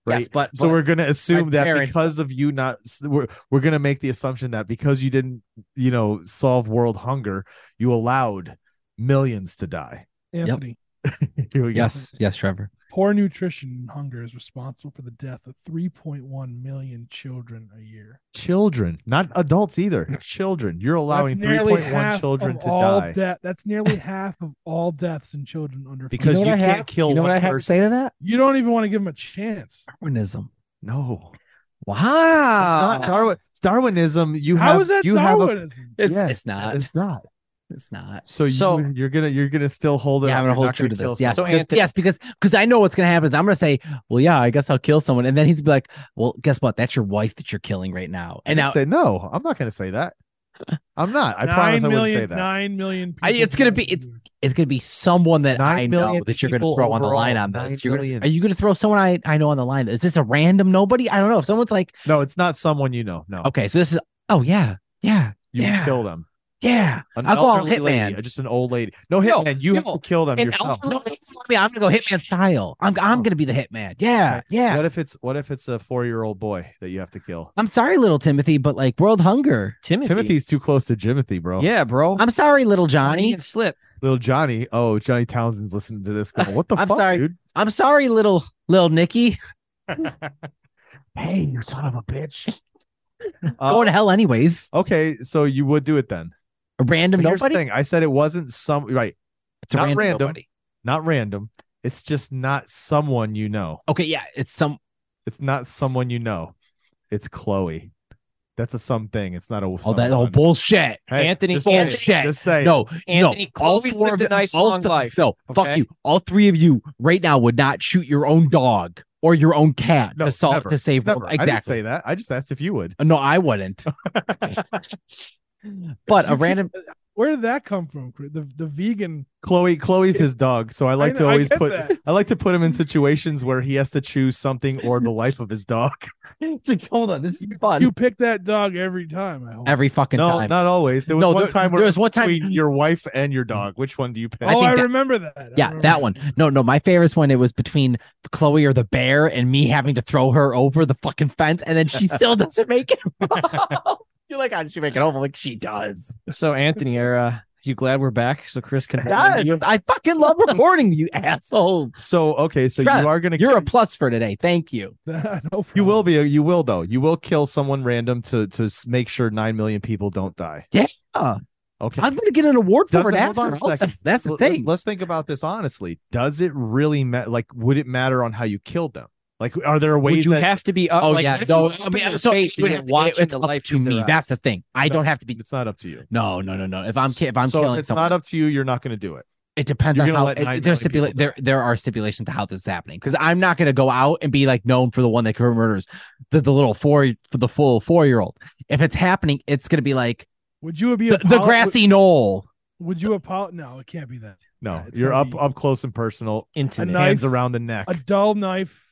Speaker 1: Right.
Speaker 2: Yes, but,
Speaker 1: so
Speaker 2: but-
Speaker 1: we're gonna assume that
Speaker 2: parents-
Speaker 1: because of you not, we're we're gonna make the assumption that because you didn't, you know, solve world hunger, you allowed millions to die. (laughs)
Speaker 4: Anthony,
Speaker 1: Here we go.
Speaker 2: yes, yes, Trevor.
Speaker 4: poor nutrition and hunger is responsible for the death of 3.1 million children a year.
Speaker 1: children, not adults either.
Speaker 4: (laughs)
Speaker 1: Children. You're allowing
Speaker 4: That's nearly
Speaker 1: 3.1
Speaker 4: half
Speaker 1: children
Speaker 4: of
Speaker 1: to
Speaker 4: all
Speaker 1: die
Speaker 4: de- that's nearly half of all deaths in children under five.
Speaker 1: because
Speaker 2: You
Speaker 1: you,
Speaker 2: know what I
Speaker 1: can't
Speaker 2: have-
Speaker 1: kill
Speaker 2: you know
Speaker 1: one
Speaker 2: what I have to
Speaker 1: person.
Speaker 2: say to that?
Speaker 4: you don't even want to give them a chance.
Speaker 2: Darwinism.
Speaker 1: No,
Speaker 3: Wow.
Speaker 1: it's not Darwin. It's Darwinism. You
Speaker 4: How
Speaker 1: have
Speaker 4: is that
Speaker 1: you have
Speaker 4: (laughs)
Speaker 1: a,
Speaker 4: Darwinism?
Speaker 2: It's
Speaker 1: Yes,
Speaker 2: it's not.
Speaker 1: It's not.
Speaker 2: It's not.
Speaker 1: So,
Speaker 3: So-
Speaker 1: you you're gonna you're gonna still hold it.
Speaker 2: Yeah,
Speaker 1: up.
Speaker 2: I'm gonna
Speaker 1: You're
Speaker 2: hold
Speaker 1: not
Speaker 2: true to
Speaker 1: kill
Speaker 2: this. Yes,
Speaker 3: So
Speaker 2: because,
Speaker 3: Anthony-
Speaker 2: yes, because because I know what's gonna happen is I'm gonna say, well, yeah, I guess I'll kill someone, and then he's be like, well, guess what? That's your wife that you're killing right now, and
Speaker 1: someone.
Speaker 2: now
Speaker 1: say no. I'm not gonna say that. I'm not.
Speaker 4: (laughs)
Speaker 1: I promise I wouldn't say that.
Speaker 4: Nine million.
Speaker 2: I-
Speaker 4: people
Speaker 2: it's gonna
Speaker 4: die
Speaker 2: be-
Speaker 4: every
Speaker 2: it's-
Speaker 4: year.
Speaker 2: it's gonna be someone that
Speaker 1: Nine
Speaker 2: I know
Speaker 1: million
Speaker 2: that you're gonna
Speaker 1: people
Speaker 2: throw on the line
Speaker 1: overall.
Speaker 2: on
Speaker 1: Nine
Speaker 2: this. You're gonna,
Speaker 1: million.
Speaker 2: are you gonna throw someone I I know on the line? Is this a random nobody? I don't know. If someone's like,
Speaker 1: No, it's not someone you know. No,
Speaker 2: okay, so this is, oh yeah, yeah,
Speaker 1: you
Speaker 2: yeah.
Speaker 1: kill them.
Speaker 2: yeah,
Speaker 1: An
Speaker 2: I'll go all
Speaker 1: elderly lady, uh,
Speaker 2: hitman.
Speaker 1: just an old lady. No
Speaker 3: No,
Speaker 1: hitman. You have
Speaker 3: no.
Speaker 1: to kill them
Speaker 3: An
Speaker 1: yourself. Oh.
Speaker 3: elderly-
Speaker 2: I mean, I'm gonna go hitman style. I'm I'm gonna be the hitman. Yeah, yeah.
Speaker 1: What if it's what if it's a four year old boy that you have to kill?
Speaker 2: I'm sorry, little Timothy, but like world hunger.
Speaker 3: Timothy.
Speaker 1: Timothy's too close to Jimothy, bro.
Speaker 3: Yeah, bro.
Speaker 2: I'm sorry, little
Speaker 3: He
Speaker 2: Johnny.
Speaker 3: can slip.
Speaker 1: Little Johnny. Oh, Johnny Townsend's listening to this. Going, what the
Speaker 2: (laughs) I'm
Speaker 1: fuck,
Speaker 2: sorry.
Speaker 1: dude?
Speaker 2: I'm sorry, little little Nicky.
Speaker 1: Hey, you son of a
Speaker 2: (laughs)
Speaker 1: bitch. Uh,
Speaker 2: Going to hell anyways.
Speaker 1: okay, so you would do it then.
Speaker 2: A random
Speaker 1: But here's the
Speaker 2: nobody.
Speaker 1: thing. I said it wasn't some right,
Speaker 2: It's a
Speaker 1: not
Speaker 2: random,
Speaker 1: random.
Speaker 2: nobody.
Speaker 1: not random. It's just not someone you know.
Speaker 2: Okay, yeah, it's some.
Speaker 1: It's not someone you know. It's Chloe. That's a something. It's not a.
Speaker 2: Oh, that oh
Speaker 1: someone.
Speaker 2: bullshit.
Speaker 1: Hey,
Speaker 3: Anthony-
Speaker 1: Just say, it.
Speaker 2: Bullshit.
Speaker 1: Just say it.
Speaker 2: No,
Speaker 3: Anthony,
Speaker 2: no. All
Speaker 3: Chloe
Speaker 2: four of
Speaker 3: lived a
Speaker 2: you-
Speaker 3: nice
Speaker 2: all
Speaker 3: long
Speaker 2: th-
Speaker 3: life,
Speaker 2: No, fuck
Speaker 3: okay?
Speaker 2: you. All three of you right now would not shoot your own dog or your own cat.
Speaker 1: No,
Speaker 2: assault
Speaker 1: never,
Speaker 2: to save.
Speaker 1: Never. I didn't
Speaker 2: Exactly.
Speaker 1: say that. (laughs) I just asked if you would. (laughs)
Speaker 2: No, I wouldn't. but a random.
Speaker 4: Where did that come from? Chris? The the vegan.
Speaker 1: Chloe, Chloe's his dog, so I like
Speaker 4: know,
Speaker 1: to
Speaker 4: I
Speaker 1: always
Speaker 4: get
Speaker 1: put.
Speaker 4: that.
Speaker 1: I like to put him in situations where he has to choose something or the life of his dog.
Speaker 3: It's like, hold on, this is fun.
Speaker 4: You pick that dog every time. I hope.
Speaker 2: Every (laughs) fucking
Speaker 1: no,
Speaker 2: time.
Speaker 1: not always. There was
Speaker 2: No,
Speaker 1: one
Speaker 2: there-
Speaker 1: time where
Speaker 2: there was one time-
Speaker 1: between your wife and your dog. Which one do you pick?
Speaker 2: I
Speaker 4: oh,
Speaker 2: think
Speaker 4: I
Speaker 2: that-
Speaker 4: remember that. I
Speaker 2: Yeah,
Speaker 4: remember
Speaker 2: that one. No, no, my favorite one. It was between Chloe or the bear and me having to throw her over the fucking fence, and
Speaker 1: (laughs)
Speaker 2: then she still doesn't make it. (laughs) You're like, how did she make it home? I'm like, she does.
Speaker 3: So Anthony, are uh, you glad we're back? So Chris can.
Speaker 2: Yes, I fucking love recording you, asshole.
Speaker 1: So okay, so
Speaker 2: Brad,
Speaker 1: you are gonna.
Speaker 2: You're a plus for today. Thank you.
Speaker 4: (laughs) that. No
Speaker 1: you
Speaker 4: problem.
Speaker 1: will be. You will though. You will kill someone random to to s- make sure nine million people don't die.
Speaker 2: Yeah.
Speaker 1: Okay.
Speaker 2: I'm gonna get an award for
Speaker 1: Doesn't-
Speaker 2: it
Speaker 1: hold
Speaker 2: after.
Speaker 1: on a
Speaker 2: also.
Speaker 1: second.
Speaker 2: That's
Speaker 1: L-
Speaker 2: the
Speaker 1: let's-
Speaker 2: thing.
Speaker 1: Let's, think about this honestly. Does it really matter? Like, would it matter on how you killed them? Like, are there ways
Speaker 3: Would you
Speaker 1: that
Speaker 3: have to be up?
Speaker 2: oh
Speaker 3: like,
Speaker 2: yeah,
Speaker 3: what if
Speaker 2: no.
Speaker 3: you
Speaker 2: I
Speaker 3: open
Speaker 2: mean,
Speaker 3: your
Speaker 2: so
Speaker 3: face
Speaker 2: it would
Speaker 3: and
Speaker 2: have
Speaker 3: you're
Speaker 2: to, it's
Speaker 3: the
Speaker 2: up
Speaker 3: life
Speaker 2: to
Speaker 3: through
Speaker 2: me.
Speaker 3: their
Speaker 2: That's the
Speaker 3: eyes?
Speaker 2: thing. I
Speaker 1: No.
Speaker 2: don't have to be.
Speaker 1: it's not up to you?
Speaker 2: No, no, no, no. If I'm ki- if I'm
Speaker 1: so if
Speaker 2: killing
Speaker 1: it's
Speaker 2: someone,
Speaker 1: not up to you. You're not going to do it.
Speaker 2: it depends
Speaker 1: You're
Speaker 2: on
Speaker 1: gonna
Speaker 2: how
Speaker 1: let nine
Speaker 2: it, there's
Speaker 1: million people
Speaker 2: stipula- there there are stipulations to how this is happening because I'm not going to go out and be like known for the one that commit murders the, the little four for the full four year old. If it's happening, it's going to be like
Speaker 4: Would you be
Speaker 2: the, the
Speaker 4: apolo-
Speaker 2: grassy knoll.
Speaker 4: Would you apologize? No, it can't be that.
Speaker 1: No,
Speaker 4: Yeah, it's
Speaker 1: you're
Speaker 4: gotta
Speaker 1: up
Speaker 4: be-
Speaker 1: up close and personal.
Speaker 3: Intimate.
Speaker 4: knife.
Speaker 1: Hands around the neck.
Speaker 4: A dull knife.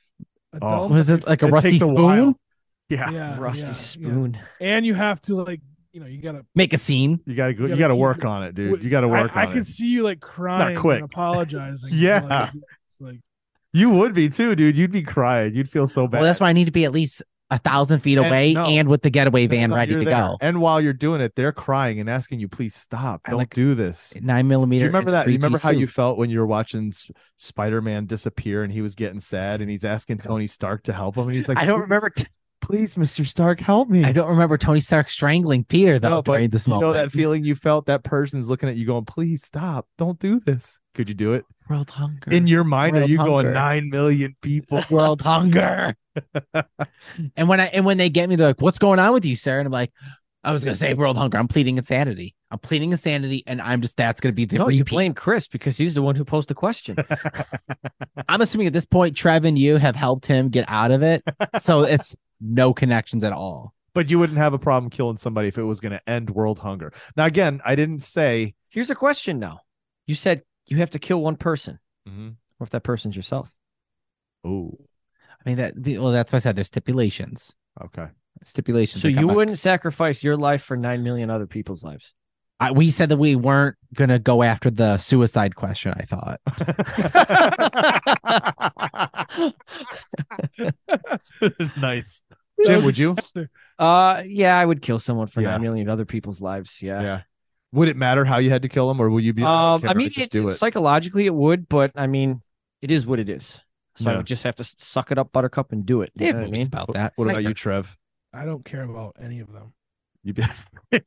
Speaker 4: A
Speaker 1: Oh.
Speaker 4: dull
Speaker 2: Was it like a
Speaker 1: It
Speaker 2: rusty
Speaker 1: takes a while.
Speaker 2: spoon?
Speaker 1: (laughs) Yeah,
Speaker 4: yeah,
Speaker 3: Rusty
Speaker 4: yeah, yeah.
Speaker 3: spoon.
Speaker 4: And you have to like, you know, you gotta.
Speaker 2: Make a scene.
Speaker 1: you gotta go.
Speaker 4: You
Speaker 1: You
Speaker 4: gotta
Speaker 1: gotta
Speaker 4: keep
Speaker 1: work
Speaker 4: it-
Speaker 1: on it, dude. You gotta work
Speaker 4: I,
Speaker 1: on
Speaker 4: I could
Speaker 1: it.
Speaker 4: see you like crying,
Speaker 1: quick. (laughs)
Speaker 4: and apologizing.
Speaker 1: Yeah.
Speaker 4: Like, it's like
Speaker 1: You would be too, dude. You'd be crying. You'd feel so bad.
Speaker 2: Well, that's why I need to be at least a thousand feet
Speaker 1: And
Speaker 2: away and,
Speaker 1: no.
Speaker 2: with the getaway
Speaker 1: No,
Speaker 2: van
Speaker 1: no,
Speaker 2: ready
Speaker 1: you're
Speaker 2: to
Speaker 1: there.
Speaker 2: go.
Speaker 1: And while you're doing it, they're crying and asking you, please stop.
Speaker 2: I
Speaker 1: Don't
Speaker 2: like-
Speaker 1: do this.
Speaker 2: Nine
Speaker 1: Do
Speaker 2: millimeter.
Speaker 1: you remember
Speaker 2: and
Speaker 1: that? You
Speaker 2: 3D
Speaker 1: remember how you
Speaker 2: suit.
Speaker 1: felt when you were watching S- Spider-Man disappear and he was getting sad and he's asking Tony Stark to help him and he's like,
Speaker 2: I don't
Speaker 1: "Please, (laughs)
Speaker 2: remember. T-
Speaker 1: Please, Mr. Stark, help me.
Speaker 2: I don't remember Tony Stark strangling Peter though
Speaker 1: No, but
Speaker 2: during this
Speaker 1: you know
Speaker 2: moment.
Speaker 1: that feeling you felt. That person's looking at you, going, "Please stop! Don't do this." Could you do it
Speaker 2: World hunger.
Speaker 1: in your mind? Are
Speaker 2: World
Speaker 1: you going
Speaker 2: hunger.
Speaker 1: nine million
Speaker 3: (laughs)
Speaker 1: people?
Speaker 2: world hunger. and when I and when they get me, they're like, "What's going on with you, sir?" And I'm like, "I was gonna say world hunger. I'm pleading insanity. I'm pleading insanity, and I'm just that's gonna be the
Speaker 3: No, you
Speaker 2: repeat."
Speaker 3: blame Chris because he's the one who posed the
Speaker 2: (laughs)
Speaker 3: question.
Speaker 2: I'm assuming at this point, Trev and you have helped him get out of it, so it's no connections at all.
Speaker 1: but you wouldn't have a problem killing somebody if it was going to end world hunger. Now, again, I didn't say.
Speaker 3: Here's a question now. You said you have to kill one person. What if that person's yourself?
Speaker 1: Oh,
Speaker 2: I mean that well, that's why I said there's stipulations.
Speaker 3: (laughs)
Speaker 1: okay.
Speaker 2: Stipulations.
Speaker 3: So
Speaker 2: that
Speaker 3: you
Speaker 2: come up.
Speaker 3: wouldn't sacrifice your life for nine million other people's
Speaker 2: (laughs)
Speaker 3: lives.
Speaker 2: I, we said that we weren't gonna go after the suicide question. I thought.
Speaker 1: nice, (laughs) Jim. Would you?
Speaker 3: Uh, yeah, I would kill someone for
Speaker 1: Yeah.
Speaker 3: nine million other people's lives. Yeah.
Speaker 1: Yeah. Would it matter how you had to kill him, or will you be?
Speaker 3: Um, I
Speaker 1: Cameron,
Speaker 3: mean,
Speaker 1: just
Speaker 3: it-
Speaker 1: do it.
Speaker 3: psychologically it would, but I mean, it is what it is. So I
Speaker 1: Yeah.
Speaker 3: would just have to s- suck it up, Buttercup, and do it.
Speaker 2: They
Speaker 3: You
Speaker 2: have
Speaker 3: know what I
Speaker 2: movies
Speaker 3: mean?
Speaker 2: about that.
Speaker 1: what about you, Trev?
Speaker 4: I don't care about any of them.
Speaker 1: You
Speaker 3: (laughs)
Speaker 1: be-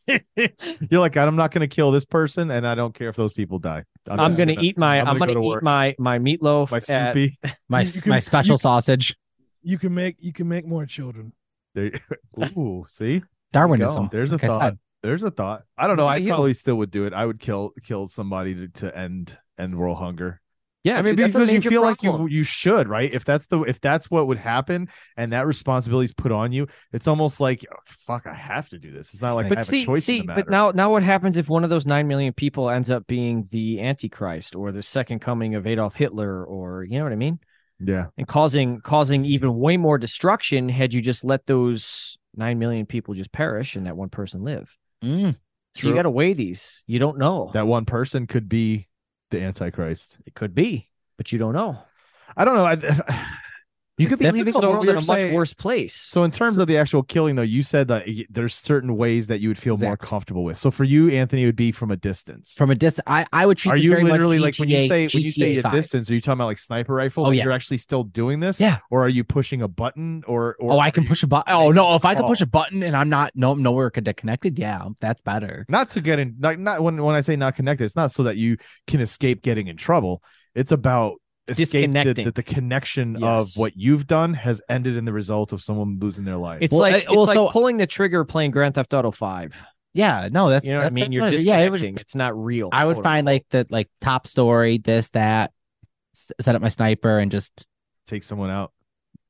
Speaker 1: (laughs) You're like, I'm not going to kill this person, and I don't care if those people die.
Speaker 3: I'm
Speaker 1: just
Speaker 3: gonna eat my.
Speaker 1: I'm
Speaker 3: I'm,
Speaker 1: gonna
Speaker 3: gonna,
Speaker 1: go to
Speaker 3: eat
Speaker 1: work.
Speaker 3: my my meatloaf.
Speaker 1: my
Speaker 3: at-
Speaker 1: Snoopy. (laughs)
Speaker 2: My
Speaker 4: You- you can-
Speaker 2: my
Speaker 4: you
Speaker 2: special
Speaker 4: can-
Speaker 2: sausage.
Speaker 4: You can make you can make more children.
Speaker 1: There, ooh, see,
Speaker 2: Darwinism.
Speaker 1: Go. There's a
Speaker 2: like I
Speaker 1: thought.
Speaker 2: said.
Speaker 1: There's a thought. I don't know.
Speaker 3: What
Speaker 1: I
Speaker 3: about you?
Speaker 1: probably still would do it. I would kill kill somebody to, to end end world hunger.
Speaker 3: yeah,
Speaker 1: I mean,
Speaker 3: dude, that's a
Speaker 1: because you
Speaker 3: major
Speaker 1: feel like you
Speaker 3: problem.
Speaker 1: you should, right? If that's the if that's what would happen, and that responsibility is put on you, it's almost like oh, fuck. I have to do this. It's not like I
Speaker 3: But
Speaker 1: have
Speaker 3: see,
Speaker 1: a choice.
Speaker 3: see,
Speaker 1: in the
Speaker 3: but
Speaker 1: matter.
Speaker 3: now, now what happens if one of those nine million people ends up being the Antichrist or the second coming of Adolf Hitler, or you know what I mean,
Speaker 1: yeah,
Speaker 3: and causing causing even way more destruction had you just let those nine million people just perish and that one person live.
Speaker 2: Mm.
Speaker 3: So you
Speaker 1: True.
Speaker 3: got to weigh these. You don't know.
Speaker 1: that one person could be the antichrist.
Speaker 3: it could be, but you don't know.
Speaker 1: I (sighs) don't know. I,
Speaker 3: You could be leaving
Speaker 1: difficult.
Speaker 3: the
Speaker 1: So
Speaker 3: world in a
Speaker 1: you're
Speaker 3: much
Speaker 1: saying-
Speaker 3: worse place.
Speaker 1: So in terms of the actual killing, though, you said that y- there's certain ways that you would feel more
Speaker 2: Exactly.
Speaker 1: comfortable with. So for you, Anthony, it would be from a distance.
Speaker 2: From a distance, I, I would treat.
Speaker 1: are
Speaker 2: this
Speaker 1: you
Speaker 2: very much
Speaker 1: literally like when you
Speaker 2: GTA
Speaker 1: say when you say
Speaker 2: GTA
Speaker 1: a
Speaker 2: 5.
Speaker 1: distance? Are you talking about like sniper rifle?
Speaker 2: Oh,
Speaker 1: like
Speaker 2: yeah.
Speaker 1: you're actually still doing this.
Speaker 2: Yeah.
Speaker 1: Or are you pushing a button? Or, or
Speaker 2: Oh, I can
Speaker 1: are you-
Speaker 2: push a button. Oh no, if I can push
Speaker 1: Oh.
Speaker 2: a button and I'm not no I'm nowhere con- connected, yeah, that's better.
Speaker 1: Not to get in. Not, not when when I say not connected, it's not so that you can escape getting in trouble. It's about escape the,
Speaker 3: Disconnecting.
Speaker 1: the, the connection
Speaker 3: Yes.
Speaker 1: of what you've done has ended in the result of someone losing their life.
Speaker 3: It's
Speaker 2: Well,
Speaker 3: like
Speaker 2: I-
Speaker 3: it's
Speaker 2: well,
Speaker 3: like
Speaker 2: so-
Speaker 3: pulling the trigger playing Grand Theft Auto Five.
Speaker 2: Yeah, no, that's
Speaker 3: You know what I
Speaker 2: that's-
Speaker 3: mean?
Speaker 2: that's
Speaker 3: You're
Speaker 2: better.
Speaker 3: disconnecting.
Speaker 2: yeah. It would,
Speaker 3: it's not real.
Speaker 2: I would
Speaker 3: quote
Speaker 2: find like the like top story, this that, s- set up my sniper and just
Speaker 1: take someone out.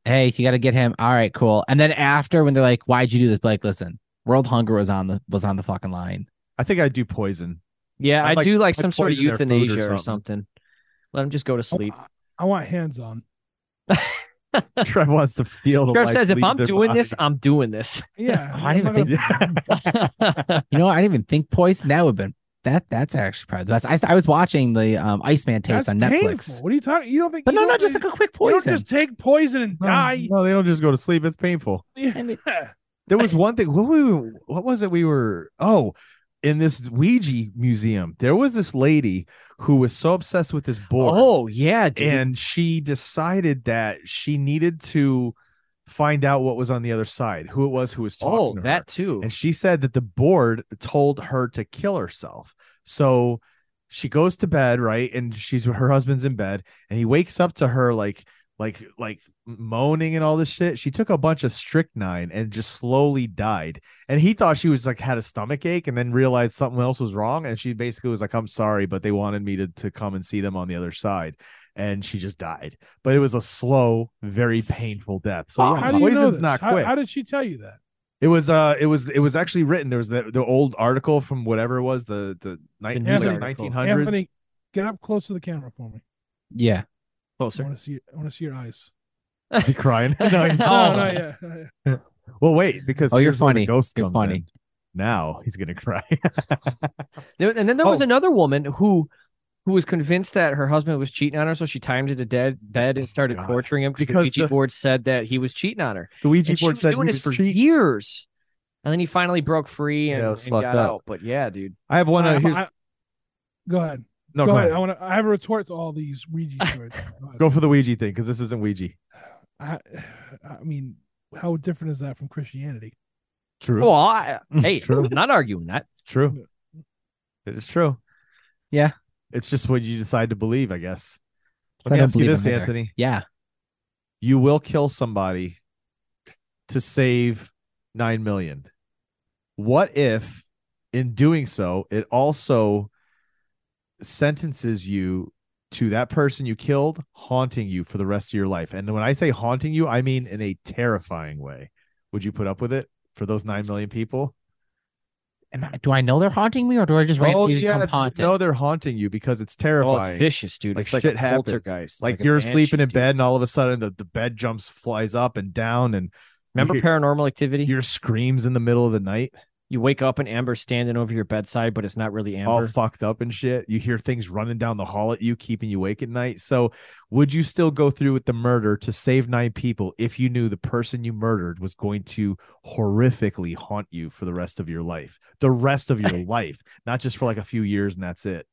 Speaker 2: hey, you got to get him. All right, cool. And then after when they're like, why'd you do this? Be Like, listen, world hunger was on the was on the fucking line.
Speaker 1: I think I'd do poison. (laughs)
Speaker 3: Yeah,
Speaker 1: I'd
Speaker 3: I
Speaker 1: like-
Speaker 3: do like
Speaker 1: I'd
Speaker 3: some sort of
Speaker 1: poison their food or
Speaker 3: euthanasia or
Speaker 1: something.
Speaker 3: something. Let him just go to sleep.
Speaker 4: I want hands on.
Speaker 1: Trev wants to feel. the
Speaker 3: Trev
Speaker 1: life
Speaker 3: says, if
Speaker 1: leave
Speaker 3: I'm
Speaker 1: their
Speaker 3: doing this,
Speaker 1: bodies."
Speaker 3: I'm
Speaker 1: (laughs)
Speaker 3: doing this.
Speaker 4: Yeah.
Speaker 2: I didn't even think.
Speaker 3: (laughs)
Speaker 2: you know, what? I didn't even think poison. That would have been that. That's actually probably the best. I, s- I was watching the um Iceman tapes
Speaker 4: That's
Speaker 2: on Netflix.
Speaker 4: painful. What are you talking? You don't think?
Speaker 2: But
Speaker 4: you
Speaker 2: no, no,
Speaker 4: don't
Speaker 2: just
Speaker 4: think-
Speaker 2: like a quick
Speaker 4: you don't
Speaker 2: poison.
Speaker 4: just take poison and
Speaker 1: No,
Speaker 4: die. (laughs)
Speaker 1: No, they don't just go to sleep. It's painful.
Speaker 2: I mean,
Speaker 4: Yeah.
Speaker 1: There was one thing. What we what was it? We were oh, in this Ouija museum. There was this lady who was so obsessed with this board,
Speaker 3: Oh yeah, dude.
Speaker 1: and she decided that she needed to find out what was on the other side, who it was who was talking.
Speaker 3: oh
Speaker 1: to her.
Speaker 3: that too.
Speaker 1: And she said that the board told her to kill herself. So she goes to bed, right? And she's her husband's in bed, and he wakes up to her like like like moaning and all this shit. She took a bunch of strychnine and just slowly died. And he thought she was like had a stomach ache and then realized something else was wrong. And she basically was like, I'm sorry, but they wanted me to, to come and see them on the other side. And she just died. But it was a slow, very painful death. So
Speaker 4: How,
Speaker 1: yeah,
Speaker 4: how do you know
Speaker 1: oh, poison's
Speaker 4: this?
Speaker 1: not
Speaker 4: how,
Speaker 1: quick.
Speaker 4: how did she tell you that?
Speaker 1: It was uh it was it was actually written. There was the, the old article from whatever it was, the the, ni-
Speaker 3: The
Speaker 4: news
Speaker 1: like
Speaker 3: article.
Speaker 1: 1900s.
Speaker 4: Anthony, get up close to the camera for me.
Speaker 2: yeah.
Speaker 4: I
Speaker 3: Closer.
Speaker 4: want to see. I want to see your eyes.
Speaker 1: Is he crying? (laughs) no, he's
Speaker 4: Oh,
Speaker 1: not.
Speaker 4: no, yeah, yeah.
Speaker 1: Well, wait, because
Speaker 2: Oh, you're
Speaker 1: here's where the
Speaker 2: funny.
Speaker 1: Ghost
Speaker 2: You're
Speaker 1: comes
Speaker 2: funny.
Speaker 1: in. Now he's gonna cry. (laughs)
Speaker 3: There- and then there was
Speaker 1: Oh.
Speaker 3: another woman who who was convinced that her husband was cheating on her, so she timed him to dead bed and started
Speaker 1: Oh God.
Speaker 3: torturing him because the
Speaker 1: Because
Speaker 3: Ouija
Speaker 1: the-
Speaker 3: board said that he was cheating on her.
Speaker 1: the Ouija
Speaker 3: And she
Speaker 1: board
Speaker 3: was
Speaker 1: said he
Speaker 3: doing
Speaker 1: was
Speaker 3: this for
Speaker 1: cheating.
Speaker 3: years. And then he finally broke free
Speaker 1: Yeah,
Speaker 3: and,
Speaker 1: it was
Speaker 3: and
Speaker 1: fucked
Speaker 3: got
Speaker 1: up.
Speaker 3: out. But yeah, dude.
Speaker 1: I have one.
Speaker 4: I-
Speaker 1: Uh,
Speaker 4: I-
Speaker 1: here's
Speaker 4: I- go ahead.
Speaker 1: no.
Speaker 4: go,
Speaker 1: Go,
Speaker 4: ahead.
Speaker 1: ahead.
Speaker 4: I want to. I have a retort to all these Ouija stories. Go ahead.
Speaker 1: Go for the Ouija thing because this isn't Ouija.
Speaker 4: I, I mean, how different is that from Christianity?
Speaker 1: True.
Speaker 3: Well, Oh, I,
Speaker 1: (laughs)
Speaker 3: hey,
Speaker 1: True.
Speaker 3: I'm not arguing that.
Speaker 1: True. It is true.
Speaker 2: Yeah.
Speaker 1: It's just what you decide to believe, I guess. Let
Speaker 2: I
Speaker 1: me
Speaker 2: don't
Speaker 1: ask you
Speaker 2: believe
Speaker 1: this,
Speaker 2: him either.
Speaker 1: Anthony.
Speaker 2: Yeah.
Speaker 1: You will kill somebody to save nine million. What if, in doing so, it also sentences you to that person you killed haunting you for the rest of your life? And when I say haunting you, I mean in a terrifying way. Would you put up with it for those nine million people?
Speaker 2: Am I, do I know they're haunting me, or do I just
Speaker 1: Oh
Speaker 2: randomly
Speaker 1: yeah,
Speaker 2: become haunted?
Speaker 1: no, they're haunting you because it's
Speaker 3: Oh,
Speaker 1: terrifying.
Speaker 3: it's vicious, dude.
Speaker 1: Like,
Speaker 3: it's like
Speaker 1: shit
Speaker 3: a
Speaker 1: happens.
Speaker 3: poltergeist. It's
Speaker 1: like,
Speaker 3: a
Speaker 1: you're
Speaker 3: banshee,
Speaker 1: sleeping in
Speaker 3: dude.
Speaker 1: bed and all of a sudden the, the bed jumps flies up and down and
Speaker 3: Remember
Speaker 1: you hear-
Speaker 3: paranormal activity?
Speaker 1: your screams in the middle of the night
Speaker 3: You wake up and Amber's standing over your bedside, but it's not really
Speaker 1: all (laughs)
Speaker 3: Amber.
Speaker 1: fucked up and shit you hear things running down the hall at you keeping you awake at night so would you still go through with the murder to save nine people if you knew the person you murdered was going to horrifically haunt you for the rest of your life the rest of
Speaker 2: (laughs)
Speaker 1: your life not just for like a few years and that's it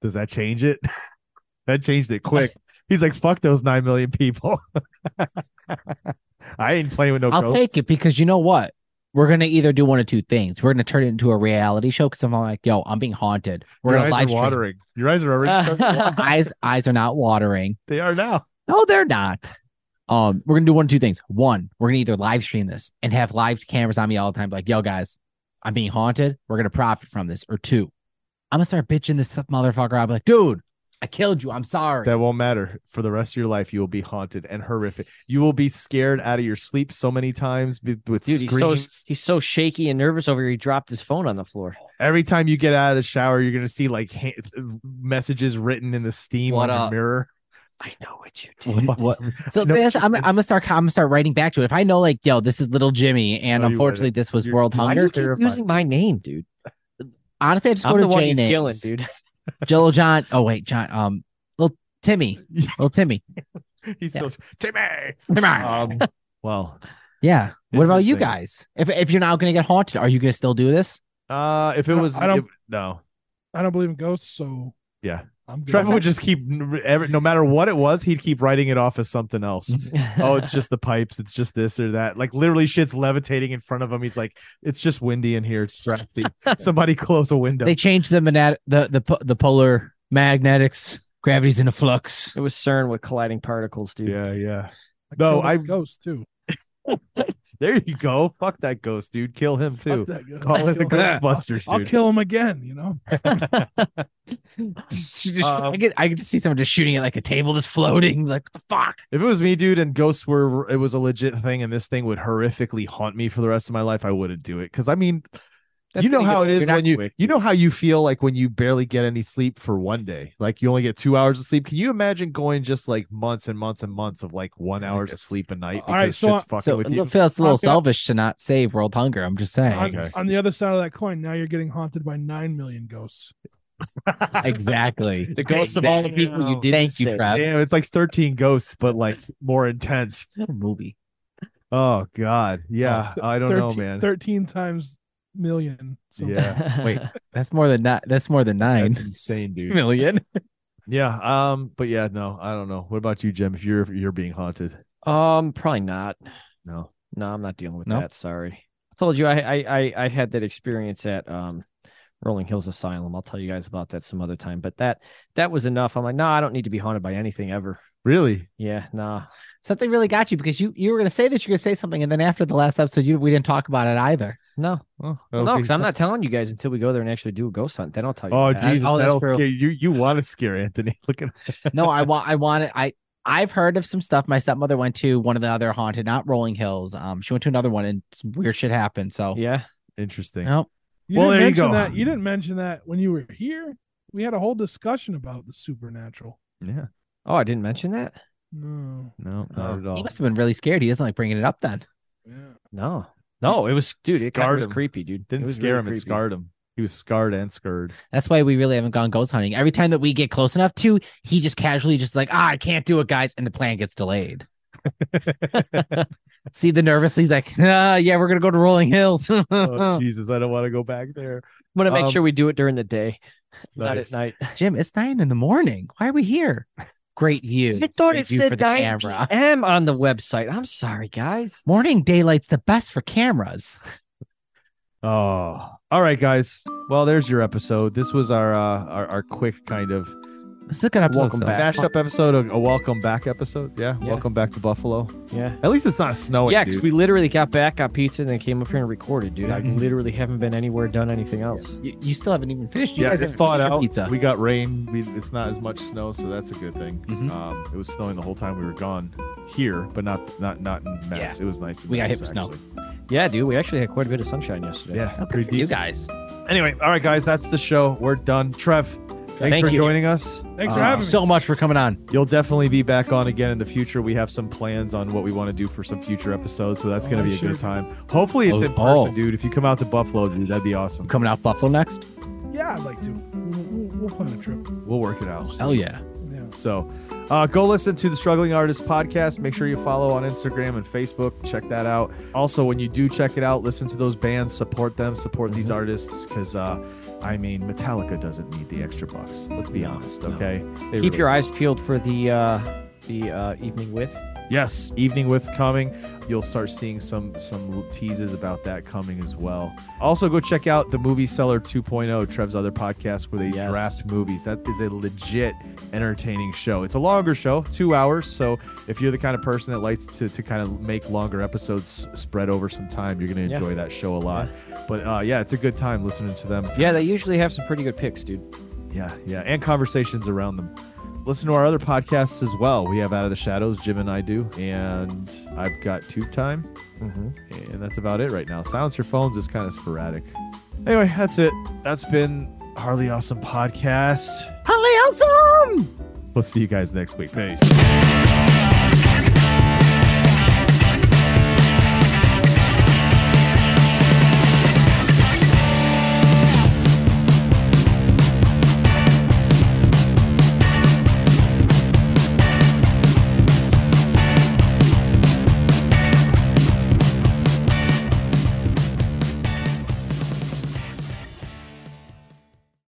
Speaker 1: does that change it (laughs) that changed it
Speaker 2: (laughs)
Speaker 1: quick he's like fuck those nine million people (laughs) i ain't playing with no
Speaker 2: I'll
Speaker 1: ghosts.
Speaker 2: take it because you know what? We're gonna either do one of two things. We're gonna turn it into a reality show because I'm all like, yo, I'm being haunted. We're
Speaker 1: Your
Speaker 2: gonna
Speaker 1: eyes
Speaker 2: live
Speaker 1: are
Speaker 2: stream.
Speaker 1: watering. Your eyes are already. starting
Speaker 3: (laughs)
Speaker 1: to water.
Speaker 2: (laughs) eyes eyes are not watering.
Speaker 1: they are now.
Speaker 2: No, they're not. Um, we're gonna do one of two things. One, we're gonna either live stream this and have live cameras on me all the time, like, yo, guys, I'm being haunted. We're gonna profit from this. Or two, I'm gonna start bitching this motherfucker. I'll be like, dude, I killed you. I'm sorry.
Speaker 1: That won't matter for the rest of your life. You will be haunted and horrific. You will be scared out of your sleep so many times b- with
Speaker 3: Dude, he's so,
Speaker 1: screams.
Speaker 3: he's so shaky and nervous over here. He dropped his phone on the floor.
Speaker 1: Every time you get out of the shower, you're gonna see like ha- messages written in the steam
Speaker 11: What
Speaker 1: on
Speaker 11: up?
Speaker 1: your mirror.
Speaker 3: I know (laughs) what you did.
Speaker 2: What- what- So
Speaker 1: No
Speaker 2: this, I'm, I'm
Speaker 1: kidding.
Speaker 2: gonna start. I'm gonna start writing back to it. If I know, like, yo, this is little Jimmy, and
Speaker 1: No, you
Speaker 2: unfortunately, this was
Speaker 1: You're-
Speaker 2: World
Speaker 1: you're
Speaker 3: Why do
Speaker 2: Hunger.
Speaker 3: you keep
Speaker 1: terrified.
Speaker 3: using my name, dude?
Speaker 2: Honestly, I just
Speaker 3: I'm the
Speaker 2: go to
Speaker 3: one
Speaker 2: J
Speaker 3: he's killing,
Speaker 2: names.
Speaker 3: dude.
Speaker 2: Jill John. Oh wait, John. Um, little
Speaker 1: (laughs)
Speaker 2: Timmy. Little Timmy.
Speaker 1: (laughs) He's
Speaker 2: Yeah.
Speaker 1: still Timmy.
Speaker 2: Come on.
Speaker 1: Um, well,
Speaker 2: Yeah. What about you
Speaker 1: Interesting.
Speaker 2: guys? If if you're now gonna get haunted, are you gonna still do this?
Speaker 1: uh, if it
Speaker 4: I-
Speaker 1: was,
Speaker 4: I don't-
Speaker 1: if- no,
Speaker 4: (laughs) I don't believe in ghosts, so
Speaker 1: Yeah.
Speaker 4: I'm good.
Speaker 1: Trevor would just keep every, no matter what it was, he'd keep writing it off as something else.
Speaker 3: (laughs)
Speaker 1: oh, it's just the pipes. It's just this or that. Like literally, shit's levitating in front of him. He's like, it's just windy in here. It's
Speaker 4: (laughs)
Speaker 1: drafty. Somebody close a window.
Speaker 2: They changed the manat- the the po- the polar magnetics. Gravity's in a
Speaker 1: (laughs)
Speaker 2: flux. (laughs)
Speaker 3: it was CERN with colliding particles, dude.
Speaker 1: yeah, yeah.
Speaker 4: I
Speaker 1: No,
Speaker 4: killed that
Speaker 1: I-
Speaker 4: ghost too.
Speaker 1: There you go. Fuck that ghost, dude. Kill him too.
Speaker 4: Fuck that ghost.
Speaker 1: Call it the
Speaker 4: I'll kill him.
Speaker 1: Ghostbusters,
Speaker 4: I'll
Speaker 1: dude.
Speaker 4: kill him again. You know,
Speaker 1: Um,
Speaker 2: I get I get to see someone just shooting at like a table that's floating. Like what the fuck.
Speaker 1: if it was me, dude, and ghosts were it was a legit thing, and this thing would horrifically haunt me for the rest of my life, I wouldn't do it. Because I mean,
Speaker 3: That's
Speaker 1: you know
Speaker 3: pretty
Speaker 1: how
Speaker 3: good.
Speaker 1: it is
Speaker 3: You're not
Speaker 1: when you
Speaker 3: quick.
Speaker 1: you know how you feel like when you barely get any sleep for one day, like you only get two hours of sleep. Can you imagine going just like months and months and months of like one hours of sleep a night because
Speaker 4: All right, so
Speaker 1: shit's
Speaker 4: I-
Speaker 1: fucking
Speaker 2: So
Speaker 1: with
Speaker 2: look,
Speaker 1: you?
Speaker 2: Phil, it's a little
Speaker 4: Okay.
Speaker 2: selfish to not save world hunger. I'm just saying.
Speaker 4: on,
Speaker 1: Okay.
Speaker 4: on the other side of that coin, now you're getting haunted by nine million ghosts.
Speaker 3: (laughs)
Speaker 2: Exactly.
Speaker 3: The ghosts of all the people you did.
Speaker 2: Thank you, Prep.
Speaker 1: Damn, it's like thirteen ghosts, but like more intense.
Speaker 2: What a movie.
Speaker 1: Oh God, yeah, I don't know, man.
Speaker 4: Thirteen times million. something.
Speaker 1: Yeah.
Speaker 2: Wait, that's more than not. That's more than nine
Speaker 1: That's
Speaker 2: (laughs)
Speaker 1: insane, dude.
Speaker 2: million.
Speaker 1: Yeah. Um. But yeah, no, I don't know. What about you, Jim? If you're if you're being haunted,
Speaker 3: (laughs) Um, probably not.
Speaker 1: no.
Speaker 3: No, I'm not dealing with
Speaker 2: No?
Speaker 3: that. Sorry. I told you I, I I I had that experience at um Rolling Hills Asylum. I'll tell you guys about that some other time. But that that was enough. I'm like, no, I don't need to be haunted by anything ever.
Speaker 1: Really?
Speaker 3: Yeah, nah.
Speaker 2: Something really got you because you you were gonna say that you're gonna say something, and then after the last episode, you we didn't talk about it either.
Speaker 3: No.
Speaker 1: Oh,
Speaker 3: Well, no, because I'm not telling you guys until we go there and actually do a ghost hunt. Then I'll tell you.
Speaker 1: Oh
Speaker 3: that.
Speaker 1: Jesus!
Speaker 2: oh, that's
Speaker 1: that'll
Speaker 2: true.
Speaker 1: scare you you want to scare Anthony? (laughs) Look at
Speaker 2: No, I want I want it. I I've heard of some stuff. My stepmother went to one of the other haunted, not Rolling Hills. Um, she went to another one, and some weird shit happened. So
Speaker 3: Yeah.
Speaker 1: interesting.
Speaker 2: no,
Speaker 4: (laughs) You
Speaker 1: Well, there
Speaker 4: didn't
Speaker 1: you
Speaker 4: mention
Speaker 1: go.
Speaker 4: That. You didn't mention that when you were here. We had a whole discussion about the supernatural.
Speaker 1: Yeah.
Speaker 3: Oh, I didn't mention that?
Speaker 4: No.
Speaker 1: No,
Speaker 3: Oh.
Speaker 1: not at
Speaker 2: he
Speaker 1: all.
Speaker 2: must have been really scared. He doesn't like bringing it up then.
Speaker 4: Yeah.
Speaker 3: No. No, it was dude, it kinda
Speaker 1: Scarred
Speaker 3: was
Speaker 1: him.
Speaker 3: creepy, dude. it
Speaker 1: Didn't
Speaker 3: was
Speaker 1: scare
Speaker 3: really
Speaker 1: him. It
Speaker 3: creepy.
Speaker 1: scarred him. He was scarred and scared. (laughs)
Speaker 2: That's why we really haven't gone ghost hunting. Every time that we get close enough to, he just casually just like, ah, I can't do it, guys, and the plan gets delayed. See the nervously, he's like, (laughs) ah, yeah, we're gonna go to Rolling Hills. (laughs)
Speaker 1: oh Jesus! I don't want to go back there.
Speaker 3: I'm gonna make
Speaker 1: Um,
Speaker 3: sure we do it during the day, (laughs) not
Speaker 1: Nice.
Speaker 3: at night.
Speaker 2: Jim, it's nine in the morning. Why are we here? Great view.
Speaker 3: I thought
Speaker 2: Great
Speaker 3: it
Speaker 2: view for
Speaker 3: said
Speaker 2: the
Speaker 3: 9
Speaker 2: camera.
Speaker 3: p.m. on the website. I'm sorry, guys.
Speaker 2: Morning daylight's the best for cameras.
Speaker 1: Oh, all right, guys. Well, there's your episode. This was our uh, our, our quick kind of
Speaker 2: This is a good episode.
Speaker 3: Welcome
Speaker 2: still.
Speaker 3: back.
Speaker 1: mashed up episode, a, a welcome back episode. Yeah,
Speaker 3: Yeah.
Speaker 1: welcome back to Buffalo.
Speaker 3: Yeah.
Speaker 1: At least it's not snowing.
Speaker 3: yeah,
Speaker 1: Oh, dude.
Speaker 3: because we literally got back, got pizza, and then came up here and recorded, dude. I
Speaker 1: Mm-hmm.
Speaker 2: Mhm.
Speaker 3: literally haven't been anywhere, done anything else.
Speaker 2: You, you still haven't even finished. You
Speaker 1: yeah,
Speaker 2: guys
Speaker 1: it
Speaker 2: haven't
Speaker 1: thawed
Speaker 2: finished your
Speaker 1: out.
Speaker 2: Pizza.
Speaker 1: We got rain. We, it's not as much snow, so that's a good thing.
Speaker 2: Mhm.
Speaker 1: Um, it was snowing the whole time we were gone here, but not not not in Mass. It was nice. in
Speaker 2: We got
Speaker 1: Mass,
Speaker 2: hit with snow.
Speaker 1: actually.
Speaker 3: Yeah, dude, we actually had quite a bit of sunshine yesterday.
Speaker 1: Yeah,
Speaker 2: Oh, good
Speaker 1: pretty
Speaker 2: for you
Speaker 1: decent.
Speaker 2: guys.
Speaker 1: Anyway, all right, guys, that's the show. We're done. Trev, thanks
Speaker 3: Thank
Speaker 1: for
Speaker 3: you.
Speaker 1: joining us.
Speaker 4: Thanks for
Speaker 1: Uh,
Speaker 4: having me.
Speaker 2: So much for coming on.
Speaker 1: You'll definitely be back on again in the future. We have some plans on what we want to do for some future episodes, so that's
Speaker 4: Oh,
Speaker 1: going to
Speaker 4: I'm
Speaker 1: be a
Speaker 4: sure.
Speaker 1: good time. Hopefully, it's
Speaker 2: Oh,
Speaker 1: in person,
Speaker 2: oh.
Speaker 1: dude. If you come out to Buffalo, dude, that'd be awesome.
Speaker 2: You coming out Buffalo next?
Speaker 4: Yeah, I'd like to. We'll, we'll- we'll plan a trip.
Speaker 1: We'll work it out.
Speaker 2: Hell yeah.
Speaker 4: Yeah.
Speaker 1: So uh, go listen to the Struggling Artist podcast. Make sure you follow on Instagram and Facebook. Check that out. Also, when you do check it out, listen to those bands, support them, support these
Speaker 3: Mm-hmm.
Speaker 1: artists because, uh, I mean, Metallica doesn't need the extra bucks. Let's be
Speaker 3: No,
Speaker 1: honest,
Speaker 3: no.
Speaker 1: okay? They
Speaker 3: Keep
Speaker 1: really
Speaker 3: your eyes peeled for the uh the uh evening with.
Speaker 1: Yes, evening with's coming. You'll start seeing some some little teases about that coming as well. Also, go check out the Movie Seller 2.0, Trev's other podcast, where they
Speaker 3: Yes.
Speaker 1: draft movies. That is a legit entertaining show. It's a longer show, two hours. So if you're the kind of person that likes to to kind of make longer episodes s- spread over some time, you're gonna
Speaker 3: Yeah.
Speaker 1: enjoy that show a lot. But uh, yeah, it's a good time listening to them.
Speaker 3: Yeah, they usually have some pretty good picks, dude.
Speaker 1: Yeah, yeah, and conversations around them. Listen to our other podcasts as well. We have Out of the Shadows, Jim and I do, and I've got Tube Time, and that's about it right now. Silence Your Phones is kind of sporadic. Anyway, that's it. That's been Harley Awesome Podcast.
Speaker 2: Hallelujah.
Speaker 1: We'll see you guys next week. Peace.